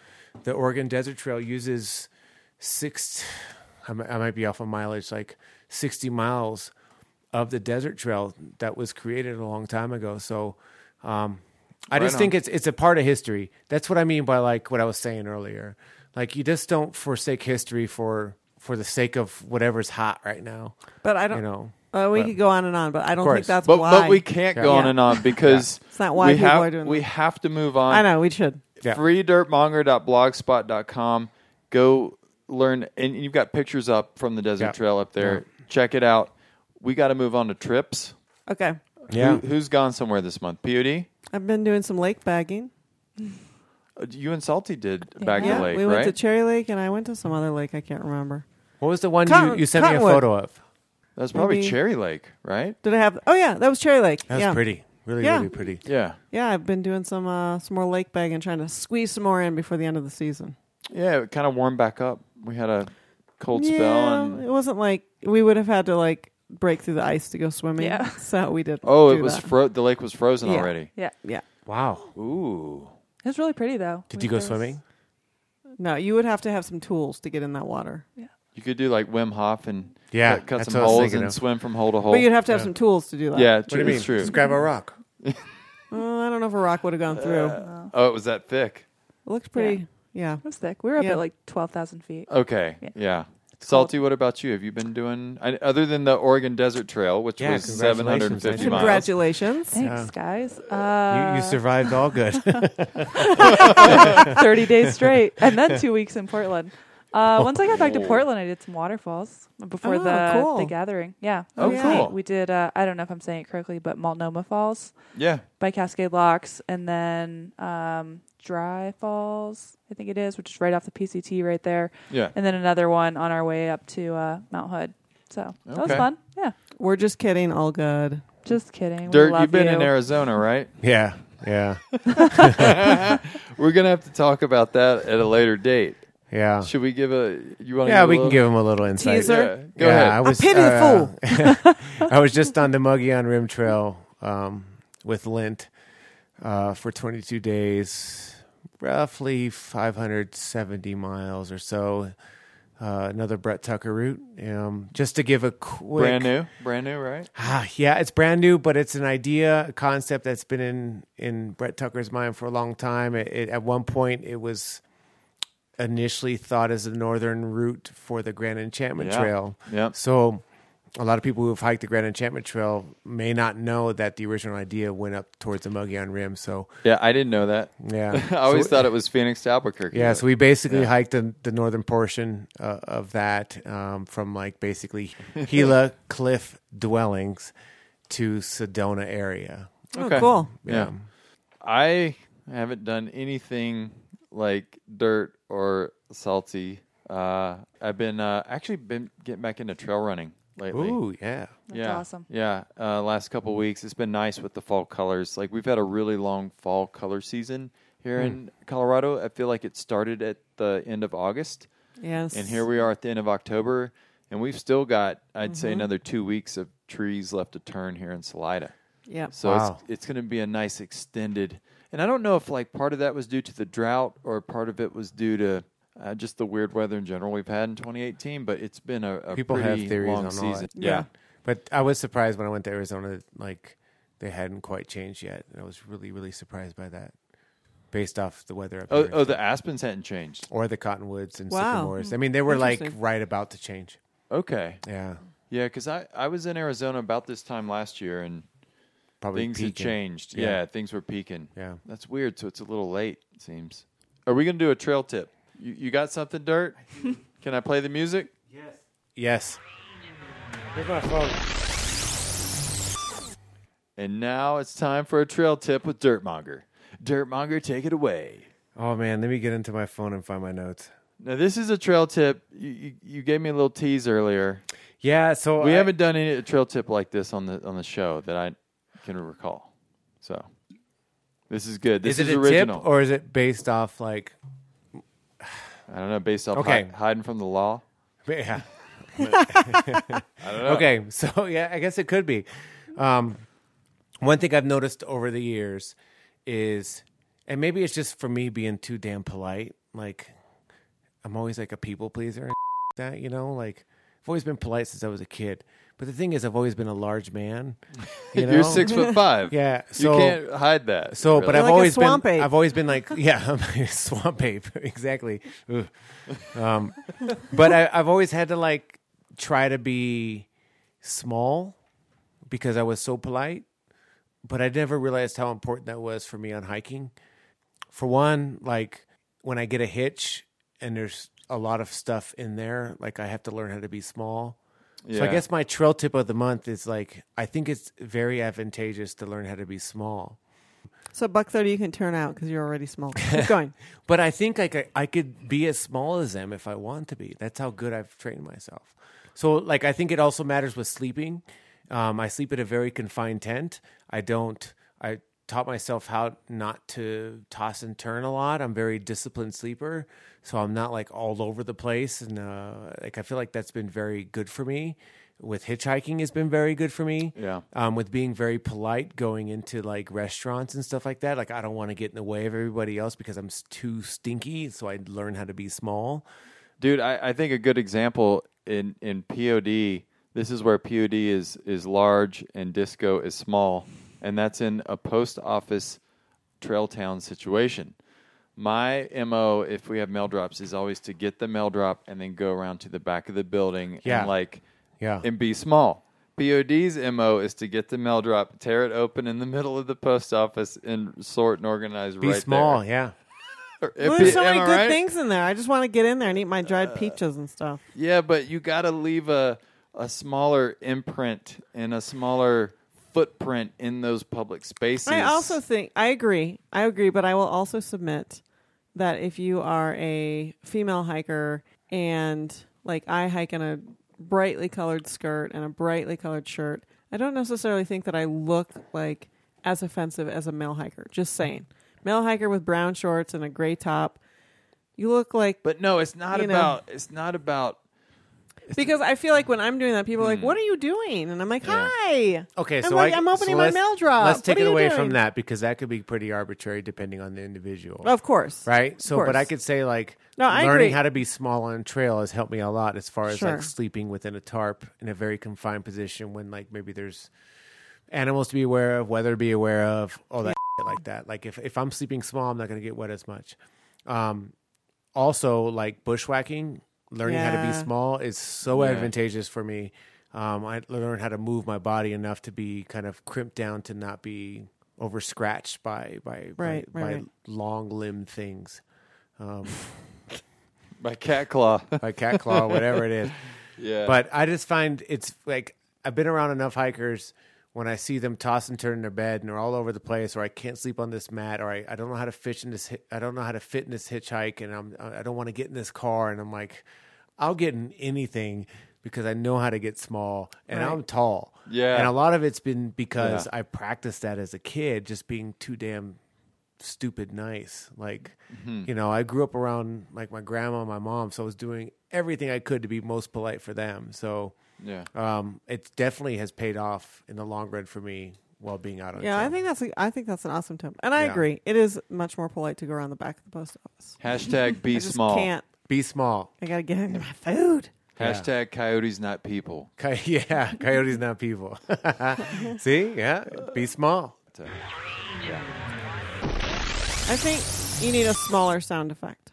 S10: The Oregon Desert Trail uses six. I mi- I might be off on mileage, like sixty miles of the desert trail that was created a long time ago. So, um, I
S8: Right
S10: just
S8: on.
S10: think it's it's a part of history. That's what I mean by like what I was saying earlier. Like you just don't forsake history for for the sake of whatever's hot right now.
S7: But I don't-
S10: you know.
S7: Uh, we
S10: But-
S7: could go on and on, but I don't
S10: Of
S7: think
S10: course.
S7: that's
S10: But-
S7: why.
S10: but
S8: we can't go on and on because
S7: it's not why
S8: we
S7: people
S8: have,
S7: are doing.
S8: we have to move on.
S7: I know, we should.
S10: Yeah.
S8: Freedirtmonger.blogspot.com. Go learn, and you've got pictures up from the desert
S7: Yeah.
S8: trail up there. Check it out. We got to move on to trips.
S7: Okay,
S10: Yeah.
S8: Who, has gone somewhere this month? POD?
S7: I've been doing some lake bagging.
S8: Uh, You and Salty did back
S7: yeah,
S8: the lake,
S7: we
S8: right?
S7: went to Cherry Lake, and I went to some other lake I can't remember.
S10: What was the one
S7: Cotton-
S10: you, you sent me a
S7: Cottonwood.
S10: photo of?
S8: That was probably
S7: Maybe-
S8: Cherry Lake, right?
S7: Did I have? Oh yeah, that was Cherry Lake.
S10: That was
S7: yeah.
S10: pretty. Really,
S7: Yeah.
S10: really pretty.
S8: Yeah.
S7: Yeah, I've been doing some uh, some more lake bagging, trying to squeeze some more in before the end of the season.
S8: Yeah, it kind of warmed back up. We had a cold spell.
S7: yeah,
S8: and
S7: it wasn't like we would have had to like break through the ice to go swimming.
S8: Yeah.
S7: *laughs* so we did.
S8: Oh,
S7: do
S8: it was
S7: that.
S8: fro- the lake was frozen
S7: Yeah.
S8: already.
S9: Yeah.
S7: Yeah.
S10: Wow.
S8: Ooh.
S9: It was really pretty though.
S10: Did you go swimming?
S7: No, you would have to have some tools to get in that water.
S8: You could do like Wim Hof and
S10: Yeah,
S8: cut, cut
S10: that's
S8: some
S10: what I was
S8: holes
S10: thinking
S8: and
S10: of.
S8: swim from hole to hole.
S7: But you'd have to have some tools to do that.
S8: Yeah,
S7: What
S8: true,
S7: do you
S8: it's
S7: mean?
S8: true.
S7: Just grab a rock. *laughs* Well, I don't know if a rock would have gone through.
S8: Oh, it was that thick.
S7: it looked pretty. Yeah.
S9: It was thick. We were up
S7: Yeah.
S9: at like 12,000 feet.
S8: Okay. Yeah. Salty, what about you? Have you been doing I, other than the Oregon Desert Trail, which
S10: Yeah,
S8: was
S10: congratulations.
S8: 750 miles?
S7: Congratulations.
S9: Thanks, guys.
S10: You,
S9: Uh,
S10: you survived all
S9: *laughs*
S10: good. *laughs*
S9: 30 days straight and then two weeks in portland uh, once i got back to
S10: Oh.
S9: portland i did some waterfalls before
S10: Oh,
S9: the
S10: cool.
S9: the gathering yeah
S10: Oh,
S9: It was
S10: cool.
S9: neat. we did uh, i don't know if i'm saying it correctly but multnomah falls
S8: Yeah.
S9: by cascade locks and then um, dry falls i think it is which is right off the pct right there
S7: Yeah.
S9: and then another one on our way up to uh, mount hood so that was
S8: Okay.
S9: fun yeah
S7: We're just kidding. All good.
S9: just kidding we
S8: Dirk,
S9: love
S8: you've been
S9: you.
S8: in Arizona, right?
S10: *laughs* Yeah, yeah.
S8: *laughs* We're gonna have to talk about that at a later date.
S10: Yeah.
S8: Should we give a? You want?
S10: Yeah, we can give him a little insight.
S8: Teaser.
S10: Yeah,
S8: Go ahead.
S10: I, was, uh, *laughs* I
S9: *laughs*
S10: was just on the Muggy on Rim Trail um, with Lint uh, for 22 days, roughly 570 miles or so. Uh, another Brett Tucker route. Um, just to give a quick
S8: Brand new, brand new, right?
S10: Ah, yeah, it's brand new, but it's an idea, a concept that's been in in Brett Tucker's mind for a long time. It, it, at one point, it was initially thought as the northern route for the Grand Enchantment
S8: Yeah.
S10: Trail.
S8: Yep.
S10: So, a lot of people who have hiked the Grand Enchantment Trail may not know that the original idea went up towards the Mogollon Rim. So,
S8: Yeah, I didn't know that.
S10: Yeah.
S8: *laughs* I always
S10: So-
S8: thought it was Phoenix to Albuquerque.
S10: yeah, so we basically
S8: Yeah.
S10: hiked the, the northern portion uh, of that um, from like
S8: *laughs*
S10: basically Gila Cliff Dwellings to Sedona area.
S8: Oh, Yeah.
S10: Yeah.
S8: I haven't done anything like dirt or salty. Uh, I've been uh, actually been getting back into trail running lately.
S10: Ooh, yeah.
S9: That's
S8: yeah.
S9: awesome.
S8: Yeah. Uh, last couple weeks, it's been nice with the fall colors. Like we've had a really long fall color season here in
S10: Hmm.
S8: Colorado. I feel like it started at the end of August.
S7: Yes.
S8: And here we are at the end of October, and we've still got, I'd say,
S7: Mhm.
S10: Mm-hmm.
S8: another two weeks of trees left to turn here in Salida.
S7: Yep.
S8: So
S7: Wow.
S8: it's, it's going to be a nice extended. And I don't know if like part of that was due to the drought or part of it was due to uh, just the weird weather in general we've had in 2018. But it's been a, a
S10: People have
S8: pretty
S10: theories
S8: long
S10: on all
S8: season.
S10: that. But I was surprised when I went to Arizona, like they hadn't quite changed yet. And I was really, really surprised by that based off the weather up
S8: Oh,
S10: here.
S8: oh, the aspens hadn't changed.
S10: Or the cottonwoods and
S8: Wow.
S10: sycamores. I mean, they were like
S8: Interesting.
S10: right about to change.
S8: Okay.
S10: Yeah.
S8: Yeah, because I, I was in Arizona about this time last year and
S10: Probably
S8: things had
S10: peaking.
S8: changed. Yeah.
S10: Yeah.
S8: things were peaking.
S10: Yeah.
S8: That's weird. So it's a little late, it seems. Are we going to do a trail tip? You, you got something, Dirt? *laughs* Can I play the music?
S10: Yes.
S6: Where's my phone?
S8: And now it's time for a trail tip with Dirtmonger. Dirtmonger, take it away.
S10: Oh, man. Let me get into my phone and find my notes.
S8: Now, this is a trail tip. You, you, you gave me a little tease earlier.
S10: Yeah, so
S8: we
S10: I-
S8: haven't done any a trail tip like this on the on the show that I can recall. So this is good. This is,
S10: it a
S8: original.
S10: tip or is it based off like *laughs*
S8: I don't know, based off
S10: Okay.
S8: hi- hiding from the law.
S10: *laughs* Yeah. *laughs*
S8: I don't know.
S10: Okay, so Oh, yeah, I guess it could be. Um, one thing I've noticed over the years is, and maybe it's just for me being too damn polite. Like, I'm always like a people pleaser and *laughs* that, you know. Like, I've always been polite since I was a kid. But the thing is, I've always been a large
S8: *laughs*
S10: man. You know?
S8: You're six foot
S10: *laughs*
S8: five.
S10: Yeah,
S8: You
S10: so
S8: can't hide that,
S10: So, but
S8: really.
S10: I've
S8: You're like a
S10: always
S8: swamp
S10: been.
S8: ape.
S10: I've always been like, yeah, *laughs* I'm like a swamp ape, *laughs* exactly. Ugh. Um, but I, I've always had to like try to be small because I was so polite. But I never realized how important that was for me on hiking. For one, like when I get a hitch and there's a lot of stuff in there, like I have to learn how to be small. So I
S8: Yeah.
S10: guess my trail tip of the month is like I think it's very advantageous to learn how to be small.
S7: So buck thirty, you can turn out because you're already small. Keep going.
S10: *laughs* But I think I could, I could be as small as them if I want to be. That's how good I've trained myself. So like I think it also matters with sleeping. Um, I sleep in a very confined tent. I don't. I taught myself how not to toss and turn a lot. I'm a very disciplined sleeper, so I'm not like all over the place. And uh, like I feel like that's been very good for me. With hitchhiking, has been very good for me
S8: Yeah.
S10: um, with being very polite going into like restaurants and stuff like that. Like I don't want to get in the way of everybody else because I'm s- too stinky. So I learn how to be small.
S8: Dude, I, I think a good example in, in POD, this is where POD is, is large and disco is small, and that's in a post office trail town situation. My mo, if we have mail drops, is always to get the mail drop and then go around to the back of the building
S10: Yeah.
S8: and like,
S10: Yeah.
S8: and be small. Pod's mo is to get the mail drop, tear it open in the middle of the post office, and sort and organize.
S10: Be
S8: right
S10: small,
S8: there.
S10: yeah.
S8: *laughs* Or if
S7: Well, there's
S8: it-
S7: so
S8: am
S7: many
S8: I
S7: good
S8: right? Uh,
S7: things in there. I just want to get in there and eat my dried peaches and stuff.
S8: Yeah, but you got to leave a a smaller imprint and a smaller footprint in those public spaces.
S7: I also think I agree. I agree, but I will also submit that if you are a female hiker and like I hike in a brightly colored skirt and a brightly colored shirt, I don't necessarily think that I look like as offensive as a male hiker. Just saying. Male hiker with brown shorts and a gray top. You look like
S8: But no, it's not
S7: you know.
S8: about it's not about
S7: because I feel like when I'm doing that, people are like, "What are you doing?" And I'm like, "Hi."
S10: Hmm. Okay,
S7: I'm
S10: so
S7: like,
S10: I,
S7: am opening
S10: so
S7: my
S10: let's-
S7: mail drop.
S10: Let's
S7: What
S10: take
S7: are
S10: it
S7: you
S10: away
S7: doing?
S10: from that because that could be pretty arbitrary depending on the individual.
S7: Of course.
S10: right?
S7: Of
S10: So,
S7: course.
S10: but I could say like
S7: No, I
S10: learning
S7: agree.
S10: how to be small on trail has helped me a lot as far as
S7: Sure.
S10: like sleeping within a tarp in a very confined position when like maybe there's animals to be aware of, weather to be aware of, all that shit like that. Like if if I'm sleeping small, I'm not going to get wet as much. Um, also, like bushwhacking, learning how to be
S11: Yeah.
S10: small is so
S11: Yeah.
S10: advantageous for me. Um, I learned how to move my body enough to be kind of crimped down to not be over scratched by by
S7: Right,
S10: by,
S7: right,
S10: by
S7: right.
S10: long limb things. Um,
S8: *laughs* by cat claw,
S10: by cat claw, whatever it is.
S8: *laughs* Yeah.
S10: But I just find it's like I've been around enough hikers when I see them toss and turn in their bed and they're all over the place, or I can't sleep on this mat, or I, I don't know how to fish in this, hi- I don't know how to fit in this hitchhike, and I'm I don't want to get in this car, and I'm like, I'll get in anything because I know how to get small and
S8: Right.
S10: I'm tall.
S8: Yeah.
S10: And a lot of it's been because
S8: Yeah.
S10: I practiced that as a kid, just being too damn stupid nice. Like,
S8: Mhm.
S10: you know, I grew up around like my grandma and my mom, so I was doing everything I could to be most polite for them. So,
S8: Yeah.
S10: um, it definitely has paid off in the long run for me while being out on
S7: Yeah, I
S10: trail.
S7: think that's a, I think that's an awesome tip, and I
S10: Yeah.
S7: agree. It is much more polite to go around the back of the post office.
S8: Hashtag be
S7: *laughs* I just
S8: small.
S7: Can't.
S10: Be small.
S7: I gotta get into my food.
S8: hashtag coyotes not people.
S10: *laughs* Coy- yeah, coyotes not people. *laughs* See, yeah, be small.
S7: I think you need a smaller sound effect.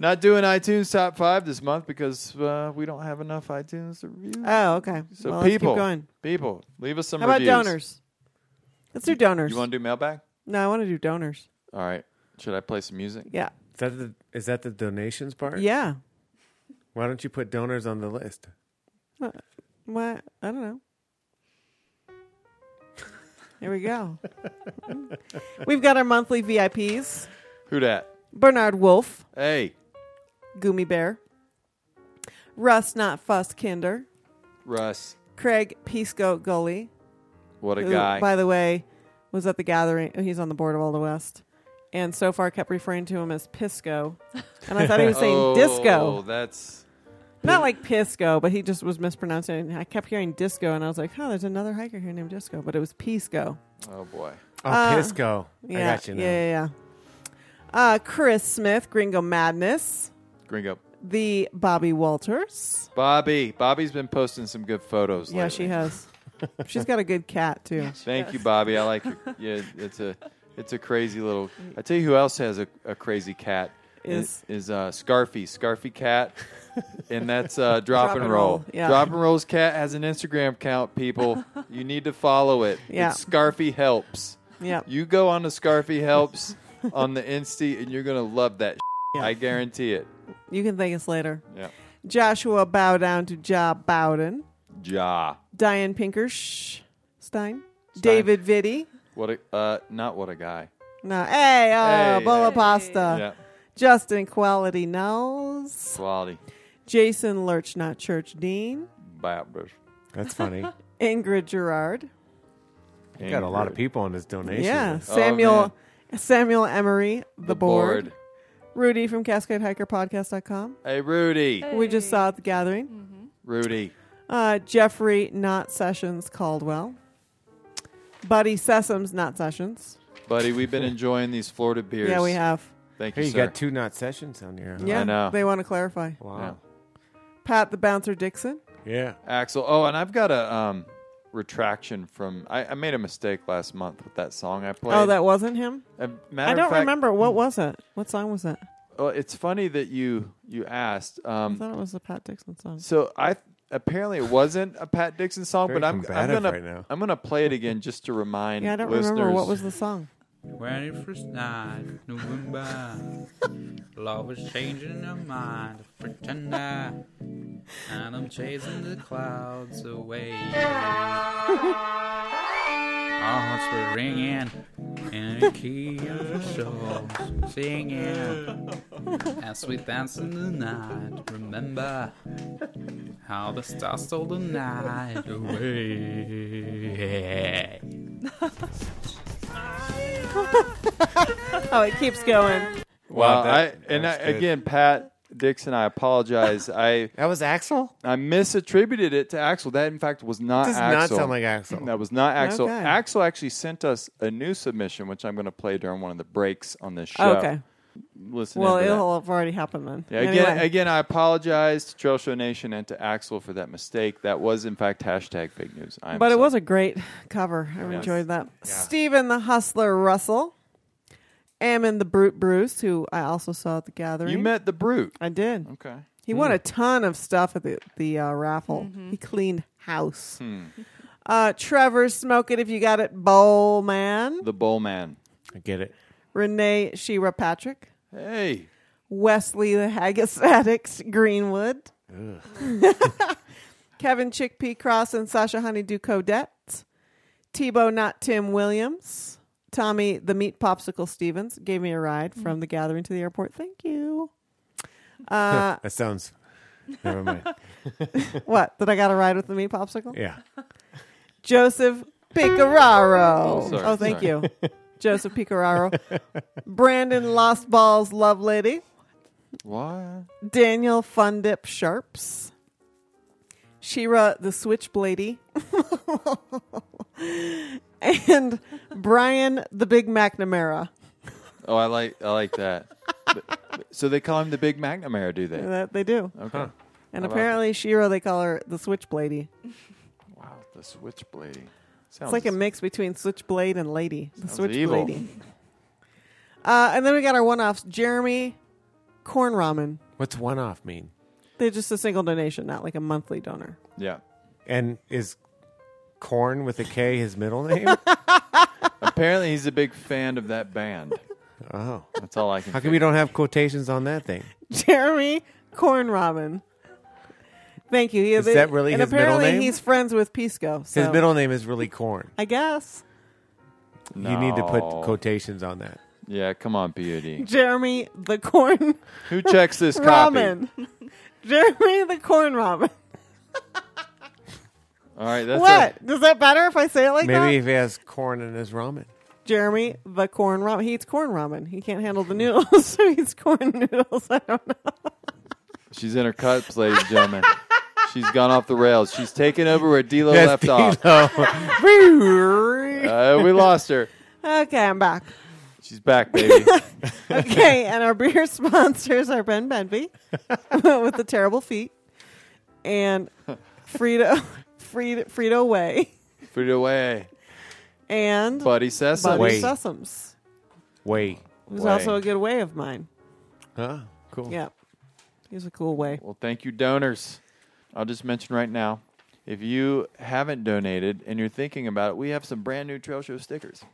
S8: Not doing iTunes top five this month because uh, we don't have enough iTunes to review.
S7: Oh, okay.
S8: So
S7: Well, let's keep
S8: people,
S7: going.
S8: people, leave us some.
S7: How about
S8: reviews.
S7: donors? Let's do donors.
S8: You want to do mailbag?
S7: no, I want to do donors.
S8: All right. Should I play some music?
S7: Yeah.
S10: Is that the is that the donations part?
S7: Yeah.
S10: Why don't you put donors on the list?
S7: Uh, What? I don't know. Here we
S10: *laughs*
S7: go. We've got our monthly VIPs:
S8: Who dat?
S7: Bernard Wolf,
S8: Hey,
S7: Gummy Bear, Russ Not Fuss Kinder,
S8: Russ.
S7: Craig Peacegoat Gully.
S8: What a
S7: who,
S8: guy.
S7: By the way, was at the gathering. Oh, He's on the board of all the West, and so far kept referring to him as Pisco, and I thought he was saying
S8: *laughs* oh,
S7: disco,
S8: That's
S7: not like Pisco, but he just was mispronouncing. it. And I kept hearing disco, and I was like, "Oh, there's another hiker here named Disco," but it was Pisco.
S8: oh boy.
S10: Oh,
S7: Uh,
S10: Pisco. I
S7: Yeah,
S10: got you now.
S7: yeah, yeah. yeah. Uh, Chris Smith, Gringo Madness,
S8: Gringo.
S7: the Bobby Walters.
S8: Bobby. Bobby's been posting some good photos.
S7: Yeah,
S8: lately.
S7: she has. She's got a good cat too.
S8: Thank you, Bobby. I like your
S7: *laughs*
S8: yeah. It's a it's a crazy little. I tell you who else has a, a crazy cat
S7: Is-
S8: is uh, Scarfy. Scarfy cat, and
S7: *laughs*
S8: that's uh, drop,
S7: Drop
S8: and
S7: and
S8: roll.
S7: Roll, yeah.
S8: Drop and roll's cat has an Instagram
S7: *laughs*
S8: account. People, you need to follow it.
S7: Yeah.
S8: It's Scarfy helps.
S7: Yeah.
S8: You go on to Scarfy helps on the Insta, and you're gonna
S10: *laughs*
S8: love that. I guarantee it.
S7: You can thank us later.
S8: Yeah.
S7: Joshua bow down to Ja Bowden.
S8: Ja.
S7: Diane Pinkerstein. David Vitti.
S8: What a uh, not what a guy.
S7: No. Hey, oh,
S8: Hey.
S7: Bola
S8: Hey.
S7: Pasta.
S8: Yeah.
S7: Justin Quality Knowles.
S8: Quality.
S7: Jason Lurch, not Church Dean.
S8: Baptist.
S10: That's
S8: *laughs*
S10: funny.
S7: *laughs* Ingrid Gerard.
S10: You got a lot of people on this donation. Oh,
S7: Yeah.
S8: Oh,
S7: Samuel Samuel Emery, The,
S10: The
S7: board.
S10: Board.
S7: Rudy from CascadeHikerPodcast.com.
S8: Hey, Rudy.
S7: We just saw at the gathering.
S8: Rudy.
S7: Uh, Jeffrey, not Sessions Caldwell. Buddy Sessoms, not Sessions.
S8: Buddy, we've been enjoying these Florida beers.
S7: Yeah, we have.
S8: Thank
S10: Hey,
S8: you,
S10: you
S8: sir.
S10: got two not sessions on here. huh?
S7: Yeah,
S8: I know.
S7: they want to clarify.
S10: Wow.
S7: Pat the Bouncer Dixon.
S10: Yeah.
S8: Axel. Oh, and I've got a um retraction from. I, I made a mistake last month with that song I played.
S7: Oh, that wasn't him.
S8: A matter
S7: I don't
S8: of fact, mm.
S7: remember what was it. What song was it?
S8: Well, it's funny that you you asked. Um,
S7: I thought it was a Pat Dixon song.
S8: So I apparently it wasn't a Pat Dixon song,
S7: Very
S8: but I'm I'm
S7: combative
S8: gonna
S7: right now.
S8: I'm gonna play it again just to remind.
S7: Yeah, I don't
S8: listeners.
S7: remember what was the
S8: *laughs*
S7: song.
S20: Very first night,
S8: *laughs*
S20: November. Love is changing her mind, pretender. And I'm chasing the
S8: *laughs*
S20: clouds away. Our hearts were ringing in the key of the souls, singing as we dance in the night. Remember how the stars stole the night away.
S7: oh, it keeps going.
S8: Wow,
S20: Wow, that-
S8: I, and I,
S20: that was good.
S8: again, Pat Dixon, I
S7: *laughs*
S8: apologize. I
S10: that was Axel.
S8: I misattributed it to Axel. That in fact was not
S10: Does not
S8: Axel.
S10: sound like Axel.
S8: That was not Axel.
S10: Okay.
S8: Axel actually sent us a new submission, which I'm going to play during one of the breaks on this show.
S7: Oh, Okay.
S8: Listen.
S7: well,
S8: in for that.
S7: it'll have already happened then.
S8: Yeah, again,
S7: Anyway.
S8: again, I apologize to Trail Show Nation and to Axel for that mistake. That was, in fact, hashtag fake news. I'm
S7: but it
S8: sorry.
S7: was a great cover. I
S8: Yes.
S7: enjoyed that.
S8: Yeah.
S7: Stephen the Hustler Russell. Ammon the Brute Bruce, who I also saw at the gathering.
S8: You met the Brute.
S7: I did.
S8: Okay. Hmm.
S7: He won a ton of stuff at the, the uh, raffle. He cleaned house.
S8: Hmm.
S7: Uh, Trevor, smoke it if you got it. Bowl man.
S8: the Bowl Man.
S10: I get it.
S7: Renee Shira Patrick.
S8: Hey.
S7: Wesley the Haggis *laughs* Addict Greenwood. *laughs* Kevin Chickpea Cross and Sasha Honeydew Codette. Tebow not Tim Williams. Tommy the Meat Popsicle Stevens gave me a ride from the gathering to the airport. Thank you. Uh,
S10: *laughs* that sounds. Never *laughs* mind.
S7: what? That I got a ride with the meat popsicle?
S10: Yeah.
S7: Joseph Picararo.
S10: Oh, sorry,
S7: thank
S10: sorry.
S7: you. Joseph Picararo. Brandon Lost Balls Love Lady.
S8: Why?
S7: Daniel Fundip Sharps. Shira the Switchblady. *laughs* and Brian the Big McNamara.
S8: Oh, I like I like
S7: *laughs*
S8: that. But- but- so they call him the Big McNamara, do they?
S7: That they do.
S8: Okay.
S7: And
S8: I love
S7: apparently Shira they call her the Switchblady.
S8: it. wow, the switchblade.
S7: It's like a mix between Switchblade and Lady. The
S8: Sounds evil.
S7: Switchblade. Uh, and then we got our one offs Jeremy Corn Ramen.
S10: What's one off mean?
S7: They're just a single donation, not like a monthly donor. *laughs*
S8: Yeah.
S10: And is corn with a K his
S7: *laughs*
S10: middle name?
S8: Apparently, he's a big fan of that band.
S10: oh,
S8: that's all I can.
S10: How come we don't have quotations on that thing?
S7: Jeremy Corn Ramen. Thank you. He-
S10: Is that really
S7: and
S10: his middle
S7: apparently
S10: name?
S7: he's friends with Pisco. So
S10: His middle name is really corn.
S7: I guess.
S10: You need to put
S8: No.
S10: quotations on that.
S8: Yeah, come on, PUD.
S7: Jeremy the Corn
S8: Who checks this
S7: *laughs*
S8: copy?
S7: Ramen. Jeremy the Corn Ramen.
S8: All right, that's
S7: what?
S8: A,
S7: Does that matter if I say it like that?
S10: Maybe if he has corn in his ramen.
S7: Jeremy the corn ramen. He eats corn ramen. He can't handle the noodles, *laughs* so he eats corn noodles. I don't know.
S8: she's in her cups, ladies and gentlemen. She's gone off the rails. She's taken over where D'Lo
S10: Yes,
S8: left off. Uh, we lost her.
S7: Okay, I'm back.
S8: She's back, baby.
S7: Okay, and our beer *laughs* sponsors are Ben Benby *laughs* with the terrible feet and Frito *laughs* Frito, Frito Way
S8: Put it away,
S7: and
S8: Buddy Sesame.
S7: Buddy
S8: Way.
S7: Sesums.
S10: Way.
S7: It was also a good way of mine.
S10: Huh? Cool.
S7: Yeah. He's a cool way.
S8: Well, thank you, donors. I'll just mention right now if you haven't donated and you're thinking about it, we have some brand new Trail Show stickers.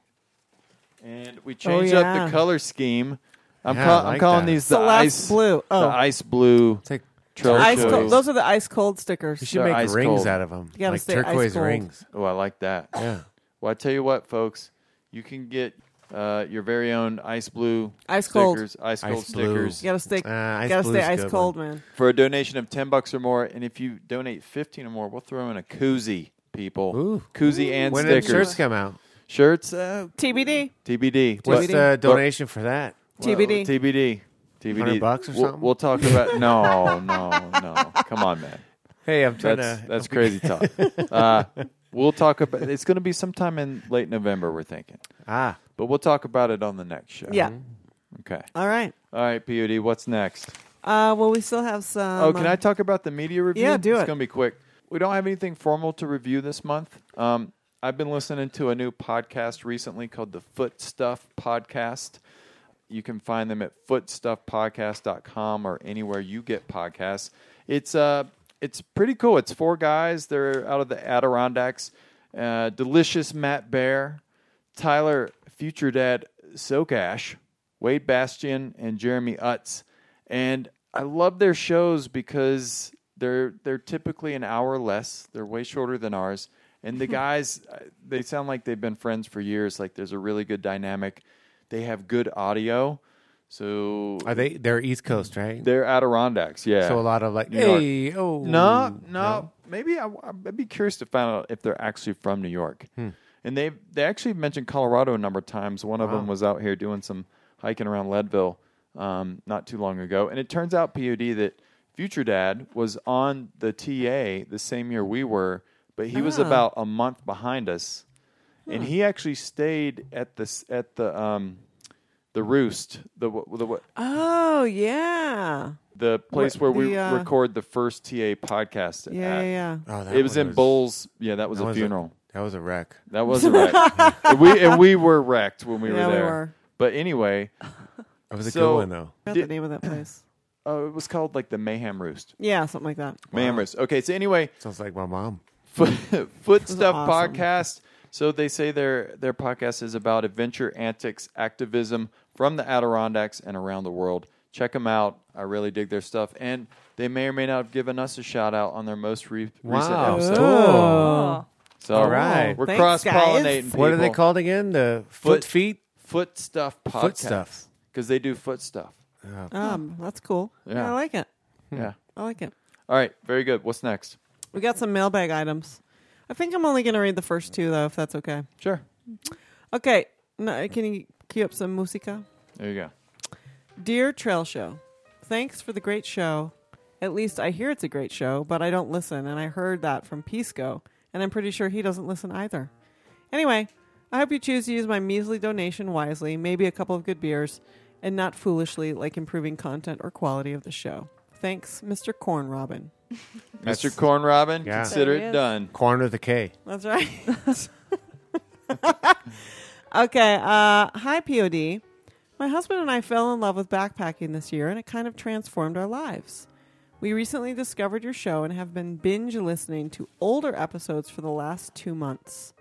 S8: And we changed up
S7: Oh, yeah.
S8: the color scheme. I'm,
S10: Yeah,
S8: call-
S10: I like
S8: I'm calling
S10: that.
S8: these the
S7: Celeste
S8: ice
S7: blue. Oh.
S8: The ice blue.
S10: It's like
S8: Trail
S7: Ice
S8: Show.
S7: cold. Those are the ice cold stickers.
S10: You should
S8: They're
S10: make
S8: ice
S10: rings
S8: cold.
S10: out of 'em,
S7: You gotta like stay ice turquoise cold. rings.
S8: Oh, I like that.
S10: Yeah.
S8: Well, I tell you what, folks, you can get uh, your very own ice blue
S7: Ice cold.
S8: stickers, ice
S10: Ice
S8: cold
S10: blue. Ah,
S8: stickers.
S7: You gotta stay- Uh, ice gotta blue's stay a ice good cold, one. man.
S8: For a donation of ten bucks or more, and if you donate fifteen or more, we'll throw in a koozie, people. Koozie and
S10: When did
S8: stickers.
S10: shirts come out?
S8: Shirts, uh,
S7: TBD.
S8: TBD.
S10: What's
S8: But-
S10: the
S8: but-
S10: donation for that?
S8: well,
S7: TBD.
S8: TBD. TBD.
S10: 100 bucks or
S8: We'll-
S10: something?
S8: We'll talk about. No, no, no. Come on, man.
S10: Hey, I'm trying
S8: that's,
S10: to-
S8: That's crazy talk. Uh, we'll talk about. It's going to be sometime in late November. We're thinking.
S10: Ah.
S8: But we'll talk about it on the next show.
S7: Yeah.
S8: Okay.
S7: All right.
S8: All right, Pod. What's next?
S7: Uh, well, we still have some.
S8: oh, can
S7: uh,
S8: I talk about the media review?
S7: Yeah, do
S8: it's
S7: it.
S8: going to be quick. we don't have anything formal to review this month. Um, I've been listening to a new podcast recently called the Foot Stuff Podcast. You can find them at footstuffpodcast.com or anywhere you get podcasts. It's uh, it's pretty cool. It's four guys. They're out of the Adirondacks. Uh, delicious Matt Bear, Tyler Future Dad Sokash, Wade Bastian, and Jeremy Utz. And I love their shows because they're they're typically an hour less. They're way shorter than ours. And
S10: *laughs*
S8: the guys, uh, they sound like they've been friends for years. Like there's a really good dynamic. They have good audio. So
S10: Are they? They're East Coast, right?
S8: They're Adirondacks, yeah.
S10: So a lot of like,
S8: New York.
S10: hey, oh,
S8: no, no. Maybe I, I'd be curious to find out if they're actually from New York.
S10: Hmm.
S8: And they they actually mentioned Colorado a number of times. One of
S10: Wow.
S8: them was out here doing some hiking around Leadville um, not too long ago. And it turns out, POD, that Future Dad was on the TA the same year we were, but he was
S2: Ah.
S8: about a month behind us. And
S2: Hmm.
S8: he actually stayed at the s- at the um, the roost the wh- the what
S7: Oh yeah.
S8: the place
S7: What-
S8: where we
S7: the, uh,
S8: record the first TA podcast.
S7: Yeah,
S8: at.
S7: yeah, yeah.
S10: Oh, that
S8: it was
S10: one
S8: in
S10: was-
S8: Bowles. Yeah, that was
S10: that
S8: a
S10: was a-
S8: funeral.
S10: that was a wreck.
S7: *laughs*
S8: That was a wreck. And we and we were wrecked when we
S7: Yeah,
S8: were
S7: we
S8: there.
S7: were.
S8: But anyway,
S10: *laughs* that was a
S8: so-
S10: good one though.
S7: What's the name of that place?
S8: *clears throat* Oh, it was called like the Mayhem Roost.
S7: Yeah, something like that.
S8: Mayhem Roost. Okay, so anyway,
S10: sounds like my
S8: *laughs*
S10: mom.
S8: Foot, foot Stuff
S7: awesome.
S8: Podcast. So they say their their podcast is about adventure antics, activism from the Adirondacks and around the world. Check them out. I really dig their stuff, and they may or may not have given us a shout out on their most re- recent
S10: Wow.
S8: episode.
S10: Cool.
S8: So
S10: All right.
S8: we're
S10: Thanks,
S8: cross pollinating.
S10: guys. What are they called again? The Foot
S8: feet foot stuff podcast.
S10: Foot Stuff.
S8: because they do foot stuff.
S7: Um, that's cool.
S8: Yeah. Hmm.
S7: I like it.
S8: Yeah.
S7: I like it.
S8: All right, very good. What's next?
S7: We got some mailbag items. I think I'm only going to read the first two, though, if that's okay.
S8: Sure.
S7: Okay. No, can you cue up some musica?
S8: There you go.
S7: Dear Trail Show, thanks for the great show. At least I hear it's a great show, but I don't listen, and I heard that from Pisco, and I'm pretty sure he doesn't listen either. Anyway, I hope you choose to use my measly donation wisely, maybe a couple of good beers, and not foolishly like improving content or quality of the show. Thanks, Mr. Corn Robin.
S8: Mr. Corn Robin, consider
S7: There it
S8: it
S7: is.
S8: done.
S10: Corn with a K.
S7: That's right. *laughs* okay. Uh, hi, POD. My husband and I fell in love with backpacking this year, and it kind of transformed our lives. We recently discovered your show and have been binge listening to older episodes for the last two months.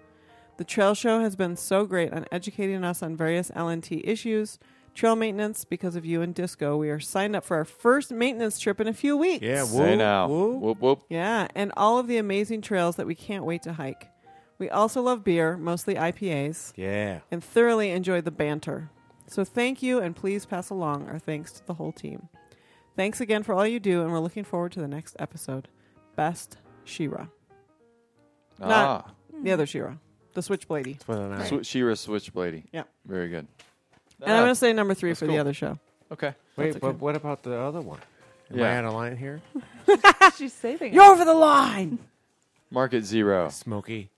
S7: The Trail Show has been so great on educating us on various LNT issues, trail maintenance. Because of you and Disco, we are signed up for our first maintenance trip in a few weeks.
S10: Yeah,
S8: Say now. Whoop, whoop.
S7: Yeah, and all of the amazing trails that we can't wait to hike. We also love beer, mostly IPAs.
S10: Yeah.
S7: And thoroughly enjoy the banter. So thank you, and please pass along our thanks to the whole team. Thanks again for all you do, and we're looking forward to the next episode. Best Shira.
S8: Ah.
S7: Not the other Shira, the Switchbladey.
S8: Sw- Shira Switchbladey.
S7: Yeah.
S8: Very good.
S7: And I'm
S8: Ah,
S7: going to say number three
S8: that's
S7: for
S8: cool.
S7: the other show.
S8: Okay.
S10: Wait,
S7: That's
S10: but
S7: okay.
S10: what about the other one? Am
S8: Yeah.
S10: I out of line here?
S9: *laughs* She's saving
S7: You're over the line. *laughs*
S8: Mark at zero.
S10: Smoky.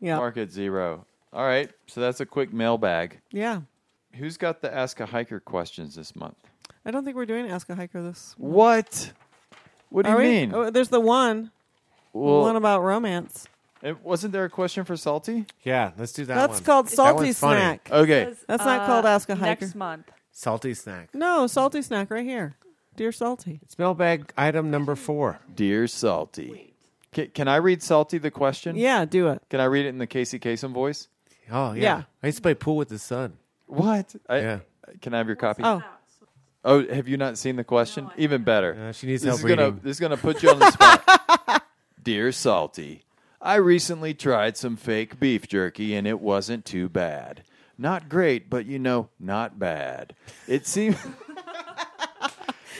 S7: Yeah.
S8: Mark at zero. All right. So that's a quick mailbag.
S7: Yeah.
S8: Who's got the Ask a Hiker questions this month?
S7: I don't think we're doing Ask a Hiker this.
S8: What? What do
S7: Are
S8: you
S7: we?
S8: mean?
S7: Oh, there's the one.
S8: Well-
S7: one about romance.
S8: It- wasn't there a question for Salty?
S10: Yeah, let's do that
S7: That's
S10: one.
S7: called
S10: That
S7: salty
S10: one's funny.
S7: snack.
S8: Okay.
S7: that's not called ask a hiker.
S9: Uh, Next month.
S10: Salty snack.
S7: No, salty snack right here. Dear salty.
S10: It's mailbag item number four.
S8: Dear Salty. Ca can I read Salty the question?
S7: Yeah, do it.
S8: Can I read it in the Casey Kasem voice?
S10: Oh, yeah.
S8: Yeah.
S10: I used to play pool with his son.
S8: What? I, Can I have your copy?
S7: Oh.
S8: Oh, have you not seen the question? Even better.
S10: Uh, she needs
S8: this
S10: help
S8: is gonna,
S10: reading.
S8: *laughs* This is going to put you on the spot. *laughs* Dear Salty, I recently tried some fake beef jerky and it wasn't too bad. Not great, but you know, not bad. It seemed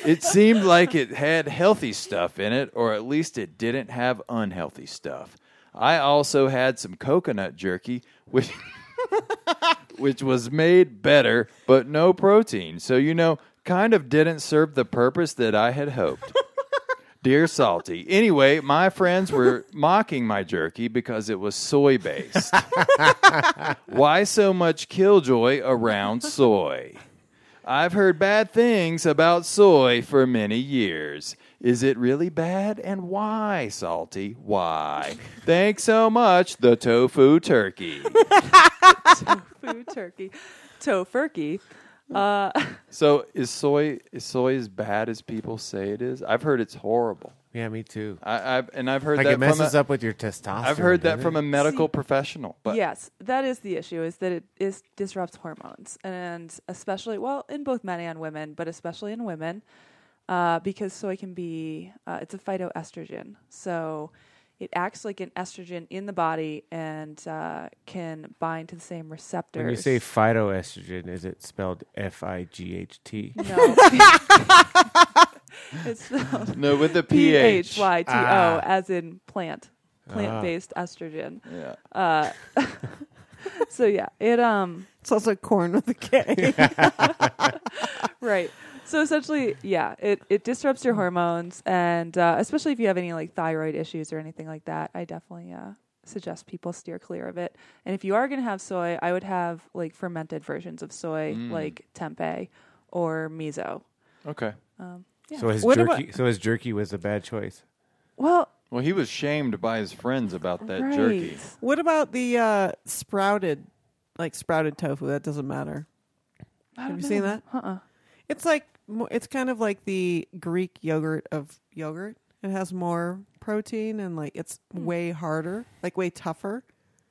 S8: It seemed like it had healthy stuff in it or at least it didn't have unhealthy stuff. I also had some coconut jerky which *laughs* which was made better, but no protein. So, you know, kind of didn't serve the purpose that I had hoped. Dear Salty. Anyway, my friends were mocking my jerky because it was soy based. *laughs* Why so much killjoy around soy? I've heard bad things about soy for many years. Is it really bad and why, Salty? Why? Thanks so much, the tofu turkey.
S9: Food turkey. Tofurkey. Uh,
S8: so is soy is soy as bad as people say it is? I've heard it's horrible.
S10: Yeah, me too.
S8: I, I've and I've heard
S10: Like,
S8: that
S10: it messes
S8: from a,
S10: up with your testosterone,
S8: I've heard that
S10: doesn't
S8: from
S10: it?
S8: a medical professional. But
S9: yes, that is the issue is that it is disrupts hormones and especially well in both men and women, but especially in women uh, because soy can be uh, it's a phytoestrogen, so it acts like an estrogen in the body and uh, can bind to the same receptors.
S10: When you say phytoestrogen, is it spelled F I G H T? *laughs*
S9: No. it's
S10: *laughs*
S9: spelled
S10: No, with the
S9: *laughs* P
S10: PH.
S9: H Y T O,
S10: Ah.
S9: as in plant, plant-based estrogen.
S8: Yeah.
S9: Uh, *laughs* so yeah, it um.
S7: It's also corn with a K.
S9: *laughs* right. So essentially, yeah, it, it disrupts your hormones, and uh, especially if you have any like thyroid issues or anything like that, I definitely uh, suggest people steer clear of it. And if you are going to have soy, I would have like fermented versions of soy,
S8: Mm.
S9: like tempeh or miso.
S8: Okay.
S9: Um, yeah.
S10: So his
S9: What about-
S10: jerky. so his jerky was a bad choice.
S9: Well,
S8: Well, he was shamed by his friends about that
S9: Right.
S8: jerky.
S7: What about the uh, sprouted, like sprouted tofu? That doesn't matter.
S9: I
S7: Have
S9: don't
S7: you seen
S9: know.
S7: that?
S9: Uh-uh.
S7: It's like mo- it's kind of like the Greek yogurt of yogurt. It has more protein and like it's way harder, like way tougher.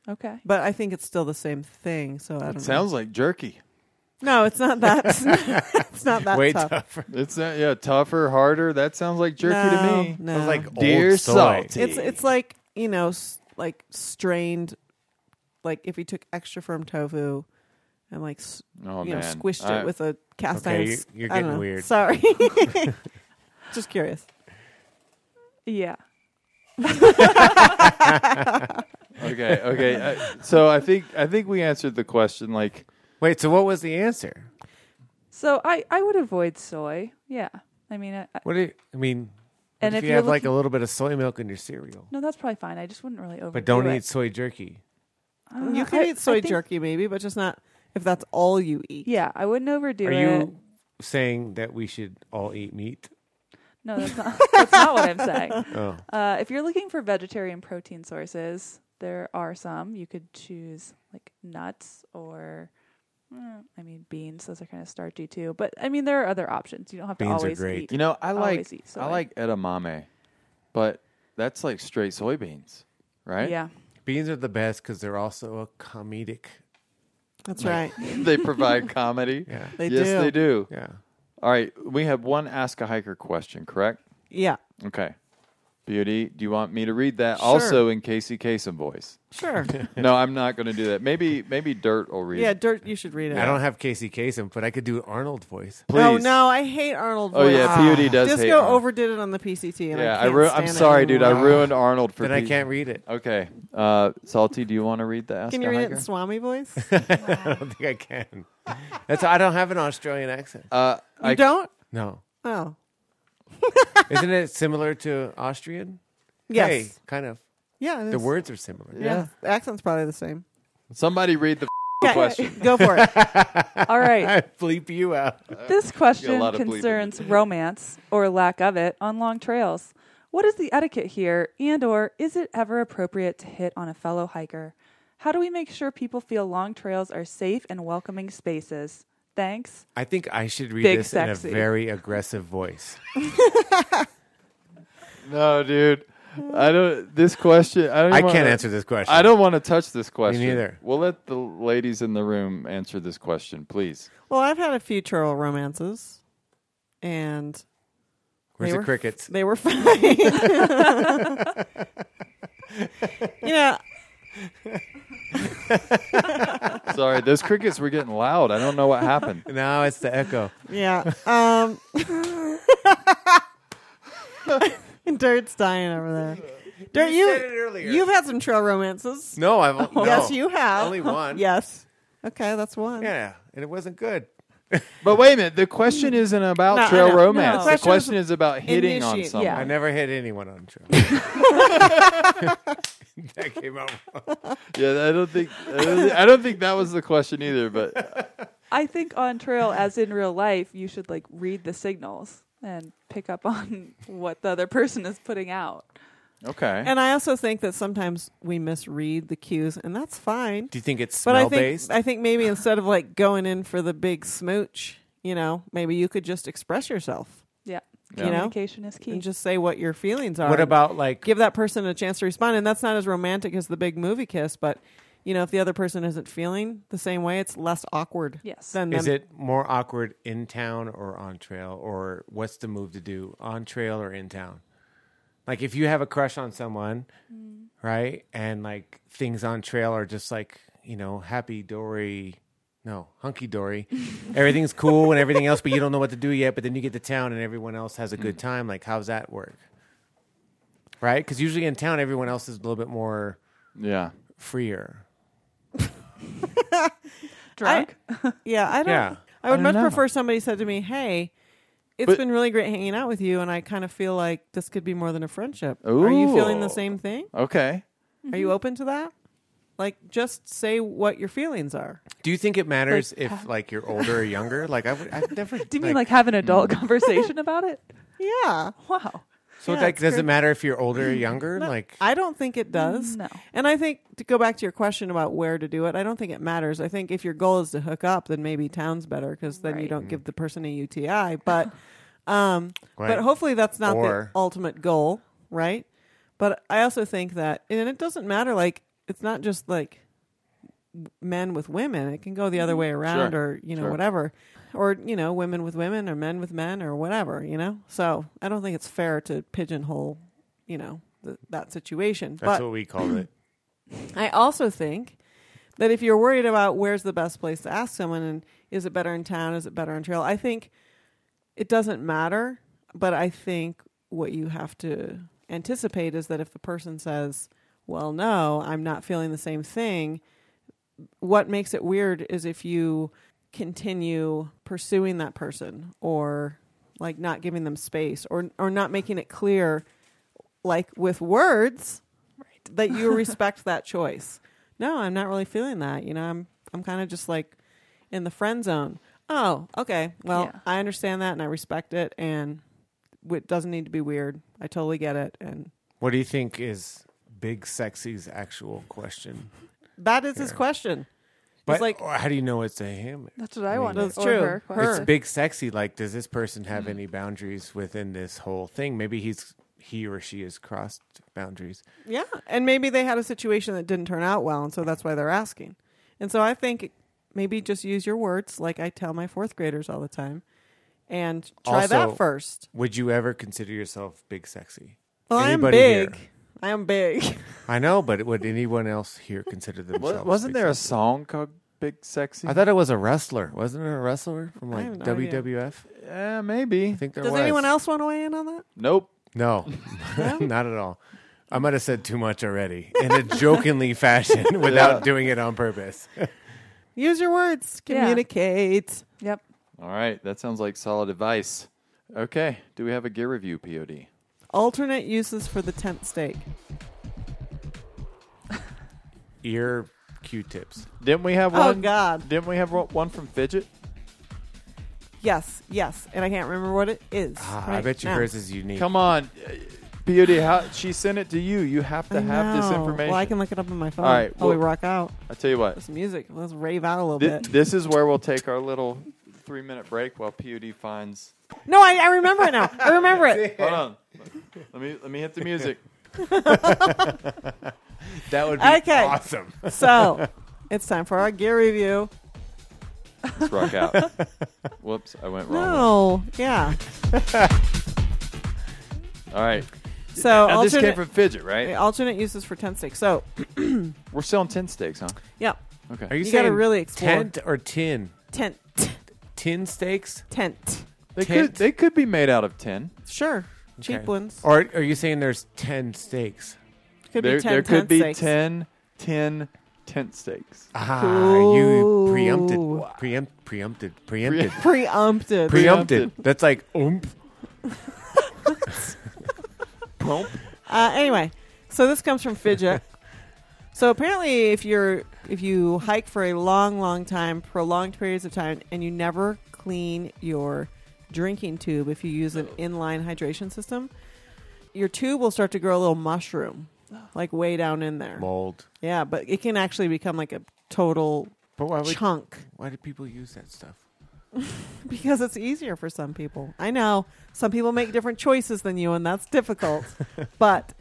S9: Hmm. Okay.
S7: But I think it's still the same thing. So I don't.
S8: It sounds
S7: know.
S8: like jerky.
S7: no, it's *laughs* not
S8: *laughs*
S7: that. it's not that
S10: Way
S7: tough.
S10: tougher.
S8: It's uh, yeah, tougher, harder. That sounds like jerky to
S7: No,
S8: me.
S7: no.
S8: dear salty.
S7: It's it's like you know, s- like strained, like if you took extra firm tofu and like s
S8: Oh,
S7: you know
S8: man.
S7: squished
S8: I-
S7: it with a cast
S10: Okay,
S7: iron.
S10: you're-
S7: s-
S10: you're
S7: I don't
S10: getting
S7: know.
S10: weird.
S8: *laughs*
S7: Sorry, *laughs* just curious.
S9: Yeah.
S8: okay, okay. I, so I think I think we answered the question. Like,
S10: wait. So what was the answer?
S9: So I, I would avoid soy. Yeah. I mean, I, I-
S10: What do you, I mean? what
S9: And
S10: if,
S9: if
S10: you
S9: you're
S10: have like a
S9: looking-
S10: little bit of soy milk in your cereal,
S9: no, that's probably fine. I just wouldn't really overdo
S10: but don't
S9: it.
S10: eat soy jerky.
S9: I don't know.
S7: You could
S9: Uh, I- I
S7: eat soy
S9: think-
S7: jerky maybe, but just not if that's all you eat.
S9: Yeah, I wouldn't overdo
S10: Are
S9: it.
S10: you saying that we should all eat meat?
S9: No, that's not. *laughs* that's not what I'm saying.
S10: *laughs* Oh.
S9: Uh, if you're looking for vegetarian protein sources, there are some. You could choose like nuts or, mm, I mean, beans. Those are kind of starchy too. But I mean, there are other options. You don't have to always eat.
S8: You know, I like
S9: always eat soy.
S8: I like edamame, but that's like straight soybeans, right?
S9: Yeah.
S10: Beans are the best because they're also a comedic.
S7: That's
S10: Like-
S7: right. *laughs*
S8: *laughs* they provide comedy.
S10: *laughs* Yeah.
S7: They
S8: yes,
S7: do.
S8: they do.
S10: Yeah.
S8: All right, we have one ask a hiker question, correct?
S7: Yeah.
S8: Okay. Beauty, do you want me to read that also in Casey Kasem voice?
S7: Sure.
S8: *laughs* no, I'm not going to do that. Maybe maybe Dirt will read.
S7: Yeah,
S8: it.
S7: dirt. You should read it.
S10: I don't have Casey Kasem, but I could do Arnold voice.
S8: Please.
S7: Oh no, I
S10: *laughs*
S7: hate Arnold.
S8: Oh,
S7: voice.
S8: yeah, PewDie does
S7: Disco
S8: hate Arnold.
S7: overdid it on the PCT, and
S8: yeah,
S7: I can't
S8: ru-
S7: stand
S8: I'm
S7: it
S8: sorry, dude. I
S7: anymore.
S8: ruined Arnold for.
S10: Then I
S8: P-
S10: can't read it.
S8: Okay, uh, Salty, do you want to read the ask
S7: Can
S8: a
S7: you read it
S8: hiker?
S7: in Swami voice?
S10: *laughs* I don't think I can. That's I don't have an Australian accent.
S8: *laughs* Uh,
S7: You don't? *laughs*
S10: No.
S7: Oh,
S10: Isn't it similar to Austrian?
S7: Yes.
S10: Hey, kind of.
S7: Yeah, it
S10: The
S7: is.
S10: words are similar.
S7: yeah. The accent's probably the same.
S8: Somebody read the
S7: *laughs* Yeah,
S8: question.
S7: Go for
S8: *laughs*
S7: it.
S9: All right.
S10: *laughs* I bleep you out.
S8: Uh,
S9: This question
S8: lot of bleeping.
S9: concerns romance or lack of it on long trails. What is the etiquette here and or is it ever appropriate to hit on a fellow hiker? How do we make sure people feel long trails are safe and welcoming spaces? Thanks.
S10: I think I should read
S9: Big
S10: this
S9: sexy.
S10: in a very
S7: *laughs*
S10: aggressive voice.
S8: No, dude. I don't. This question. I, don't
S10: I
S8: even
S10: can't
S8: wanna-
S10: answer this question.
S8: I don't want to touch this question.
S10: neither.
S8: We'll let the ladies in the room answer this question, please.
S7: Well, I've had a few trail romances, and
S10: Where's
S7: they
S10: the
S7: were,
S10: crickets?
S7: They were *laughs* fine.
S10: uh,
S7: you know,
S10: *laughs*
S8: *laughs* Sorry, those crickets were getting loud. I don't know what
S10: *laughs*
S8: happened.
S10: No, it's the echo.
S7: yeah. Um, *laughs* Dirt's dying over there. Dirt, you,
S10: said it earlier.
S7: you've had some trail romances.
S10: No, I've no.
S7: Yes, you have.
S10: Only
S7: *laughs*
S10: one.
S7: Yes. Okay, that's one.
S10: Yeah, and it wasn't good.
S8: But wait a minute. The question isn't about
S7: No, I
S8: trail
S7: know.
S8: romance.
S7: No.
S8: The
S7: Question
S8: question
S7: is
S8: is about hitting on
S7: initiate.
S8: someone.
S10: I
S7: Yeah.
S10: never hit anyone on trail.
S7: *laughs*
S10: that came out wrong.
S8: *laughs* Yeah, I don't think I don't think, I don't think that was the question either. But
S9: I think on trail as in real life, you should like read the signals. and pick up on *laughs* what the other person is putting out.
S8: Okay.
S7: And I also think that sometimes we misread the cues, and that's fine.
S10: Do you think it's
S7: but I think,
S10: smell-based?
S7: I think maybe instead of like going in for the big smooch, you know, maybe you could just express yourself.
S9: Yeah.
S7: You know,
S9: Communication is key.
S7: And just say what your feelings are.
S10: What
S7: and
S10: about, like-
S7: give that person a chance to respond? And that's not as romantic as the big movie kiss, but you know, if the other person isn't feeling the same way, it's less awkward.
S9: Yes.
S7: Than
S10: Is
S7: them-
S10: it more awkward in town or on trail, or what's the move to do on trail or in town? Like if you have a crush on someone, right, and like things on trail are just like you know happy dory, no hunky dory, everything's cool and everything else, but you don't know what to do yet. But then you get to town and everyone else has a good time. Like how's that work? Right, because usually in town everyone else is a little bit more,
S8: yeah,
S10: freer.
S9: Drunk? *laughs*
S7: yeah, I don't.
S10: Yeah.
S7: I would
S10: I don't
S7: much
S10: know.
S7: prefer somebody said to me, "Hey, it's
S8: But-
S7: been really great hanging out with you, and I kind of feel like this could be more than a friendship. Are you feeling the
S8: Ooh.
S7: same thing?
S8: Okay.
S7: Are
S9: Mm-hmm.
S7: you open to that? Like, just say what your feelings are.
S10: Do you think it matters
S7: Like, uh,
S10: if like you're older or younger? Like I would, I've
S7: *laughs*
S10: never.
S9: Do you mean like have an adult conversation about it?
S7: Yeah.
S9: Wow.
S10: Mm. So
S7: Yeah,
S10: like,
S7: it's
S10: does
S7: great.
S10: it matter if you're older or younger? Like,
S7: Mm. I don't think it does.
S10: Mm,
S9: No.
S7: And I think to go back to your question about where to do it, I don't think it matters. I think if your goal is to hook up, then maybe town's better because then you
S10: Right.
S7: don't give the person a UTI. But, *laughs* um,
S10: Mm. Right.
S7: but hopefully that's not
S10: Or-
S7: the ultimate goal, right? But I also think that, and it doesn't matter. Like it's not just like men with women; it can go the other way around,
S10: Mm-hmm. Sure.
S7: or you know
S10: Sure.
S7: whatever, or you know women with women, or men with men, or whatever. You know, so I don't think it's fair to pigeonhole, you know, th- that situation.
S10: that's
S7: but
S10: what we
S7: *clears throat*
S10: call it.
S7: I also think that if you're worried about where's the best place to ask someone and is it better in town, is it better on trail, I think it doesn't matter. But I think what you have to anticipate is that if the person says, well, no, I'm not feeling the same thing, what makes it weird is if you continue pursuing that person or like not giving them space or or not making it clear like with words that you respect that choice. No, I'm not really feeling that. You know, I'm I'm kind of just like in the friend zone. Oh, okay. Well,
S9: Yeah.
S7: I understand that and I respect it and w- it doesn't need to be weird. I totally get it and
S10: What do you think is Big Sexy's actual question?
S7: that is his
S10: Here.
S7: question.
S10: But
S7: it's like
S10: like, how do you know it's a him?
S9: That's what I
S10: mean,
S9: wanted,
S7: That's or true. her Mm-hmm.
S10: It's
S7: question.
S10: Big Sexy. Like, does this person have any boundaries within this whole thing? Maybe he's he or she has crossed boundaries.
S7: Yeah, and maybe they had a situation that didn't turn out well, and so that's why they're asking. And so I think maybe just use your words, like I tell my fourth graders all the time, and try
S10: Also,
S7: that first.
S10: Would you ever consider yourself Big Sexy?
S7: Well, I am
S10: Anybody here?
S7: big. I am big.
S10: I know, but would anyone else here consider themselves?
S8: wasn't
S10: Big
S8: there a
S10: Sexy?
S8: song called Big Sexy?
S10: I thought it was a wrestler. Wasn't it a wrestler from
S7: I
S10: like
S7: have no idea.
S10: WWF?
S8: Yeah, maybe.
S10: I think there
S7: Does
S10: was.
S7: anyone else want to weigh in on that?
S8: Nope.
S7: *laughs*
S10: No, *laughs* not at all. I might have said too much already in a
S7: *laughs*
S10: jokingly fashion without
S8: Yeah.
S10: doing it on purpose.
S7: Use your words.
S9: Yeah.
S7: Communicate.
S9: Yep.
S8: All right, that sounds like solid advice. Okay, do we have a gear review, Pod?
S7: Alternate uses for the tent stake.
S10: Ear Q-tips.
S8: Didn't we have
S7: Oh,
S8: one?
S7: God.
S8: Didn't we have one- one from Fidget?
S7: Yes, yes, and I can't remember what it is.
S10: Ah, I
S7: right
S10: bet you
S7: now.
S10: hers is unique.
S8: Come on, Pod. How, she sent it to you. You have to
S7: I
S8: have this
S7: know.
S8: information.
S7: Well, I can look it up on my phone.
S8: All right,
S7: while we
S8: well-
S7: rock out.
S8: I tell you what.
S7: This music. Let's rave out a little
S8: thi-
S7: bit.
S8: this is where we'll take our little three-minute break while Pod finds.
S7: No, I, I remember it now. I remember it.
S10: *laughs*
S8: Hold on. Let me let me hit
S7: *laughs*
S8: the music.
S10: That would be
S7: okay.
S10: awesome.
S7: *laughs* so it's time for our gear review.
S8: Let's
S7: *laughs*
S8: rock out. Whoops, I went wrong.
S7: No,
S10: *laughs*
S7: yeah.
S8: All right.
S7: So
S8: Now, this came
S7: alternate-
S8: from Fidget, right?
S7: Yeah, Alternate uses for tent stakes. So,
S8: *clears throat* We're selling tin steaks, huh?
S7: yep,
S8: Okay.
S10: Are you,
S7: You
S10: saying
S7: gotta really explore.
S10: tent or tin?
S7: tent,
S10: Tin steaks?
S7: tent.
S8: They
S10: Tent?
S8: could they could be made out of tin.
S7: Sure, cheap
S10: Okay.
S7: ones.
S10: Or are you saying there's 10 steaks?
S7: Could
S8: there
S7: be ten
S8: there could
S7: tent
S8: be
S7: stakes.
S8: ten tin tent steaks.
S10: Ah,
S7: Ooh.
S10: you preempted, preempt, preempted, preempted,
S7: Preempted.
S10: preempted. That's like oomph.
S7: Uh, anyway, so this comes from
S10: *laughs*
S7: Fidget. so apparently, if you're if you hike for a long, long time, prolonged periods of time, and you never clean your drinking tube, if you use an inline hydration system, your tube will start to grow a little mushroom, like way down in there.
S10: Mold.
S7: Yeah, but it can actually become like a total
S10: would-
S7: chunk
S10: Why do people use that stuff?
S7: *laughs* because it's easier for some people. I know some people make different choices than you, and that's
S8: *laughs*
S7: difficult. but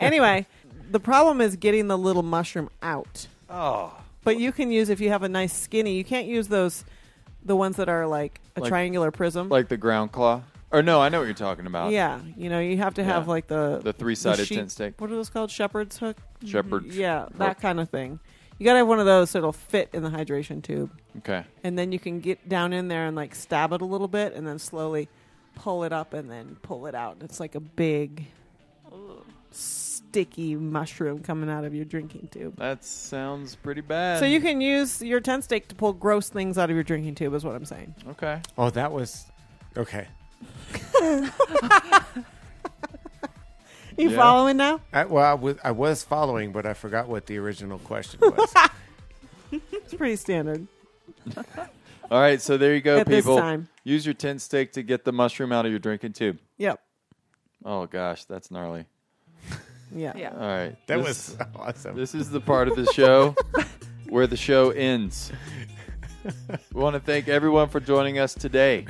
S7: anyway, the problem is getting the little mushroom out.
S8: Oh.
S7: But you can use if you have a nice skinny. You can't use those, the ones that are like a
S8: Like-
S7: triangular prism.
S8: Like the ground claw. Or no, I know what you're talking about.
S7: yeah, you know, you have to
S8: Yeah.
S7: have like the
S8: The three-sided
S7: sheep-
S8: tent stake.
S7: What are those called? Shepherd's hook.
S8: Shepherd
S7: Yeah,
S8: hook.
S7: that kind of thing. You gotta have one of those so it'll fit in the hydration tube.
S8: Okay.
S7: And then you can get down in there and like stab it a little bit, and then slowly pull it up and then pull it out. It's like a big sticky mushroom coming out of your drinking tube.
S8: That sounds pretty bad.
S7: So you can use your tent stake to pull gross things out of your drinking tube, is what I'm saying.
S8: Okay.
S10: Oh, that was okay.
S7: *laughs* You
S10: Yeah.
S7: following now?
S10: I, well, I was, I was following, but I forgot what the original question
S8: *laughs*
S10: was.
S7: It's pretty standard.
S8: All right, so there you go,
S7: At this
S8: people.
S7: time.
S8: Use your tin stick to get the mushroom out of your drinking tube.
S7: Yep.
S8: Oh gosh, that's gnarly.
S7: *laughs* Yeah.
S10: Yeah.
S8: All right.
S10: That was awesome.
S8: This is the part of the
S10: *laughs*
S8: show where the show ends. We want to thank everyone for joining us today.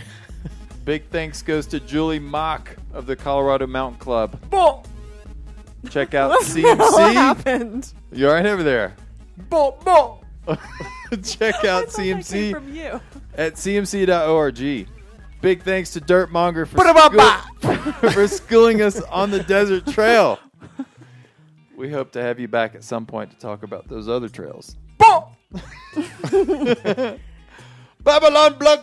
S8: Big thanks goes to Julie Mock of the Colorado Mountain Club. Check out
S7: *laughs*
S8: CMC.
S7: what happened?
S8: You all right over there?
S7: Bolt, bolt.
S8: *laughs* Check out CMC
S7: from you.
S8: at cmc.org. Big thanks to Dirtmonger for, school- *laughs* for schooling us on the desert trail. We hope to have you back at some point to talk about those other trails. Babylon
S7: *laughs*
S8: Blood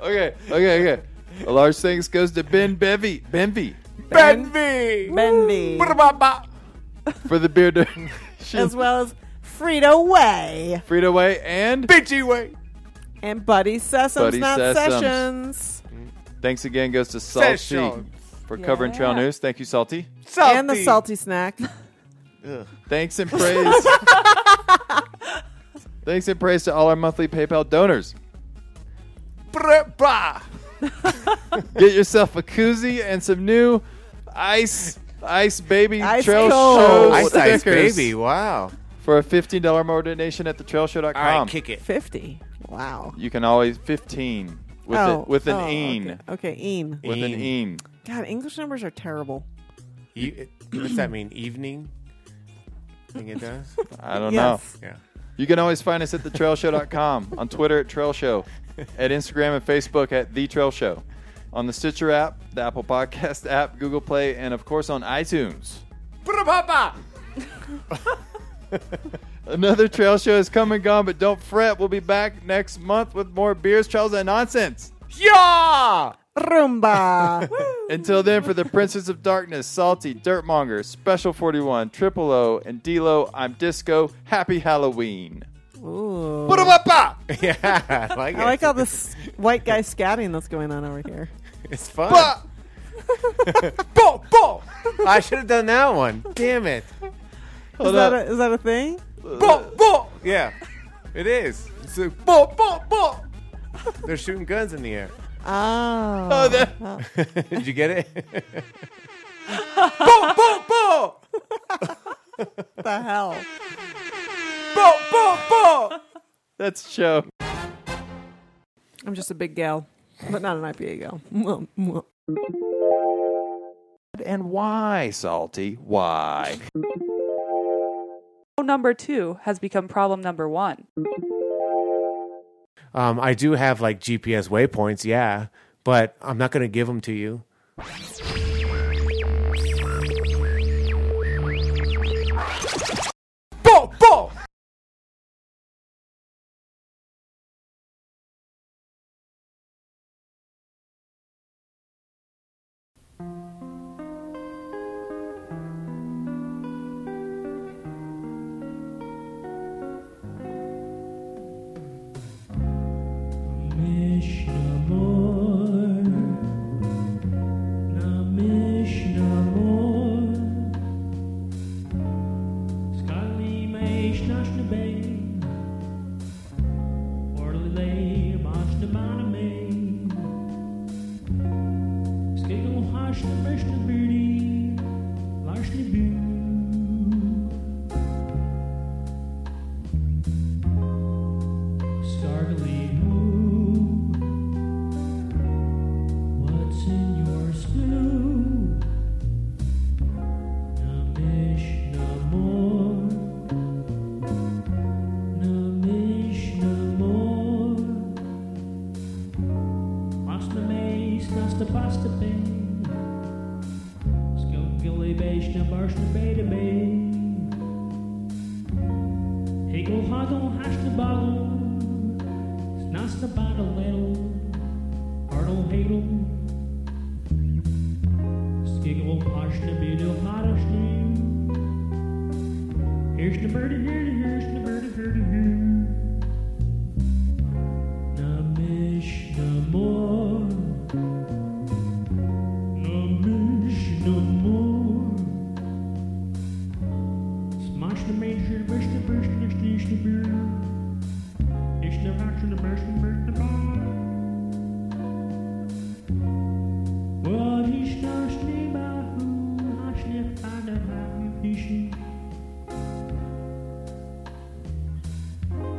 S8: Okay, okay, okay. A large thanks goes to Ben Bevy. Benvy.
S7: Benvy. Benvy.
S8: For the beer
S7: as well as Frito Way.
S8: Frito Way and
S10: Bitchy Way.
S7: And Buddy Sesam's
S8: Buddy
S7: Not
S8: Sesams.
S7: Sessions.
S8: Thanks again goes to Salty
S10: Sessions.
S8: for covering trail
S7: Yeah.
S8: news. Thank you, Salty.
S7: And the Salty Snack. *laughs*
S8: Thanks and praise. Thanks and praise to all our monthly PayPal donors.
S7: *laughs*
S8: Get yourself a koozie and some new ice ice baby
S10: Ice
S8: trail
S10: cold.
S8: show
S10: Ice Ice
S8: stickers
S10: Baby, wow.
S8: For a fifteen dollar more donation at thetrailshow.com.
S10: All right, kick it.
S7: 50. Wow.
S8: You can always fifteen with
S7: Oh,
S8: a, with an
S7: oh,
S8: een.
S7: Okay, een.
S8: With an een.
S7: God, English numbers are terrible.
S10: You, E, what's that mean? Evening? I think it does.
S8: I don't
S10: Yes.
S8: know.
S10: Yeah.
S8: You can always find us at thetrailshow.com, *laughs* on Twitter at Trail Show, at Instagram and Facebook at The Trail Show, on the Stitcher app, the Apple Podcast app, Google Play, and of course on iTunes. Another Trail Show is come and gone, but don't fret. We'll be back next month with more beers, trails, and nonsense.
S10: Yeah!
S7: Roomba.
S8: *laughs* Until then, for the Princess of Darkness, Salty, Dirtmonger, Special 41, Triple O, and D-Lo, I'm Disco. Happy Halloween.
S7: Ooh.
S10: *laughs* yeah, I like
S7: I
S10: it.
S7: like all this white guy scatting that's going on over here.
S10: *laughs* It's fun. Bo, bo. Oh, I should have done that one. Damn it.
S7: Is that, a, is that a thing?
S10: Bo, bo. Yeah, it is. It's like, bo, bo, bo. They're shooting guns in the air.
S7: Oh. *laughs*
S10: Oh, that-
S7: Oh.
S10: *laughs* Did you get it? *laughs* bo, bo, bo.
S7: the hell?
S10: Bo, bo, bo.
S8: That's show.
S7: I'm just a big gal, but not an IPA gal. Mwah, mwah.
S8: And why, Salty? Why?
S9: Problem Number two has become problem number one.
S10: Um, I do have like GPS waypoints, yeah, but I'm not going to give them to you. Bo, bo.
S5: Mishnah Moore.
S21: Population burst the beta me. Higgle hoggle hash the boggle. Snots the bottle little. Artle haggle. Skiggle hosh the beetle hottest name. Here's the bird and here here's the bird and here here. Namish namor. Namish namor. Smash the major, burst the burst, the stage the beer. It's the action, the burst, the burst, the bomb. Well, he's thirsty, but who has left by the vibration?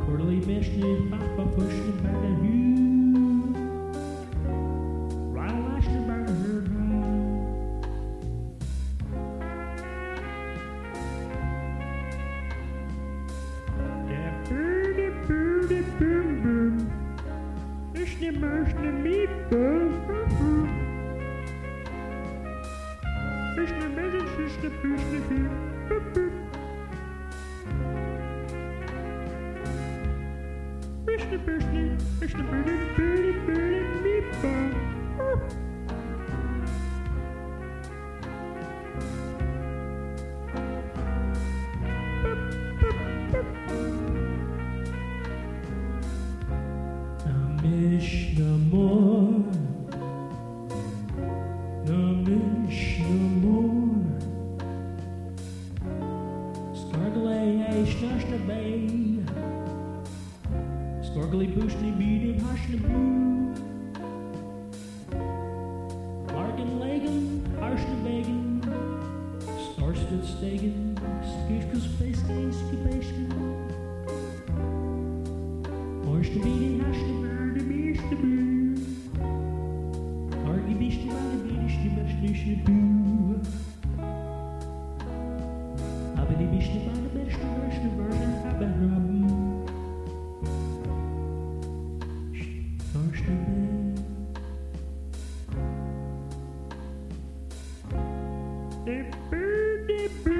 S21: Quarterly best, the papa push the back of you. Right last the back of her hand. That birdie, birdie, boom, boom. It's the most of me, boom, boom, boom. It's the business, it's the business, boom, boom, boom. It's the business, it's the birdie, birdie, birdie, me, boom. Oh. Namish namor. Namish namor. Scargly ash nash the bay. Scargly boostly beaded hush the boo. Larkin lagan, harsh the bagan. Starstead stagan, skishka space stain, skipation. Horse to be, hash to burn, to be, to be. Argy be, to run, to be, to much, to be, to do. Abidi be, to run, to be, to rush, to burst, to have a rum. Horse to be. They burn, they burn.